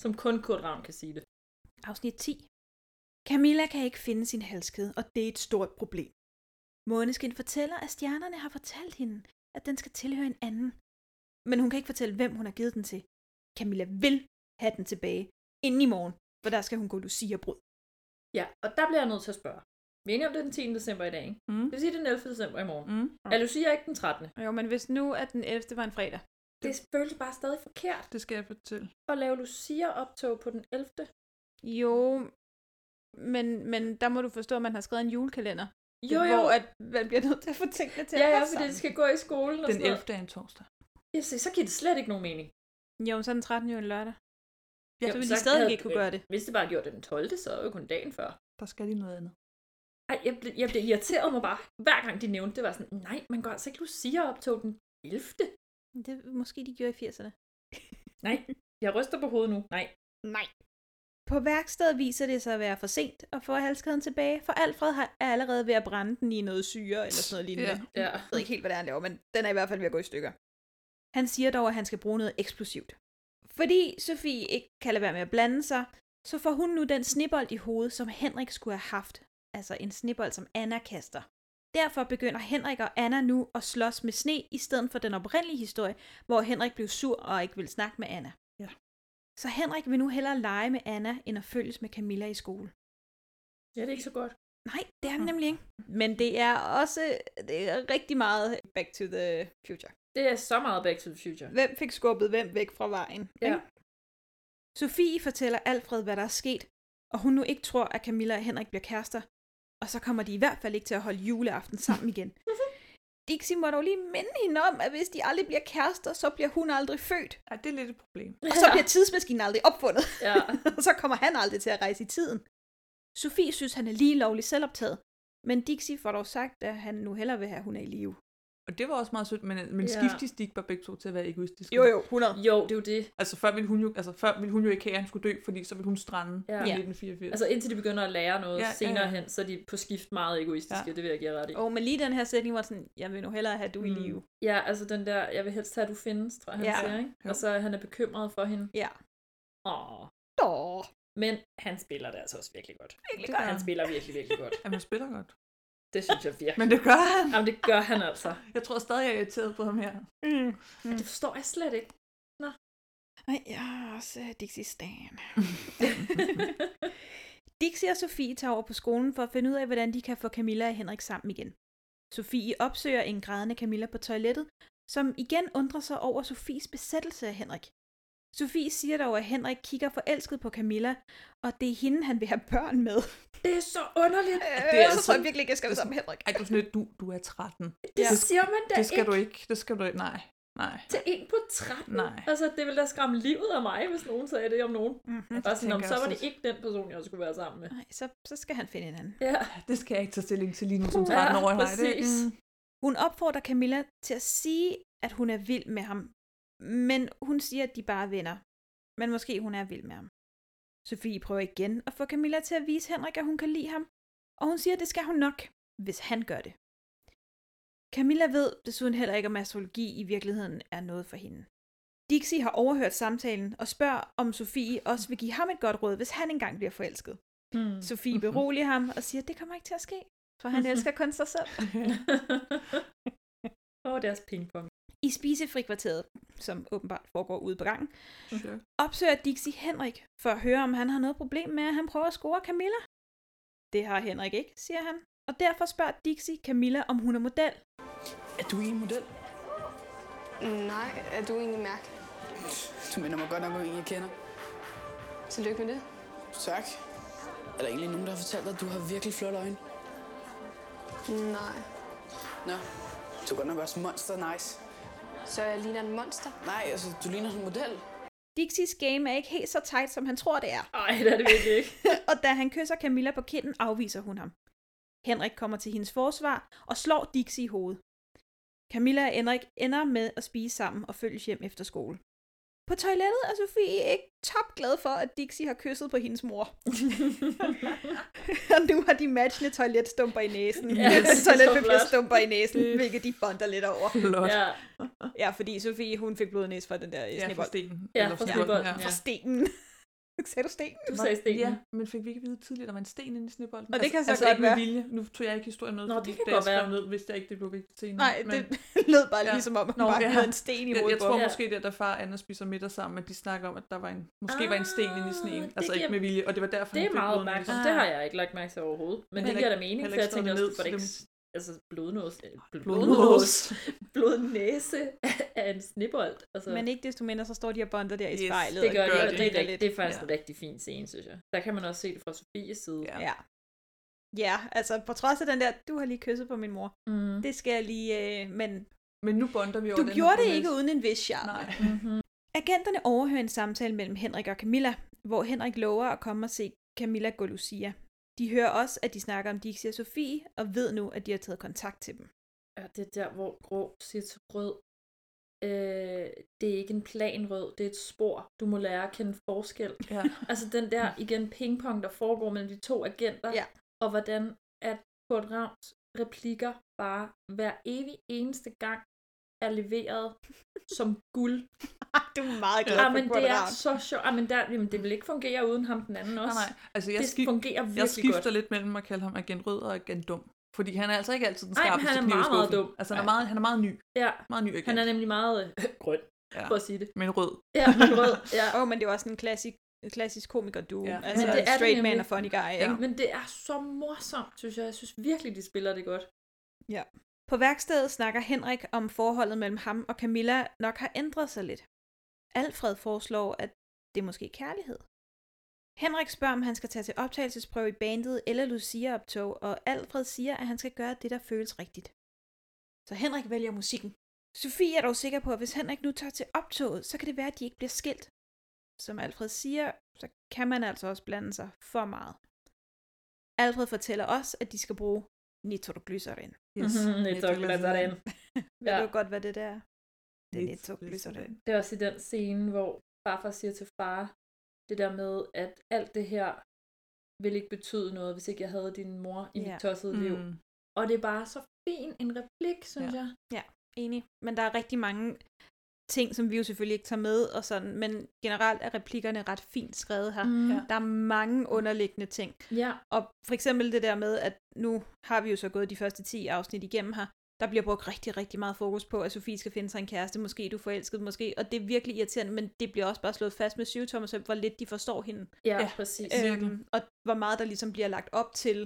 Som kun Kurt Ravn kan sige det. Afsnit 10. Camilla kan ikke finde sin halskæde, og det er et stort problem. Måneskin fortæller, at stjernerne har fortalt hende, at den skal tilhøre en anden. Men hun kan ikke fortælle, hvem hun har givet den til. Camilla vil have den tilbage inden i morgen, for der skal hun gå Lucia-brud. Ja, og der bliver jeg nødt til at spørge. Vi er enige om, det er den 10. december i dag, ikke? Mm. Det vil sige, det er den 11. december i morgen. Mm. Er Lucia ikke den 13. Jo, men hvis nu, at den 11. var en fredag. Det føles bare stadig forkert Det skal jeg fortælle. at lave Lucia-optog på den 11. Jo, men, men der må du forstå, at man har skrevet en julekalender. Jo, jo. Hvor at man bliver nødt til at få tingene til ja, at ja, passe fordi det sammen. skal gå i skolen og Den sådan 11. er en torsdag. noget. Jeg siger, så giver det slet ikke nogen mening. Jo, men så er den 13. jo en lørdag. Ja, så ville de stadig ikke kunne gøre det. øh, Hvis det bare gjorde det den 12., så var jo kun dagen før. Der skal de noget andet. Ej, jeg blev, jeg blev irriteret mig bare, hver gang de nævnte det, var sådan, nej, man går altså ikke Lucia-optog den 11. Det måske de gjorde i 80'erne. Nej, jeg ryster på hovedet nu. Nej. Nej. På værkstedet viser det sig at være for sent at få halskæden tilbage, for Alfred har er allerede ved at brænde den i noget syre eller sådan noget lignende. Ja. Jeg ved ikke helt, hvad det er, han laver, men den er i hvert fald ved at gå i stykker. Han siger dog, at han skal bruge noget eksplosivt. Fordi Sofie ikke kan lade være med at blande sig, så får hun nu den snebold i hovedet, som Henrik skulle have haft. Altså en snebold, som Anna kaster. Derfor begynder Henrik og Anna nu at slås med sne, i stedet for den oprindelige historie, hvor Henrik blev sur og ikke ville snakke med Anna. Ja. Så Henrik vil nu hellere lege med Anna, end at følges med Camilla i skole. Ja, det er ikke så godt. Nej, det er den nemlig ikke. Men det er også det er rigtig meget Back to the Future. Det er så meget Back to the Future. Hvem fik skubbet hvem væk fra vejen? Ja. ikke? Sofie fortæller Alfred, hvad der er sket, og hun nu ikke tror, at Camilla og Henrik bliver kærester. Og så kommer de i hvert fald ikke til at holde juleaften sammen igen. Dixie må dog lige minde hende om, at hvis de aldrig bliver kærester, så bliver hun aldrig født. Ja, det er lidt et problem. Og så bliver tidsmaskinen aldrig opfundet. Ja. og så kommer han aldrig til at rejse i tiden. Sofie synes, han er lige lovlig selvoptaget. Men Dixie får dog sagt, at han nu hellere vil have, at hun er i live. Og det var også meget sødt, men, øh, men Ja. ja. skiftes de ikke bare begge to til at være egoistiske? Jo, jo, 100. Jo, det er jo det. Altså før ville hun jo, altså, før ville hun jo ikke have, at han skulle dø, fordi så ville hun strande ja. i 1984. Altså indtil de begynder at lære noget Ja, ja, ja, senere ja. hen, så er de på skift meget egoistiske, ja. Ja. det vil jeg give jer ret i. Og oh, men lige den her sætning var sådan, jeg vil nu hellere have, at du er i live. Ja, altså den der, jeg vil helst have, at du findes, tror jeg, han Ja. ja. siger, ikke? Jo. Og så han er bekymret for hende. Ja. Åh. Åh. Men han spiller det altså også virkelig godt. Det Virkelig godt. gør Han han. spiller virkelig, virkelig godt. Jamen, han spiller godt. Det synes jeg virkelig. Men det gør han. Jamen, det gør han altså. Jeg tror stadig, jeg er irriteret på ham her. Mm. Mm. Det forstår jeg slet ikke. Nej, jeg er også øh, Dixie Stan. Dixie og Sofie tager over på skolen for at finde ud af, hvordan de kan få Camilla og Henrik sammen igen. Sofie opsøger en grædende Camilla på toilettet, som igen undrer sig over Sofies besættelse af Henrik. Sofie siger dog, at Henrik kigger forelsket på Camilla, og det er hende, han vil have børn med. Det er så underligt. Øh, det er så tror jeg virkelig ikke, jeg skal være sammen med Henrik. Ej, du, er sådan lidt, du, du er 13. Det siger man da Det skal ikke. du ikke. Det skal du ikke. Nej. Nej. Til en på 13. Øh, Nej. Altså, det ville da skræmme livet af mig, hvis nogen sagde det om nogen. Mm-hmm. Mhm. Og sådan, om, Mm, tænker så jeg var også det ikke den person, jeg skulle være sammen med. Nej, så, så skal han finde en anden. Ja. "Ah, Det skal jeg ikke tage stilling til lige nu som Ja, 13 år. Nej, det, præcis. mm. Hun opfordrer Camilla til at sige, at hun er vild med ham, men hun siger, at de bare er venner. Men måske hun er vild med ham. Sofie prøver igen at få Camilla til at vise Henrik, at hun kan lide ham, og hun siger, at det skal hun nok, hvis han gør det. Camilla ved desuden heller ikke, om astrologi i virkeligheden er noget for hende. Dixie har overhørt samtalen og spørger, om Sofie også vil give ham et godt råd, hvis han engang bliver forelsket. Hmm. Sofie beroliger ham og siger, at det kommer ikke til at ske, for han elsker kun sig selv. Åh, deres pingpong. I spisefrikvarteret, som åbenbart foregår ude på gangen, Sure. opsøger Dixie Henrik for at høre, om han har noget problem med, at han prøver at score Camilla. Det har Henrik ikke, siger han. Og derfor spørger Dixie Camilla, om hun er model. Er du en model? Nej, er du egentlig mærke? Du minder mig godt nok om en, jeg kender. Tillykke med det. Tak. Er der egentlig nogen, der har fortalt dig, at du har virkelig flotte øjne? Nej, Nå, du er godt nok også monster nice. så jeg ligner en monster. Nej, altså, du ligner en model. Dixies game er ikke helt så tight, som han tror, det er. Ej, det er det virkelig ikke. og da han kysser Camilla på kinden, afviser hun ham. Henrik kommer til hendes forsvar og slår Dixie i hovedet. Camilla og Henrik ender med at spise sammen og følges hjem efter skole. På toilettet er Sofie ikke topglad for, at Dixie har kysset på hendes mor. og nu har de matchende toiletstumper i næsen. Ja, det er så flot. Toiletpapirstumper i næsen, Det er hvilket de bonder lidt over. Flot. Ja, Ja, fordi Sofie hun fik blodnæs fra den der ja, snebold. stenen. Ja, Eller fra stenen, snebolden, ja. ja. Fra stenen. Sagde du stenen? du sagde stenen. Ja, men fik vi ikke vide tidligere, at der var en sten inde i snebolden? Og det kan så altså, godt ikke med være. vilje. Nu tog jeg ikke historien med, Nå, fordi det kan da jeg godt være. skrev ned, vidste jeg ikke, det blev vigtigt senere. Nej, det lød bare Mm, ja. ligesom om, at hun bare havde en sten i jeg, jeg hovedet på tror ham. måske, det er, da far og Anna spiser middag sammen, at de snakker om, at der var en, måske var en sten inde i sneen. Ah, Altså det ikke med giver- vilje, og det var derfor, Det han er fik meget blodnæse. opmærksom. Det har jeg ikke lagt mærke til overhovedet. Men det Heller giver da ikke- mening, heller for jeg ikke tænkte skrevet også, ned, for det så ikke... Altså, blodnås... øh, bl- Blodnås. Blodnås. Blodnæse af en snebold. Altså, Men ikke desto mindre, så står de og bonder der i Yes, spejlet. det og gør det, griner og det, er, rigtig- lidt. det er faktisk ja. en rigtig fin scene, synes jeg. Der kan man også se det fra Sofies side. Ja. Ja. ja, altså på trods af den der, du har lige kysset på min mor. Mm. Det skal jeg lige, øh, men Men nu bonder vi over du den her gjorde det blodnæse. ikke uden en vis charme. Nej. Agenterne overhører en samtale mellem Henrik og Camilla, hvor Henrik lover at komme og se Camilla gå Lucia. De hører også, at de snakker om Dixie og Sofie, og ved nu, at de har taget kontakt til dem. Ja, det er der, hvor grå siger til rød. Øh, det er ikke en plan rød, det er et spor. Du må lære at kende forskel. Ja. Altså den der, igen, pingpong, der foregår mellem de to agenter, Ja. og hvordan at Kurt Ravns replikker bare hver evig eneste gang er leveret som guld du er meget glad Ja, for men det er Quadrat. så sjovt. Ja, men der, jamen, det vil ikke fungere uden ham den anden også. Nej, nej. Altså, jeg det skif- fungerer Jeg virkelig skifter godt. lidt mellem at kalde ham agent rød og agent dum. Fordi han er altså ikke altid den Ej, men skarpeste han er kniv i meget, meget skuffen. dum. Altså, han er Ja. meget, han er meget ny. Ja. Meget ny agent. Han er nemlig meget øh, grøn, Ja. for at sige det. Men rød. Ja, men rød. Ja. Åh, oh, men det er også en klassik, en klassisk komiker duo. Ja. Ja. Altså, Men det det er er det straight man nemlig. og funny guy, ikke? Ja. Men det er så morsomt, synes jeg. Jeg synes virkelig, de spiller det godt. Ja. På værkstedet snakker Henrik om forholdet mellem ham og Camilla nok har ændret sig lidt. Alfred foreslår, at det er måske kærlighed. Henrik spørger, om han skal tage til optagelsesprøve i bandet eller Lucia-optog, og Alfred siger, at han skal gøre det, der føles rigtigt. Så Henrik vælger musikken. Sofie er dog sikker på, at hvis Henrik nu tager til optoget, så kan det være, at de ikke bliver skilt. Som Alfred siger, så kan man altså også blande sig for meget. Alfred fortæller os, at de skal bruge nitroglycerin. Yes, Mhm, nitroglycerin. nitroglycerin. Ved Ja. du godt, hvad det der er? Det er nitroglycerin. Det er også i den scene, hvor farfar siger til far, det der med, at alt det her ville ikke betyde noget, hvis ikke jeg havde din mor i Ja. mit tossede liv. Mm. Og det er bare så fin en replik, synes Ja. jeg. Ja, enig. Men der er rigtig mange ting, som vi jo selvfølgelig ikke tager med, og sådan, men generelt er replikkerne ret fint skrevet her. Mm. Ja. Der er mange underliggende ting. Ja. Og for eksempel det der med, at nu har vi jo så gået de første 10 afsnit igennem her, der bliver brugt rigtig, rigtig meget fokus på, at Sofie skal finde sig en kæreste, måske du er forelsket, måske, og det er virkelig irriterende, men det bliver også bare slået fast med syvtommers øm, hvor lidt de forstår hende. Øhm, Ja, Ja, præcis. Øh. virkelig. og hvor meget der ligesom bliver lagt op til,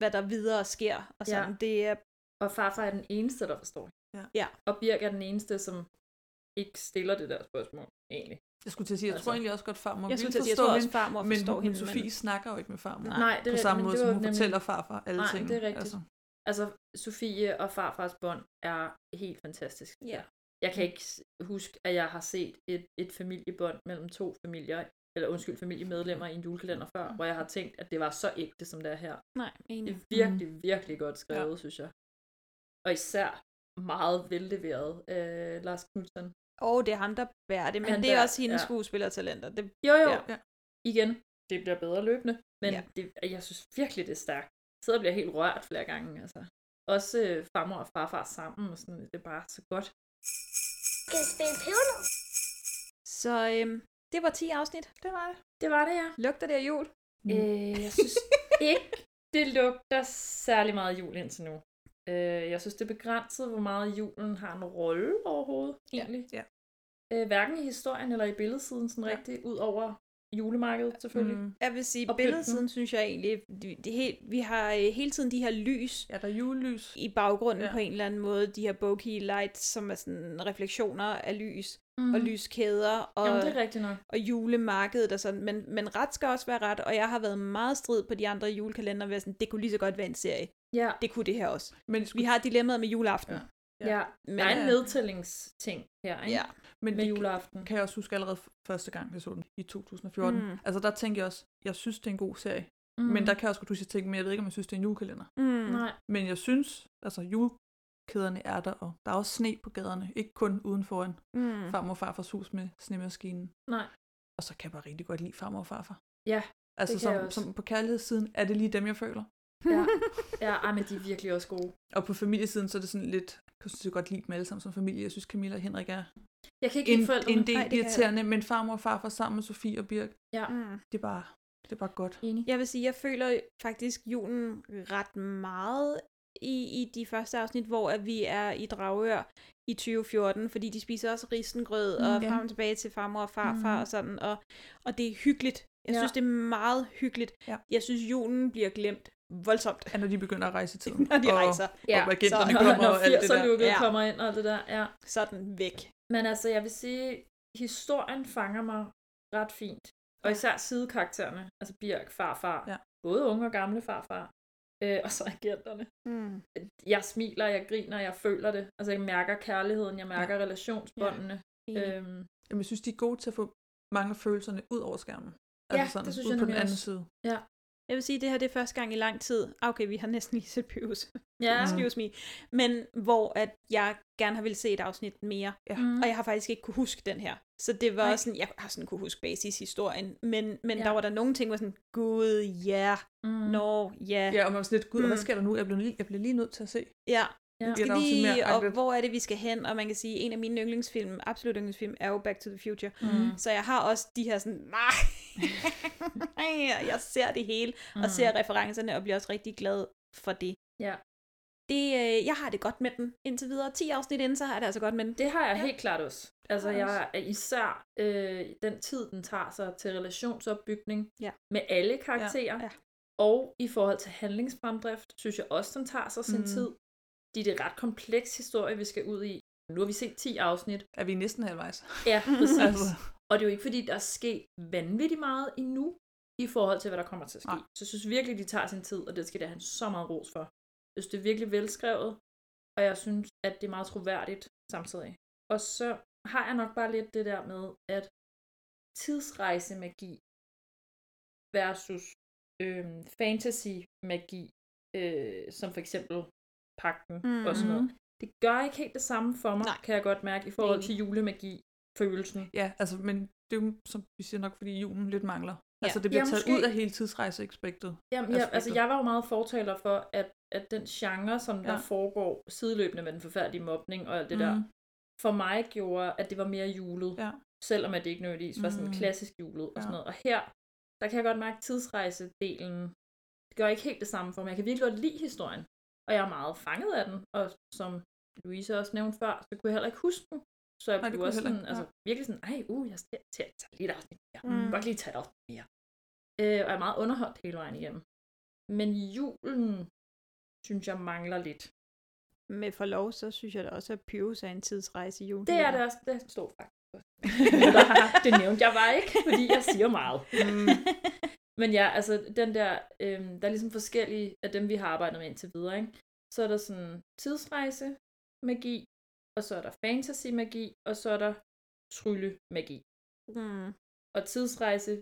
hvad der videre sker, og sådan, Ja. det er... Og farfar er den eneste, der forstår Ja. ja. Og Birk er den eneste, som ikke stiller det der spørgsmål, egentlig. Jeg skulle til at sige, jeg altså, tror egentlig også godt, farmor Jeg ville skulle til at sige, jeg forstå tror også, hende, farmor men forstår hun, hende, men- Sofie snakker jo ikke med farmor. Nej, det på er rigtigt, samme men måde, det som var hun nemlig- fortæller farfar alle Nej, tingene. det er rigtigt. Altså. altså, Sofie og farfars bånd er helt fantastisk. Ja. Jeg kan ikke s- huske, at jeg har set et, et familiebånd mellem to familier, eller undskyld, familiemedlemmer i en julekalender før, hvor jeg har tænkt, at det var så ægte, som det er her. Nej, enig. Det er virkelig, virkelig godt skrevet, Mm-hmm. ja. synes jeg. Og især meget velleveret af Lars Knudsen. Og Mm. det er ham, der bærer det, men Han det er bærer- også hendes ja. ja. skuespillertalenter. Det, Jo, jo. Ja. Ja. Igen, det bliver bedre løbende, men Ja. ja. det, jeg synes virkelig, det er stærkt. Jeg sidder og bliver helt rørt flere gange, altså. Også øh, farmor og farfar sammen, og sådan, det er bare så godt. Skal jeg spille pebernød? Så øhm, det var 10 afsnit. Det var det. Det var det, ja. Lugter det af jul? Øh, jeg synes ikke, det lugter særlig meget af jul indtil nu. Øh, jeg synes, det er begrænset, hvor meget julen har en rolle overhovedet, egentlig. Ja. Øh, hverken i historien eller i billedsiden, sådan rigtigt, ud over julemarkedet, selvfølgelig. Mm. Jeg vil sige, Og billedsiden pynten. synes jeg egentlig, det, det helt, vi har øh, hele tiden de her lys. Ja, der er julelys. I baggrunden ja. Ja. på en eller anden måde. De her bokeh lights, som er sådan refleksioner af lys. Mm. Mhm. Og lyskæder. Og, Jamen, det er rigtigt nok. Og julemarkedet og sådan. Men, men ret skal også være ret, og jeg har været meget strid på de andre julekalender, ved at sådan, det kunne lige så godt være en serie. Ja. Det kunne det her også. Men Vi har dilemmaet med juleaften. Ja. Ja, Men- der er en nedtællingsting her, ikke? Ja. Men med det juleaften. kan jeg også huske allerede f- første gang, jeg så den i 2014. Mm. Mm. Altså der tænkte jeg også, jeg synes, det er en god serie. Mm. Mm. Men der kan jeg også godt huske, at jeg tænkte, men jeg ved ikke, om jeg synes, det er en julekalender. Mm. Nej. Men jeg synes, altså julekæderne er der, og der er også sne på gaderne. Ikke kun uden foran Mm. mm. farmor og farfars hus med snemaskinen. Nej. Og så kan jeg bare rigtig godt lide farmor og farfar. Ja, Altså det kan jeg som, også. som på kærlighedssiden er det lige dem, jeg føler. Ja, ja ej, men de er virkelig også gode. Og på familiesiden, så er det sådan lidt, jeg synes, jeg godt lide dem alle sammen som familie. Jeg synes, Camilla og Henrik er Jeg kan ikke lide en, forældrene. en del Nej, Ej, det kan jeg irriterende, men farmor og farfar sammen med Sofie og Birk, Ja. Mm. det er bare, det er bare godt. Enig. Jeg vil sige, jeg føler faktisk julen ret meget i, i de første afsnit, hvor at vi er i Dragør i 2014, fordi de spiser også risengrød og Mm, ja. frem og tilbage til farmor og farfar Mm. og sådan, og, og det er hyggeligt. Jeg Ja. synes, det er meget hyggeligt. Jeg synes, julen bliver glemt voldsomt. Ja, når de begynder at rejse i tiden. når de Og- rejser. Ja. og agenterne så, kommer når, og alt det der. 80'er-looket Ja. kommer ind og det der, ja. Så er den væk. Men altså, jeg vil sige, historien fanger mig ret fint. Og især sidekaraktererne, altså Birk, farfar, ja. både unge og gamle farfar, øh, og så agenterne. Mm. Jeg smiler, jeg griner, jeg føler det. Altså, jeg mærker kærligheden, jeg mærker ja. relationsbåndene. Ja. Ja. Øhm, Jamen, jeg synes, de er gode til at få mange af følelserne ud over skærmen. Altså Ja, det synes ud jeg på den nemlig anden også. side. ja. Jeg vil sige, at det her det er første gang i lang tid. Ah, Okay, vi har næsten lige set Pyrus. Ja. Mm. Excuse me. Men hvor at jeg gerne har ville se et afsnit mere. Ja. Mm. Og jeg har faktisk ikke kunne huske den her. Så det var Nej. også sådan, jeg har sådan kunne huske basis-historien. Men, men ja. Ja. der var der nogle ting, hvor sådan, gud, ja, yeah. mm. nå, ja. Ja, og man var sådan lidt, gud, mm. hvad sker der nu? Jeg blev, lige, jeg blev lige nødt til at se. Ja, Ja. Skal lige op, hvor er det, vi skal hen? Og man kan sige, en af mine yndlingsfilm, absolut yndlingsfilm, er jo Back to the Future. Mm. Så jeg har også de her sådan, nej, Og jeg ser det hele, mm. Mm. og ser referencerne, og bliver også rigtig glad for det. Ja. Det, øh, jeg har det godt med den indtil videre. 10 afsnit inden, så har jeg det altså godt med den. Det har jeg ja. helt klart også. Altså, Har jeg jeg er især øh, den tid, den tager sig til relationsopbygning Ja. med alle karakterer. Ja. Ja. Og i forhold til handlingsfremdrift, synes jeg også, den tager sig sin Mm. mm. tid. Det er det ret kompleks historie, vi skal ud i. Nu har vi set 10 afsnit. Er vi næsten halvvejs? Ja, præcis. Altså. Og det er jo ikke, fordi der er sket vanvittigt meget endnu, i forhold til, hvad der kommer til at ske. Nej. Så jeg synes virkelig, de tager sin tid, og det skal der have så meget ros for. Jeg synes, det er virkelig velskrevet, og jeg synes, at det er meget troværdigt samtidig. Og så har jeg nok bare lidt det der med, at tidsrejsemagi versus øhm, fantasy-magi, øh, som for eksempel pakken mm-hmm. og sådan noget, det gør ikke helt det samme for mig, Nej. kan jeg godt mærke, i forhold til julemagi, følelsen. Ja, altså, men det er jo, som vi siger nok, fordi julen lidt mangler. Ja. Altså, det bliver Ja, taget måske. ud af hele tidsrejse-aspektet. Jamen, jeg, altså, aspektet. jeg var jo meget fortaler for, at, at den genre, som ja. Ja. der foregår sideløbende med den forfærdelige mobning og alt det mm. der, Mhm. for mig gjorde, at det var mere julet. Ja. Selvom at det ikke nødvendigvis var sådan Mhm. klassisk julet og Ja. sådan noget. Og her, der kan jeg godt mærke, at tidsrejsedelen gør ikke helt det samme for mig. Jeg kan virkelig godt lide historien, og jeg er meget fanget af den. Og som Louise også nævnte før, så kunne jeg heller ikke huske den. Så jeg Nej, det blev kunne også jeg heller sådan, ikke. altså, Nej. virkelig sådan, ej, uh, jeg skal til at tage lidt afsnit mere. Mm. Mm. Jeg kan godt lige tage et afsnit mere. Øh, og er meget underholdt hele vejen igennem. Men julen, synes jeg, mangler lidt. Med forlov, så synes jeg da også, at Pyrus er en tidsrejse i julen. Det er det også. Det står faktisk også. det nævnte jeg bare ikke, fordi jeg siger meget. Mm. Men ja, altså den der, øhm, der er ligesom forskellige af dem, vi har arbejdet med indtil videre. Ikke? Så er der sådan tidsrejse, magi, og så er der fantasy magi, og så er der trylle magi. Mm. Og tidsrejse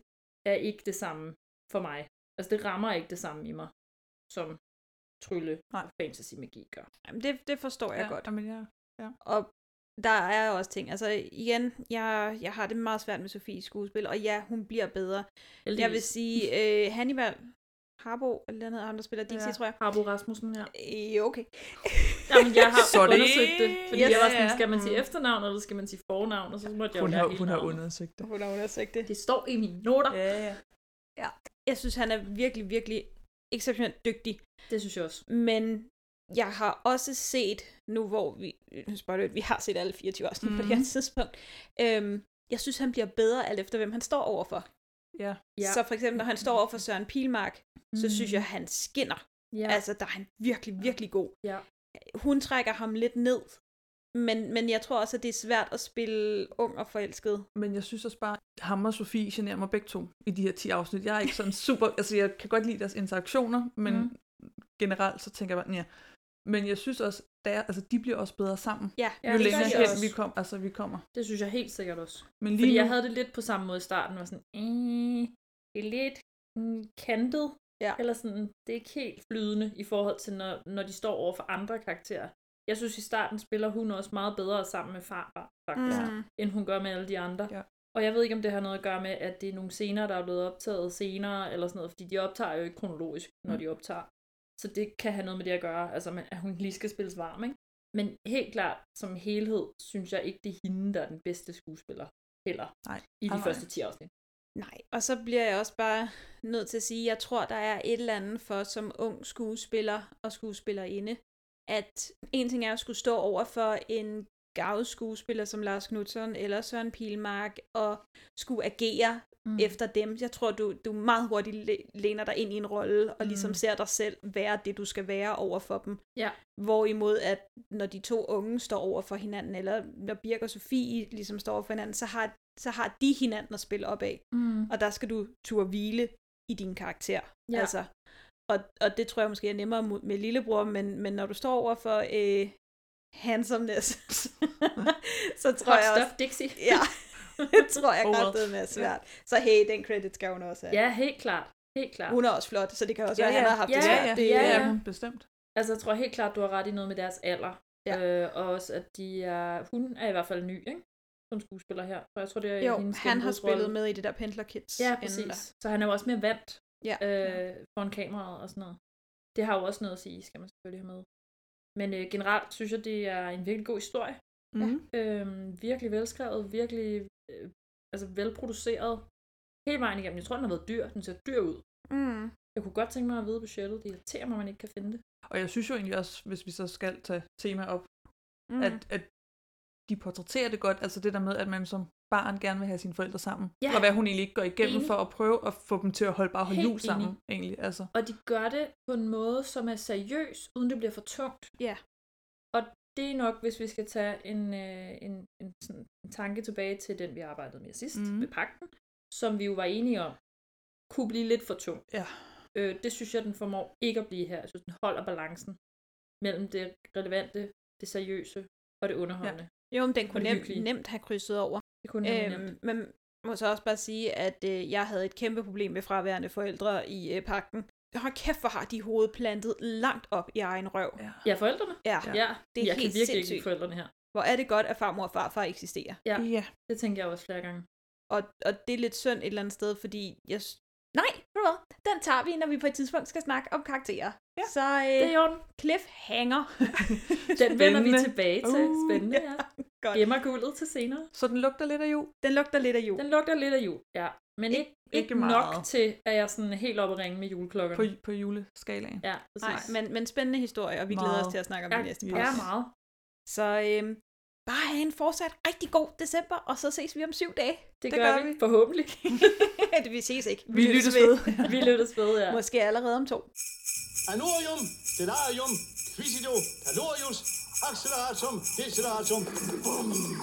er ikke det samme for mig. Altså det rammer ikke det samme i mig, som trylle og fantasy magi gør. Jamen, det, det forstår jeg Ja, godt. Jamen, ja. Ja. Og der er jo også ting. Altså igen, jeg, jeg har det meget svært med Sofies skuespil, og ja, hun bliver bedre. Heldigvis. Jeg vil sige, øh, Hannibal Harbo, eller noget ham, der spiller Dixie, Ja, ja. tror jeg. Harbo Rasmussen, ja. Øh, okay. Jamen, jeg har Sorry. undersøgt det, fordi Yes. jeg var sådan, Ja, ja. skal man sige efternavn, eller skal man sige fornavn, og så måtte jeg Mm. Hun jo har, lære hele hun har navnet. undersøgt det. Hun har undersøgt det. Det står i mine noter. Ja, ja. Ja. Jeg synes, han er virkelig, virkelig exceptionelt dygtig. Det synes jeg også. Men jeg har også set, nu hvor vi, nu spoiler, jeg, vi har set alle 24 afsnit mm. på Mhm. det her tidspunkt, øhm, jeg synes, han bliver bedre alt efter, hvem han står overfor. Ja. Ja. Så for eksempel, når han står over for Søren Pilmark, mm. så Mm. synes jeg, han skinner. Ja. Altså, der er han virkelig, virkelig god. Ja. Hun trækker ham lidt ned, men, men jeg tror også, at det er svært at spille ung og forelsket. Men jeg synes også bare, at ham og Sofie generer mig begge to i de her 10 afsnit. Jeg er ikke sådan super... altså, jeg kan godt lide deres interaktioner, men Mm. mm. generelt så tænker jeg bare, ja. Men jeg synes også, der, altså, de bliver også bedre sammen. Ja, Ja, jo det længere gør de hen også. vi, kom, altså, vi kommer. Det synes jeg helt sikkert også. Men Lige lige fordi nu, jeg havde det lidt på samme måde i starten, var sådan, "Øh, det er lidt mm, kantet, ja. eller sådan, det er ikke helt flydende i forhold til, når, når de står over for andre karakterer. Jeg synes, i starten spiller hun også meget bedre sammen med farfar, faktisk, Mm. mm. end hun gør med alle de andre. Ja. Og jeg ved ikke, om det har noget at gøre med, at det er nogle scener, der er blevet optaget senere, eller sådan noget, fordi de optager jo ikke kronologisk, Mm. når de optager. Så det kan have noget med det at gøre, altså men- at hun lige skal spilles varm, ikke? Men helt klart, som helhed, synes jeg ikke, det er hende, der er den bedste skuespiller heller Nej. i de Nej. første 10 afsnit. Nej, og så bliver jeg også bare nødt til at sige, at jeg tror, der er et eller andet for som ung skuespiller og skuespillerinde, at en ting er at skulle stå over for en gavet skuespiller som Lars Knudsen eller Søren Pilmark og skulle agere Mm. mm. efter dem. Jeg tror, du, du meget hurtigt læ- læner dig ind i en rolle og ligesom Mm. mm. ser dig selv være det, du skal være over for dem. Ja. Hvorimod, at når de to unge står over for hinanden, eller når Birk og Sofie ligesom står over for hinanden, så har, så har de hinanden at spille op af. Mm. Og der skal du turde hvile i din karakter. Ja. Altså, og, og det tror jeg måske er nemmere mod- med lillebror, men, men når du står over for øh, handsomeness, så tror Hot jeg stuff, også... Dixie. Ja, det tror jeg Ordet. godt, det er svært. Så hey, den credit skal hun også have. Ja, helt klart. Helt klart. Hun er også flot, så det kan også Ja, være, at han ja. har haft Ja, det svært. ja. Det, Ja, ja, ja. hun bestemt. Altså, jeg tror helt klart, du har ret i noget med deres alder. Ja. Øh, og også, at de er... Hun er i hvert fald ny, ikke? Som skuespiller her. Så jeg tror, det er Jo, hendes han har genbrugsrolle. spillet med i det der Pendler Kids. Ja, inden præcis. da. Så han er jo også mere vant Ja. øh, foran kameraet og sådan noget. Det har jo også noget at sige, skal man selvfølgelig have med. Men øh, generelt synes jeg, det er en virkelig god historie. Mhm. Øhm, virkelig velskrevet, virkelig øh, altså velproduceret. Hele vejen igennem. Jeg tror, den har været dyr. Den ser dyr ud. Mm. Jeg kunne godt tænke mig at vide budgettet. Det irriterer mig, at man ikke kan finde det. Og jeg synes jo egentlig også, hvis vi så skal tage tema op, Mm. mm. at, at de portrætterer det godt, altså det der med, at man som barn gerne vil have sine forældre sammen, Ja. og hvad hun egentlig ikke går igennem Enig. for at prøve at få dem til at holde bare holde Helt jul sammen, enig. egentlig. Altså. Og de gør det på en måde, som er seriøs, uden det bliver for tungt. Ja. Og det er nok, hvis vi skal tage en, øh, en, en, sådan, en tanke tilbage til den, vi arbejdede med sidst, Mhm. mm. med pakten, som vi jo var enige om, kunne blive lidt for tung. Ja. Øh, det synes jeg, den formår ikke at blive her. Jeg synes, den holder balancen mellem det relevante, det seriøse og det underholdende. Jo, men den Og kunne det nemt, hyggelige. nemt have krydset over. Det kunne den nemlig nemt. Øhm, Men må så også bare sige, at øh, jeg havde et kæmpe problem med fraværende forældre i øh, pakken. Hold kæft, hvor har de hovedet plantet langt op i egen røv. Ja, Ja, forældrene. ja. ja. det er helt jeg kan virkelig ikke sindssygt. lide forældrene her. Hvor er det godt, at farmor og farfar eksisterer. Ja, ja, det tænker jeg også flere gange. Og, og det er lidt synd et eller andet sted, fordi jeg... s- Nej, ved du hvad? Den tager vi, når vi på et tidspunkt skal snakke om karakterer. Ja. Så øh, Det er i orden. cliffhanger. Den vender vi tilbage til. Uh, Spændende, ja. Godt. Gemmer guldet til senere. Så den lugter lidt af jul? Den lugter lidt af jul. Den lugter lidt af jul, ja. Men ikke, ikke, ikke ikke nok meget. til, at jeg sådan er helt oppe at ringe med juleklokkerne. På, på juleskalaen. Ja, Nej, præcis. men, men spændende historie, og vi meget. glæder os til at snakke om ja, det i næste ja, podcast. meget. Så øhm, bare have en fortsat rigtig god december, og så ses vi om syv dage. Det gør vi, forhåbentlig. det, vi ses ikke. Vi lyttes ved. vi lyttes ved, ja. Måske allerede om to. Anorium, delarium, quisido, calorius, acceleratum, deceleratum. Bum.